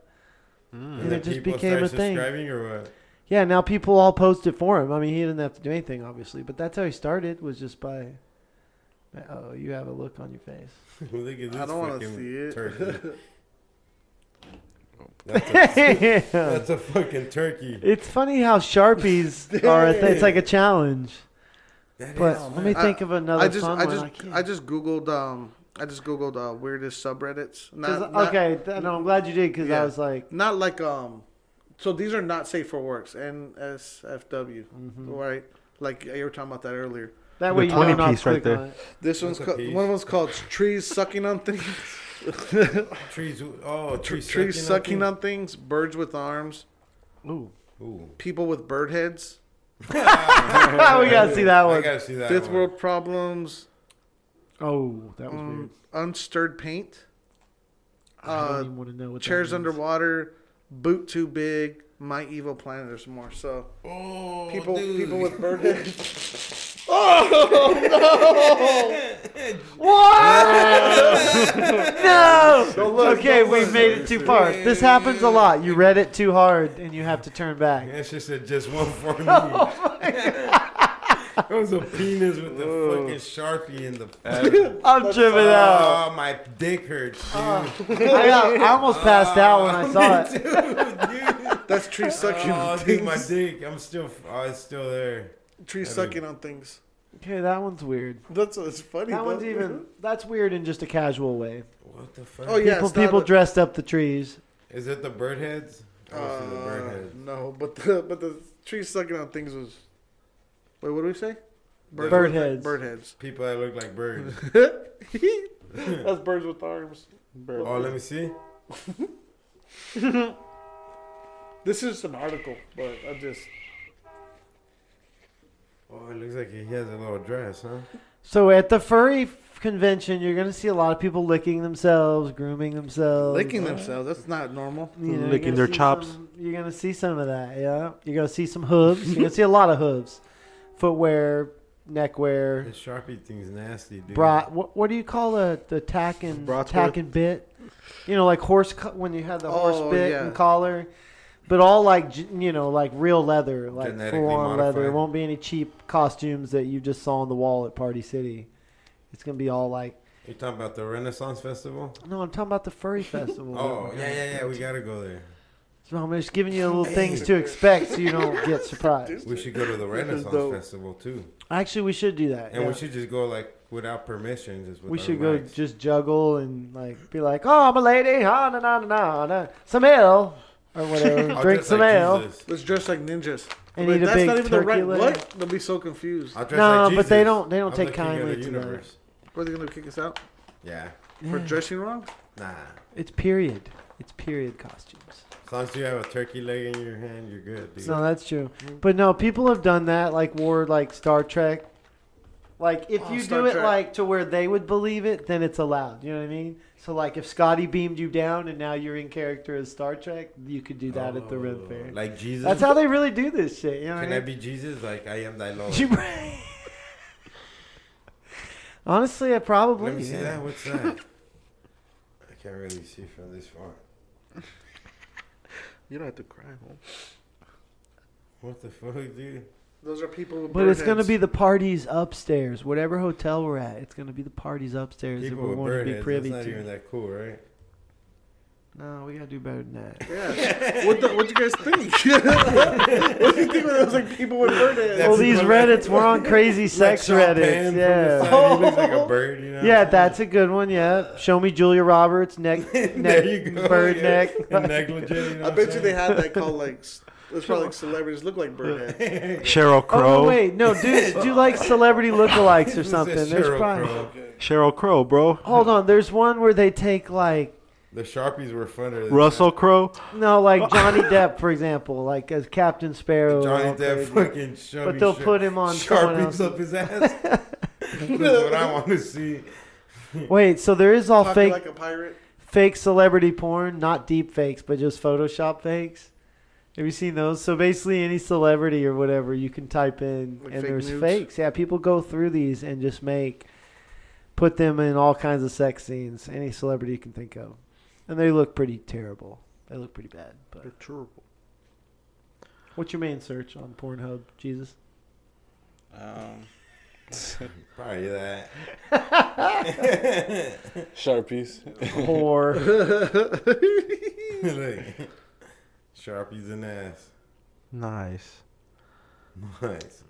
Speaker 2: And
Speaker 4: it
Speaker 2: then
Speaker 4: just
Speaker 2: people
Speaker 4: became
Speaker 2: start
Speaker 4: a thing.
Speaker 2: subscribing or what?
Speaker 4: yeah now people all post it for him I mean he didn't have to do anything obviously but that's how he started was just by oh you have a look on your face
Speaker 2: Look at this
Speaker 6: I don't want to
Speaker 2: fucking
Speaker 6: see it.
Speaker 2: Turkey. That's a, that's a fucking turkey.
Speaker 4: it's funny how sharpies are a th- it's like a challenge
Speaker 2: That is-
Speaker 4: but let me
Speaker 6: I-
Speaker 4: think of another
Speaker 6: I just,
Speaker 4: fun
Speaker 6: I
Speaker 4: one
Speaker 6: just,
Speaker 4: I can't.
Speaker 6: I, just googled, um, I just googled uh, weirdest subreddits. Not,
Speaker 4: 'Cause-
Speaker 6: not-
Speaker 4: okay th- no I'm glad you did because I
Speaker 6: Yeah.
Speaker 4: was like
Speaker 6: not like um so these are not safe for works nsfw right like you were talking about that earlier
Speaker 4: mm-hmm. that
Speaker 5: The
Speaker 4: way you know
Speaker 5: 20
Speaker 4: not to
Speaker 5: piece right
Speaker 4: click
Speaker 5: there.
Speaker 4: on it.
Speaker 6: this one's
Speaker 2: a
Speaker 6: called,
Speaker 2: piece.
Speaker 6: one of them's called trees sucking on things
Speaker 2: trees. Oh, trees,
Speaker 6: trees sucking
Speaker 2: up.
Speaker 6: on things birds with arms
Speaker 4: Ooh.
Speaker 2: Ooh.
Speaker 6: people with bird heads
Speaker 4: we gotta see that
Speaker 2: I
Speaker 4: one.
Speaker 2: gotta see that.
Speaker 6: fifth
Speaker 2: one.
Speaker 6: world problems
Speaker 4: Oh, that was
Speaker 6: um,
Speaker 4: weird.
Speaker 6: unstirred paint
Speaker 4: I don't
Speaker 6: uh,
Speaker 4: even want to know what that
Speaker 6: chairs
Speaker 4: means.
Speaker 6: underwater boot too big my evil planet there's more so
Speaker 2: Oh,
Speaker 6: people
Speaker 2: dude.
Speaker 6: people with bird heads
Speaker 4: No. okay, we've made it too far. This happens a lot. You read it too hard, and you have to turn back.
Speaker 2: That shit said just one for
Speaker 4: Oh
Speaker 2: me. That was a penis with the fucking sharpie in the.
Speaker 4: I'm tripping out.
Speaker 2: Oh, my dick hurts, dude. Oh.
Speaker 4: I, got- I almost Oh, passed out when I saw it.
Speaker 6: that's tree sucking on
Speaker 2: oh, dude, my
Speaker 6: things
Speaker 2: dick. I'm still. Oh, it's still there.
Speaker 6: tree sucking on things
Speaker 4: Okay, that one's weird.
Speaker 6: That's what's funny.
Speaker 4: That one's
Speaker 6: though.
Speaker 4: even. That's weird in just a casual way.
Speaker 2: What the fuck?
Speaker 6: Oh yeah,
Speaker 4: People
Speaker 6: it's not
Speaker 4: people
Speaker 6: a-
Speaker 4: dressed up the trees.
Speaker 2: Is it the bird heads? I don't see the bird
Speaker 6: Uh,
Speaker 2: heads.
Speaker 6: no, but the but the tree sucking on things was. Wait, what do we say?
Speaker 2: Bird
Speaker 6: with-
Speaker 4: heads.
Speaker 6: Bird heads.
Speaker 2: People that look like birds.
Speaker 6: That's birds with arms.
Speaker 2: oh, let me see.
Speaker 6: This is an article, but I just
Speaker 2: Oh, it looks like he has a little dress, huh?
Speaker 4: So at the furry f- convention, you're gonna see a lot of people licking themselves, grooming themselves, Uh,
Speaker 6: licking themselves. That's not normal.
Speaker 4: you know,
Speaker 5: Licking
Speaker 4: you're gonna
Speaker 5: their
Speaker 4: see
Speaker 5: chops.
Speaker 4: some- you're gonna see some of that, yeah. You're gonna see some hooves. You're gonna see a lot of hooves, footwear, neckwear,
Speaker 2: This sharpie thing's nasty, dude.
Speaker 4: bra. What, what do you call a the tack and
Speaker 5: Bratsworth?
Speaker 4: tack and bit? You know, like horse co- when you had the horse
Speaker 6: Oh,
Speaker 4: bit
Speaker 6: yeah.
Speaker 4: and collar. but all like j- you know, like real leather, like
Speaker 2: Genetically
Speaker 4: full on leather. It
Speaker 2: modified.
Speaker 4: won't be any cheap costumes that you just saw on the wall at Party City. It's gonna be all like.
Speaker 2: You talking about the Renaissance Festival?
Speaker 4: No, I'm talking about the furry festival.
Speaker 2: Oh yeah, yeah, yeah. We gotta go there.
Speaker 4: So I'm just giving you little things to expect so you don't get surprised.
Speaker 2: We should go to the Renaissance
Speaker 6: dope.
Speaker 2: Festival too,
Speaker 4: Actually, we should do that.
Speaker 2: and
Speaker 4: yeah.
Speaker 2: we should just go like without permission. Just with
Speaker 4: We
Speaker 2: our
Speaker 4: should go
Speaker 2: mics.
Speaker 4: just juggle and like be like, oh, I'm a lady, ha na na na na, na some ale or whatever,
Speaker 2: I'll
Speaker 4: drink
Speaker 2: dress
Speaker 4: some
Speaker 2: like
Speaker 4: ale.
Speaker 2: Jesus.
Speaker 6: Let's dress like ninjas.
Speaker 4: And
Speaker 6: Wait,
Speaker 4: eat a
Speaker 6: that's
Speaker 4: big
Speaker 6: not even the right.
Speaker 4: turkey leg.
Speaker 6: What? They'll be so confused.
Speaker 2: I'll dress
Speaker 4: No,
Speaker 2: like
Speaker 4: but they
Speaker 2: Jesus.
Speaker 4: don't- they don't
Speaker 2: I'm
Speaker 4: take
Speaker 2: the king of
Speaker 4: kindly
Speaker 2: the
Speaker 4: to that.
Speaker 2: universe.
Speaker 6: Were they gonna kick us out
Speaker 2: Yeah,
Speaker 6: for
Speaker 4: Yeah.
Speaker 6: dressing wrong?
Speaker 2: nah.
Speaker 4: It's period. It's period costumes.
Speaker 2: As long as you have a turkey leg in your hand, you're good, dude.
Speaker 4: No, that's true.
Speaker 6: Mm-hmm.
Speaker 4: But no, people have done that, like wore like Star Trek. Like if
Speaker 6: Oh,
Speaker 4: you
Speaker 6: Star
Speaker 4: do it
Speaker 6: Trek.
Speaker 4: like to where they would believe it, then it's allowed. You know what I mean? So like if Scotty beamed you down and now you're in character as Star Trek, you could do that at the Red
Speaker 2: Oh,
Speaker 4: Fair.
Speaker 2: Like Jesus.
Speaker 4: That's how they really do this shit. You know what I
Speaker 2: Can
Speaker 4: mean?
Speaker 2: I be Jesus? Like I am thy Lord.
Speaker 4: You br- Honestly, I probably.
Speaker 2: Let me see
Speaker 4: yeah.
Speaker 2: that. What's that? I can't really see from this far.
Speaker 6: You don't have to cry, home.
Speaker 2: What the fuck, dude?
Speaker 6: Those are people. With
Speaker 4: But it's
Speaker 6: bird
Speaker 4: gonna
Speaker 6: heads.
Speaker 4: be the parties upstairs, whatever hotel we're at. It's gonna be the parties upstairs
Speaker 2: People
Speaker 4: that we're
Speaker 2: with
Speaker 4: going to
Speaker 2: bird
Speaker 4: be
Speaker 2: heads. That's
Speaker 4: privy
Speaker 2: not
Speaker 4: to.
Speaker 2: even that cool, right?
Speaker 4: No, we gotta do better than that.
Speaker 6: Yeah. what the, what you guys think? what do you think of those like people with bird heads?
Speaker 2: That's
Speaker 4: well, these
Speaker 2: what-
Speaker 4: Reddits, we're on crazy sex
Speaker 2: Sean Penn
Speaker 4: Reddits.
Speaker 2: from
Speaker 4: Yeah.
Speaker 2: the
Speaker 4: Oh.
Speaker 2: side, He looks like a bird, you know?
Speaker 4: Yeah, that's a good one. Yeah, show me Julia Roberts neck, neck
Speaker 2: there you go.
Speaker 4: bird
Speaker 2: yeah.
Speaker 4: neck.
Speaker 2: And negligent. You know
Speaker 6: I
Speaker 2: what
Speaker 6: bet
Speaker 2: I'm
Speaker 6: you they have that called like. s- It's probably like celebrities look like bird heads.
Speaker 5: Cheryl
Speaker 4: Oh
Speaker 5: Crow.
Speaker 4: no, wait, no, dudes do like celebrity lookalikes or
Speaker 2: This is
Speaker 4: something. There's
Speaker 2: Cheryl
Speaker 4: probably
Speaker 2: Crow.
Speaker 5: Cheryl Crow, bro.
Speaker 4: hold on. There's one where they take like
Speaker 2: The Sharpies were funner. than
Speaker 5: Russell Crow.
Speaker 4: No, like Johnny Depp, for example, like as Captain Sparrow.
Speaker 2: that. Johnny
Speaker 4: all
Speaker 2: Depp
Speaker 4: crazy.
Speaker 2: fucking showed
Speaker 4: But they'll put him on someone else.
Speaker 2: Sharpies up his ass. That's what I want to see.
Speaker 4: Wait, so there is all
Speaker 6: Talking
Speaker 4: fake,
Speaker 6: like a pirate.
Speaker 4: fake celebrity porn, not deep fakes, but just Photoshop fakes. Have you seen those? So basically, any celebrity or whatever you can type in,
Speaker 6: Like
Speaker 4: and
Speaker 6: fake
Speaker 4: there's
Speaker 6: nudes?
Speaker 4: fakes. Yeah, people go through these and just make, put them in all kinds of sex scenes. Any celebrity you can think of, and they look pretty terrible. They look pretty bad. But what's your main search on Pornhub, Jesus?
Speaker 1: Um,
Speaker 2: Probably that.
Speaker 1: Sharpies.
Speaker 4: Or
Speaker 2: Like, Sharpies and ass.
Speaker 5: Nice.
Speaker 2: Nice.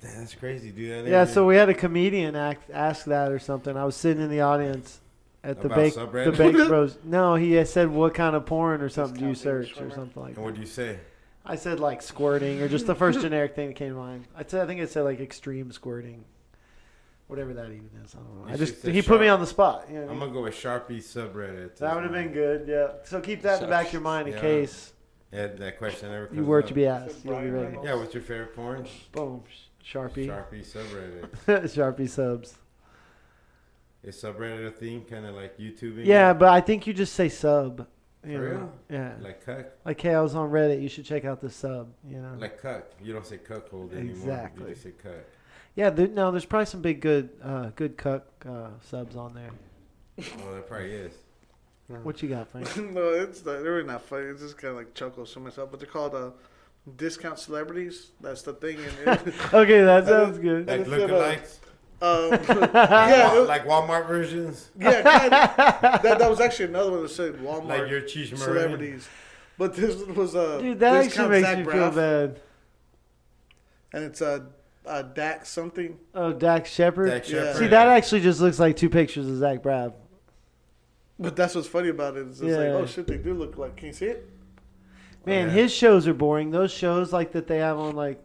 Speaker 2: Damn, that's crazy, dude. I didn't
Speaker 4: Yeah,
Speaker 2: even-
Speaker 4: so we had a comedian act, ask that or something. I was sitting in the audience at the
Speaker 2: About
Speaker 4: bake
Speaker 2: subreddit?
Speaker 4: the bake bros. No, he had said what kind of porn or something do you
Speaker 6: Discount baby
Speaker 4: search or
Speaker 6: swimmer.
Speaker 4: something like.
Speaker 2: And
Speaker 4: That.
Speaker 2: what do you say?
Speaker 4: I said like squirting or just the first generic thing that came to mind. I said I think I said like extreme squirting, whatever that even is. I don't know.
Speaker 2: You
Speaker 4: I
Speaker 2: should
Speaker 4: just
Speaker 2: say
Speaker 4: he put me
Speaker 2: shark.
Speaker 4: on the spot. You know what I
Speaker 2: I'm
Speaker 4: mean?
Speaker 2: gonna go with Sharpie subreddit.
Speaker 4: that would have been good. Yeah. So keep that in the back of your mind in
Speaker 2: Yeah.
Speaker 4: case
Speaker 2: Yeah, that question never. Comes
Speaker 4: you were
Speaker 2: up.
Speaker 4: to be asked. You'll be ready.
Speaker 2: Yeah, what's your favorite porn?
Speaker 4: Boom. Sharpie.
Speaker 2: Sharpie subreddit.
Speaker 4: Sharpie subs.
Speaker 2: Is subreddit a thing, kind of like YouTubing?
Speaker 4: Yeah, but I think you just say sub. You
Speaker 2: For
Speaker 4: know?
Speaker 2: real?
Speaker 4: Yeah.
Speaker 2: Like cuck,
Speaker 4: Like, hey, I was on Reddit. You should check out the sub. You know.
Speaker 2: like cuck. You don't say cuckold anymore.
Speaker 4: Exactly.
Speaker 2: You just say cuck.
Speaker 4: yeah. There, no, there's probably some big good, uh, good cuck uh, subs on there.
Speaker 2: Oh, that probably is.
Speaker 4: What you got, Frank?
Speaker 6: no, it's not, they're really not funny. It's just kind of like chuckles to myself. But they're called uh, discount celebrities. That's the thing. And it,
Speaker 4: okay, that sounds good.
Speaker 2: Like
Speaker 6: just said, uh,
Speaker 2: lookalikes.
Speaker 6: um,
Speaker 2: Yeah,
Speaker 6: yeah, it-
Speaker 2: like Walmart versions.
Speaker 6: yeah. kinda. that that was actually another one that said Walmart
Speaker 2: Like your cheese Celebrities.
Speaker 6: celebrities. But this was a uh,
Speaker 4: Dude, that actually
Speaker 6: discount
Speaker 4: makes
Speaker 6: Zach
Speaker 4: me feel
Speaker 6: Braff,
Speaker 4: bad.
Speaker 6: And it's a uh, uh, Dax something.
Speaker 4: Oh, Dax Shepard.
Speaker 2: Dak
Speaker 6: Yeah.
Speaker 2: Shepard.
Speaker 4: See, that actually just looks like two pictures of Zach Braff.
Speaker 6: But that's what's funny about it. Is it's like,
Speaker 4: Yeah.
Speaker 6: oh shit, they do look like. Can you see it?
Speaker 4: Man,
Speaker 2: Oh, Yeah.
Speaker 4: his shows are boring. Those shows like that they have on like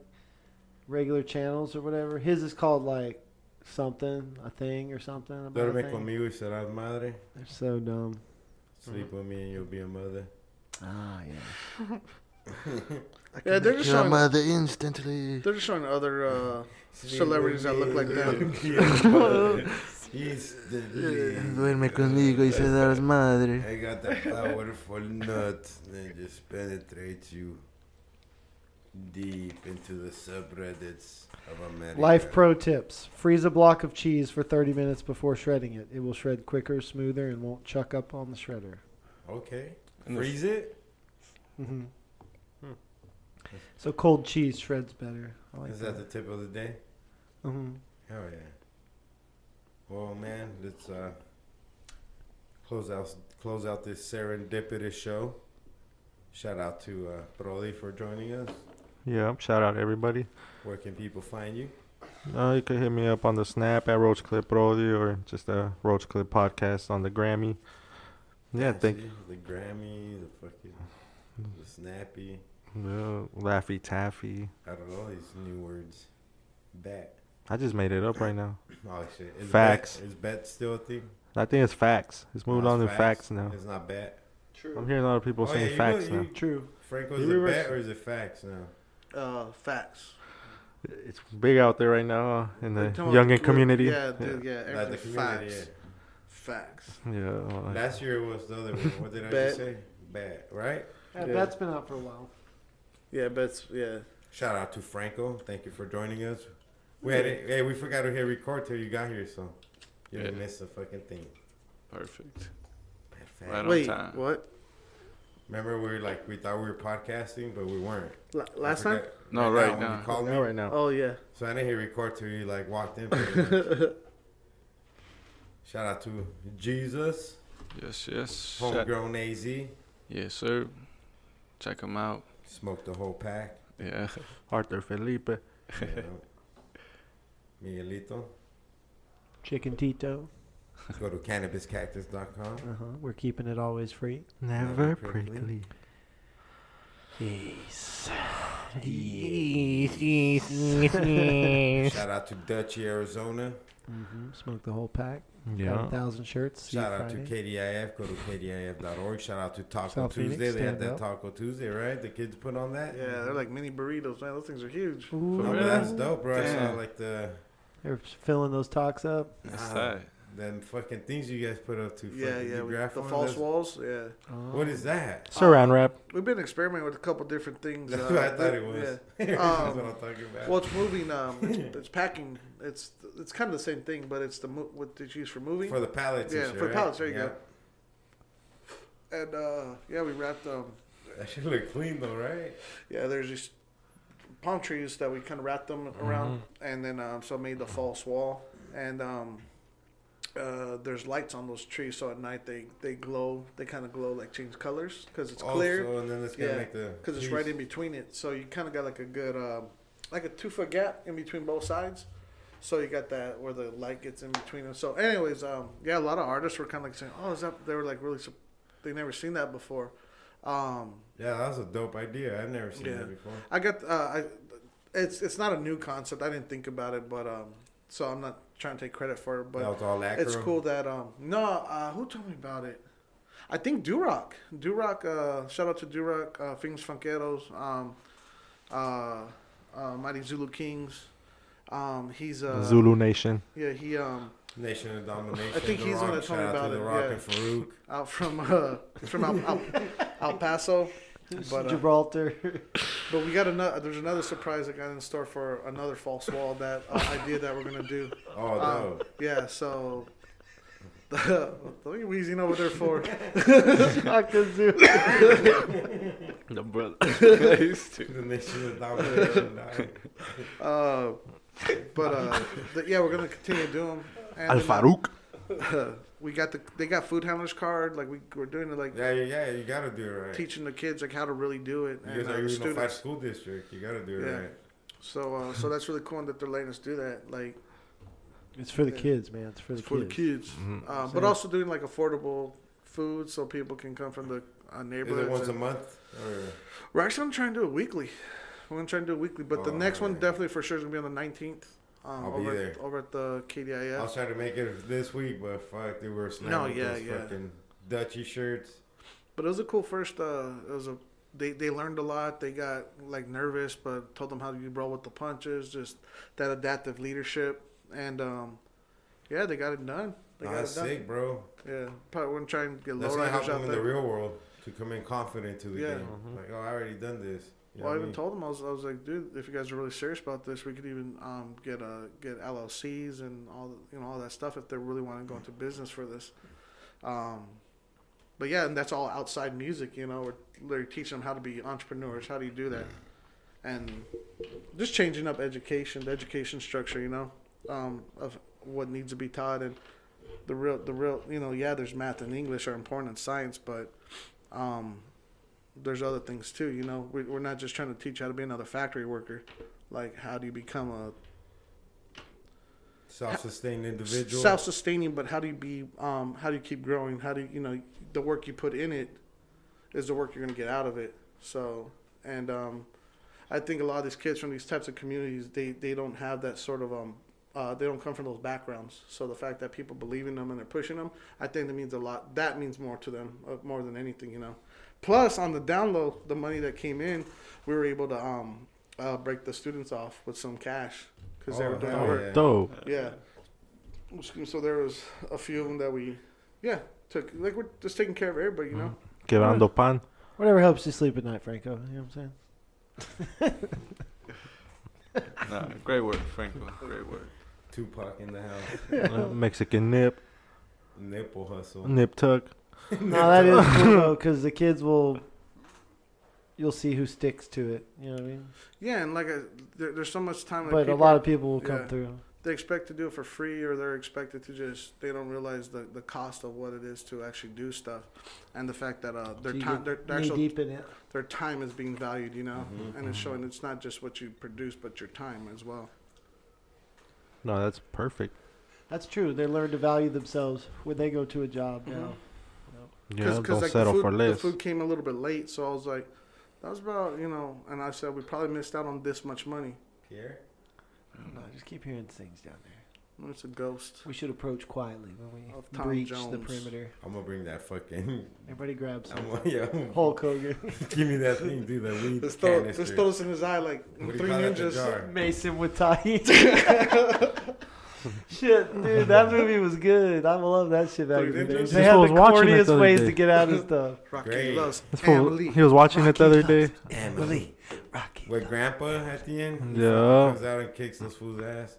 Speaker 4: regular channels or whatever. His is called like something, a thing or something. About a
Speaker 2: Dorme
Speaker 4: thing.
Speaker 2: conmigo y serás madre.
Speaker 4: They're so dumb.
Speaker 2: Sleep with me and you'll be a mother.
Speaker 4: Ah, yeah.
Speaker 6: Yeah, they're just showing.
Speaker 5: mother instantly.
Speaker 6: They're just showing other. Uh,
Speaker 2: Sleep
Speaker 6: Celebrities
Speaker 2: with
Speaker 6: that look
Speaker 2: me
Speaker 6: like
Speaker 2: and
Speaker 6: them.
Speaker 2: you'll be a mother. Instantly.
Speaker 5: Duerme conmigo y se darás madre.
Speaker 2: I got that powerful nut that just penetrates you deep into the subreddits of America.
Speaker 4: Life pro tips. Freeze a block of cheese for 30 minutes before shredding it. It will shred quicker, smoother, and won't chuck up on the shredder.
Speaker 2: Okay.
Speaker 1: And the-
Speaker 2: Freeze it?
Speaker 4: hmm So cold cheese shreds better. I like
Speaker 2: Is that
Speaker 4: that.
Speaker 2: the tip of the day?
Speaker 5: Mm-hmm.
Speaker 4: Mhm.
Speaker 2: Hell yeah. Well, man, let's uh, close out close out this serendipitous show. Shout out to uh, Brody for joining us.
Speaker 5: Yeah, shout out everybody.
Speaker 2: Where can people find you?
Speaker 5: Uh, you can hit me up on the Snap at Roach Clip Brody or just a Roach Clip Podcast on the Grammy. Yeah, thank
Speaker 2: See, The Grammy, the fucking, the Snappy.
Speaker 5: Yeah, Laffy Taffy.
Speaker 2: I don't know these new words. Bet.
Speaker 5: I just made it up right now.
Speaker 2: Oh shit. Is
Speaker 5: Facts.
Speaker 2: Bet, is bet still a thing?
Speaker 5: I think it's facts. It's moved
Speaker 2: No,
Speaker 5: on
Speaker 2: it's
Speaker 5: to facts now.
Speaker 2: It's not bet.
Speaker 6: True.
Speaker 5: I'm hearing a lot of people
Speaker 2: Oh,
Speaker 5: saying
Speaker 2: yeah, you know,
Speaker 5: facts now.
Speaker 2: you-
Speaker 4: True.
Speaker 2: Franco,
Speaker 5: You
Speaker 2: is it
Speaker 5: reverse-
Speaker 2: bet or is it facts now?
Speaker 6: Uh, facts.
Speaker 5: It's big out there right now huh, in the
Speaker 6: They're talking about
Speaker 5: youngin
Speaker 6: Twitter.
Speaker 5: community.
Speaker 6: Yeah, dude. Yeah,
Speaker 2: Not
Speaker 6: everything
Speaker 2: the community.
Speaker 6: facts.
Speaker 2: yeah.
Speaker 6: Facts.
Speaker 5: Yeah, well, like-
Speaker 2: Last year it was the other one. What did I
Speaker 6: Bet.
Speaker 2: just say? Bad, right?
Speaker 4: Yeah,
Speaker 6: Yeah.
Speaker 4: That's been out for a while.
Speaker 6: Yeah, bets. Yeah.
Speaker 2: Shout out to Franco. Thank you for joining us. We had it, hey, we forgot to hit record till you got here, so you didn't
Speaker 1: Yeah.
Speaker 2: miss a fucking thing.
Speaker 1: Perfect.
Speaker 2: Perfect.
Speaker 1: Right on
Speaker 6: Wait,
Speaker 1: time.
Speaker 6: what?
Speaker 2: Remember, we were like we thought we were podcasting, but we weren't.
Speaker 6: La-
Speaker 2: I
Speaker 6: last time?
Speaker 2: forgot-
Speaker 1: No, right
Speaker 2: when you
Speaker 1: now.
Speaker 2: called
Speaker 5: now
Speaker 2: me,
Speaker 5: right now.
Speaker 6: Oh yeah.
Speaker 2: so I didn't hit record till you like walked in. Shout out to Jesus,
Speaker 1: Yes, yes. Shout-
Speaker 2: homegrown AZ,
Speaker 1: Yes, sir. Check them out.
Speaker 2: smoked the whole pack.
Speaker 1: Yeah.
Speaker 5: Arthur Felipe.
Speaker 2: You know. Miguelito,
Speaker 4: Chicken Tito.
Speaker 2: go to cannabiscactus.com.
Speaker 4: Uh huh. We're keeping it always free.
Speaker 5: Never
Speaker 2: prickly.
Speaker 5: prickly.
Speaker 4: Yes.
Speaker 2: Shout out to Dutchy, Arizona.
Speaker 4: hmm Smoke the whole pack. Got
Speaker 5: Yeah.
Speaker 4: a thousand shirts. See you
Speaker 2: Shout out to
Speaker 4: Friday.
Speaker 2: KDIF. Go to KDIF.org. Shout out to Taco
Speaker 4: South
Speaker 2: Tuesday.
Speaker 4: Phoenix,
Speaker 2: they had
Speaker 4: stand
Speaker 2: that
Speaker 4: up.
Speaker 2: Taco Tuesday, right? The kids put on that.
Speaker 6: Yeah, they're like mini burritos, man. Those things are huge.
Speaker 4: Ooh,
Speaker 2: No, but that's dope, bro. I
Speaker 1: Damn.
Speaker 2: saw like the
Speaker 4: They're filling those talks up.
Speaker 1: That's
Speaker 2: Ah.
Speaker 1: that.
Speaker 2: them fucking things you guys put up to.
Speaker 6: Yeah,
Speaker 2: fucking
Speaker 6: yeah. we-
Speaker 2: graph
Speaker 6: the
Speaker 2: on.
Speaker 6: false
Speaker 2: That's-
Speaker 6: walls. Yeah.
Speaker 4: Oh.
Speaker 2: What is that?
Speaker 5: Surround wrap.
Speaker 6: We've been experimenting with a couple different things.
Speaker 2: That's
Speaker 6: uh,
Speaker 2: what I thought
Speaker 6: we-
Speaker 2: it was.
Speaker 6: Um,
Speaker 2: that's what I'm talking about.
Speaker 6: Well, it's moving. Um, it's, it's packing. It's it's kind of the same thing, but it's the mo- what they use for moving.
Speaker 2: for the pallets. and
Speaker 6: yeah,
Speaker 2: shit,
Speaker 6: for
Speaker 2: right?
Speaker 6: pallets, there you
Speaker 2: yeah.
Speaker 6: go. and uh, yeah, we wrapped um,
Speaker 2: That should look clean though, right?
Speaker 6: yeah, there's these palm trees that we kind of wrapped them around, and then um, so I made the false wall, and um, uh, there's lights on those trees, so at night they they glow, they kind of glow like change colors because
Speaker 2: Oh,
Speaker 6: it's clear.
Speaker 2: Also, and then it's gonna
Speaker 6: Yeah,
Speaker 2: make the
Speaker 6: because it's
Speaker 2: piece-
Speaker 6: right in between it. So you kind of got like a good, um, like a two foot gap in between both sides. So you got that where the light gets in between them. So, anyways, um, yeah, a lot of artists were kind of like saying, "Oh, is that?" They were like really, sup- they never seen that before. Um,
Speaker 2: Yeah, that was a dope idea. I've never seen
Speaker 6: Yeah.
Speaker 2: that before.
Speaker 6: I got, uh, I, it's it's not a new concept. I didn't think about it, but um, so I'm not trying to take credit for it,
Speaker 2: that
Speaker 6: but
Speaker 2: was all acro.
Speaker 6: it's cool that um, no, uh, who told me about it? I think Durock. Durock, uh, shout out to Durock, uh, Things Funkeros, um, uh, uh, Mighty Zulu Kings. Um, he's uh,
Speaker 5: Zulu Nation.
Speaker 6: Yeah, he um,
Speaker 2: Nation of Domination.
Speaker 6: I think
Speaker 2: The
Speaker 6: he's
Speaker 2: Rock.
Speaker 6: gonna tell
Speaker 2: Shout
Speaker 6: me
Speaker 2: out to
Speaker 6: about
Speaker 2: The
Speaker 6: it,
Speaker 2: Rock
Speaker 6: yeah.
Speaker 2: and Farouk.
Speaker 6: out from uh, from El, El, El Paso. But, uh,
Speaker 4: Gibraltar.
Speaker 6: But we got another. There's another surprise I got in store for another false wall. That uh, idea that we're gonna do.
Speaker 2: Oh,
Speaker 6: Um,
Speaker 2: no.
Speaker 6: yeah. So. what are you wheezing over there for?
Speaker 4: Shakazoo.
Speaker 1: The brother. He's too-
Speaker 2: the Nation of Domination. dog.
Speaker 6: Uh, but uh, th- yeah, we're gonna continue to do them. And
Speaker 5: Al
Speaker 6: then, uh,
Speaker 5: Farouk.
Speaker 6: we got the they got food handlers card. Like we we're doing it like
Speaker 2: Yeah, yeah, yeah, you gotta do it right.
Speaker 6: teaching the kids like how to really do it
Speaker 2: you
Speaker 6: and
Speaker 2: guys
Speaker 6: uh,
Speaker 2: are
Speaker 6: the
Speaker 2: in a five
Speaker 6: students.
Speaker 2: school district. You gotta do it
Speaker 6: Yeah.
Speaker 2: right.
Speaker 6: So uh, so that's really cool that they're letting us do that. Like
Speaker 4: It's for the
Speaker 6: Yeah.
Speaker 4: kids, man. It's for the
Speaker 6: for the
Speaker 4: kids.
Speaker 6: kids, uh, but also doing like affordable food so people can come from the
Speaker 2: Is
Speaker 6: uh,
Speaker 2: it
Speaker 6: neighborhoods.
Speaker 2: once a
Speaker 6: and-
Speaker 2: month? Or
Speaker 6: We're actually gonna try and do it weekly. We're gonna try and do it weekly, but the
Speaker 2: Oh,
Speaker 6: next one
Speaker 2: alright.
Speaker 6: definitely for sure is gonna be on the nineteenth. Um,
Speaker 2: I'll be
Speaker 6: over
Speaker 2: there.
Speaker 6: over at the KDIF.
Speaker 2: I'll try to make it this week, but fuck, they were snapping
Speaker 6: No,
Speaker 2: with
Speaker 6: yeah,
Speaker 2: those
Speaker 6: yeah.
Speaker 2: fucking Dutchy shirts.
Speaker 6: But it was a cool first. Uh, it was a they, they learned a lot. They got like nervous, but told them how you roll with the punches. Just that adaptive leadership, and um, yeah, they got it done. They
Speaker 2: Nah,
Speaker 6: got
Speaker 2: that's
Speaker 6: it done.
Speaker 2: sick, bro.
Speaker 6: Yeah, probably wouldn't try and get
Speaker 2: That's gonna help
Speaker 6: lowriders
Speaker 2: them
Speaker 6: out
Speaker 2: in the
Speaker 6: there.
Speaker 2: real world to come in confident to the
Speaker 6: Yeah.
Speaker 2: game. Like, oh, I already done this. You know
Speaker 6: Well, I
Speaker 2: what
Speaker 6: even
Speaker 2: mean?
Speaker 6: told them I was, I was like, dude, if you guys are really serious about this, we could even um, get uh, get LLCs and all the, you know all that stuff if they really want to go into business for this. Um, but yeah, and that's all outside music. You know, we're they're teaching them how to be entrepreneurs. How do you do that? and just changing up education, the education structure, you know, um, of what needs to be taught and the real, the real, you know, yeah, there's math and English are important in science, but um, there's other things too, you know. We, we're not just trying to teach how to be another factory worker. Like, how do you become a
Speaker 2: Self-sustained individual.
Speaker 6: self-sustaining but how do you be um, how do you keep growing how do you you know the work you put in it is the work you're going to get out of it so and um, i think a lot of these kids from these types of communities they they don't have that sort of um uh, they don't come from those backgrounds so the fact that people believe in them and they're pushing them i think that means a lot that means more to them uh, more than anything you know plus on the down low the money that came in we were able to um uh, break the students off with some cash because they
Speaker 2: Oh,
Speaker 6: were doing
Speaker 2: hell
Speaker 6: work
Speaker 2: yeah.
Speaker 5: Dope.
Speaker 6: yeah. Excuse- So there was a few of them that we, yeah, took. Like we're just taking care of everybody, you know.
Speaker 4: Mm-hmm.
Speaker 5: Quebrando pan.
Speaker 4: Whatever helps you sleep at night, Franco. You know what I'm saying?
Speaker 1: Nah, great work, Franco. Great work.
Speaker 2: Tupac in the house.
Speaker 5: Uh, Mexican nip.
Speaker 2: Nipple hustle.
Speaker 5: Nip tuck.
Speaker 4: No, that is cool though, because the kids will. You'll see who sticks to it. You know what I mean?
Speaker 6: Yeah, and like I, there, there's so much time. That
Speaker 4: But a
Speaker 6: people-
Speaker 4: lot of people will come
Speaker 6: yeah.
Speaker 4: through.
Speaker 6: they expect to do it for free, or they're expected to just they don't realize the, the cost of what it is to actually do stuff, and the fact that uh their
Speaker 4: So you
Speaker 6: time
Speaker 4: get
Speaker 6: their, their
Speaker 4: knee
Speaker 6: actual
Speaker 4: deep in it.
Speaker 6: their time is being valued, you know,
Speaker 2: Mhm,
Speaker 5: Mm-hmm.
Speaker 6: and
Speaker 4: Mm-hmm.
Speaker 6: it's showing it's not just what you produce, but your time as well.
Speaker 5: No, that's perfect.
Speaker 4: That's true. They learn to value themselves when they go to a job now.
Speaker 5: Yeah, don't
Speaker 6: the
Speaker 5: settle
Speaker 6: food,
Speaker 5: for
Speaker 6: the
Speaker 5: less.
Speaker 6: food came a little bit late, so I was like, that was about you know, and I said we probably missed out on this much money.
Speaker 2: Pierre?
Speaker 6: Mm-hmm.
Speaker 4: No, just keep hearing things down there.
Speaker 6: It's a ghost.
Speaker 4: We should approach quietly when we
Speaker 6: Of Tom
Speaker 4: breach the
Speaker 6: Jones.
Speaker 4: perimeter.
Speaker 2: I'm gonna bring that fucking.
Speaker 4: Everybody grabs
Speaker 2: I'm gonna, yeah, I'm gonna-
Speaker 4: Hulk Hogan.
Speaker 2: give me that thing, dude. That weed
Speaker 6: Just throw,
Speaker 2: canister.
Speaker 6: just throw us in his eye like
Speaker 2: What do you
Speaker 6: three
Speaker 2: call that, the
Speaker 6: ninjas.
Speaker 2: jar?
Speaker 4: Mason with Tahi. shit, dude, that movie was good. I love that shit back in the day.
Speaker 6: This
Speaker 4: They had the
Speaker 5: fool's watching it the
Speaker 4: corniest
Speaker 5: other
Speaker 4: ways
Speaker 5: day.
Speaker 4: to get out of stuff.
Speaker 6: Rocky
Speaker 2: Great.
Speaker 6: loves
Speaker 5: This fool-
Speaker 6: Emily.
Speaker 5: he was watching it the other day.
Speaker 2: Emily.
Speaker 4: Rocky.
Speaker 2: With grandpa at the end. He
Speaker 5: Yeah.
Speaker 2: Comes out and kicks this fool's ass.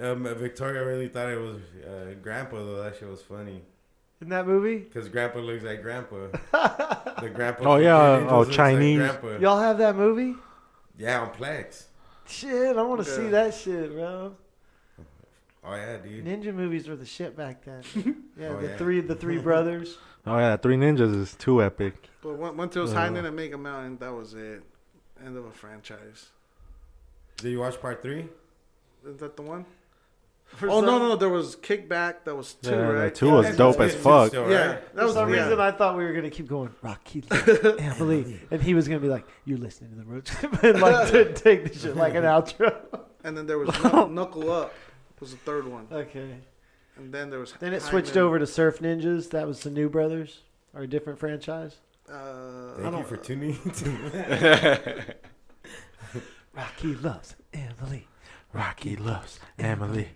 Speaker 2: Um, Victoria really thought it was uh, grandpa though. That shit was funny.
Speaker 4: In that movie?
Speaker 2: Cause grandpa looks like grandpa. the grandpa.
Speaker 5: Oh,
Speaker 2: from
Speaker 5: yeah,
Speaker 2: Green Angels
Speaker 5: oh,
Speaker 2: looks like
Speaker 5: Chinese.
Speaker 2: grandpa.
Speaker 4: Y'all have that movie?
Speaker 2: Yeah, on Plex.
Speaker 4: Shit, I want to see
Speaker 6: Yeah.
Speaker 4: that shit, bro.
Speaker 2: Oh yeah, dude.
Speaker 4: Ninja movies were the shit back then. Yeah,
Speaker 2: Oh,
Speaker 4: the
Speaker 2: yeah.
Speaker 4: three the three brothers.
Speaker 5: Oh yeah, Three Ninjas is too epic.
Speaker 6: But on- once it was
Speaker 5: Uh,
Speaker 6: hiding in Mega Mountain, that was it. End of a franchise.
Speaker 2: Did you watch part three?
Speaker 6: Is that the one?
Speaker 4: For
Speaker 6: oh no,
Speaker 4: some-
Speaker 6: no, there was Kickback. That was two,
Speaker 5: Yeah, that
Speaker 6: right?
Speaker 5: two was
Speaker 2: that's
Speaker 5: dope
Speaker 2: good
Speaker 5: as
Speaker 2: too,
Speaker 5: fuck.
Speaker 2: still,
Speaker 6: Yeah,
Speaker 2: right?
Speaker 6: that
Speaker 4: For
Speaker 6: was
Speaker 4: some
Speaker 6: yeah.
Speaker 4: reason, I thought we were gonna keep going Rocky, Emily, and he was gonna be like, "You're listening to the road trip," and like to take the shit like an outro.
Speaker 6: And then there was Knuck- Knuckle Up. Was the third one,
Speaker 4: Okay.
Speaker 6: and then there was.
Speaker 4: Then it
Speaker 6: Hyman, uh,
Speaker 4: switched over to Surf Ninjas. That was the New Brothers or a different franchise.
Speaker 6: Uh, I
Speaker 2: Thank you
Speaker 6: don't-
Speaker 2: for tuning in.
Speaker 4: Rocky loves Emily.
Speaker 5: Rocky loves Emily.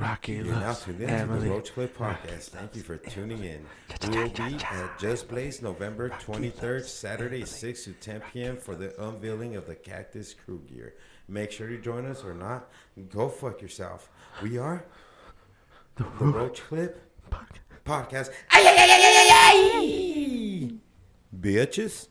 Speaker 5: Rocky
Speaker 2: You're now
Speaker 5: loves
Speaker 2: tuned in to the
Speaker 5: Emily.
Speaker 2: Roach Clip Podcast. Thank you for tuning in. We will be at Just Blaze November 23rd, Saturday, 6 to 10 p.m. for the unveiling of the Cactus Crew gear. Make sure you join us or not. Go fuck yourself. We are the Roach Clip Podcast. Bitches.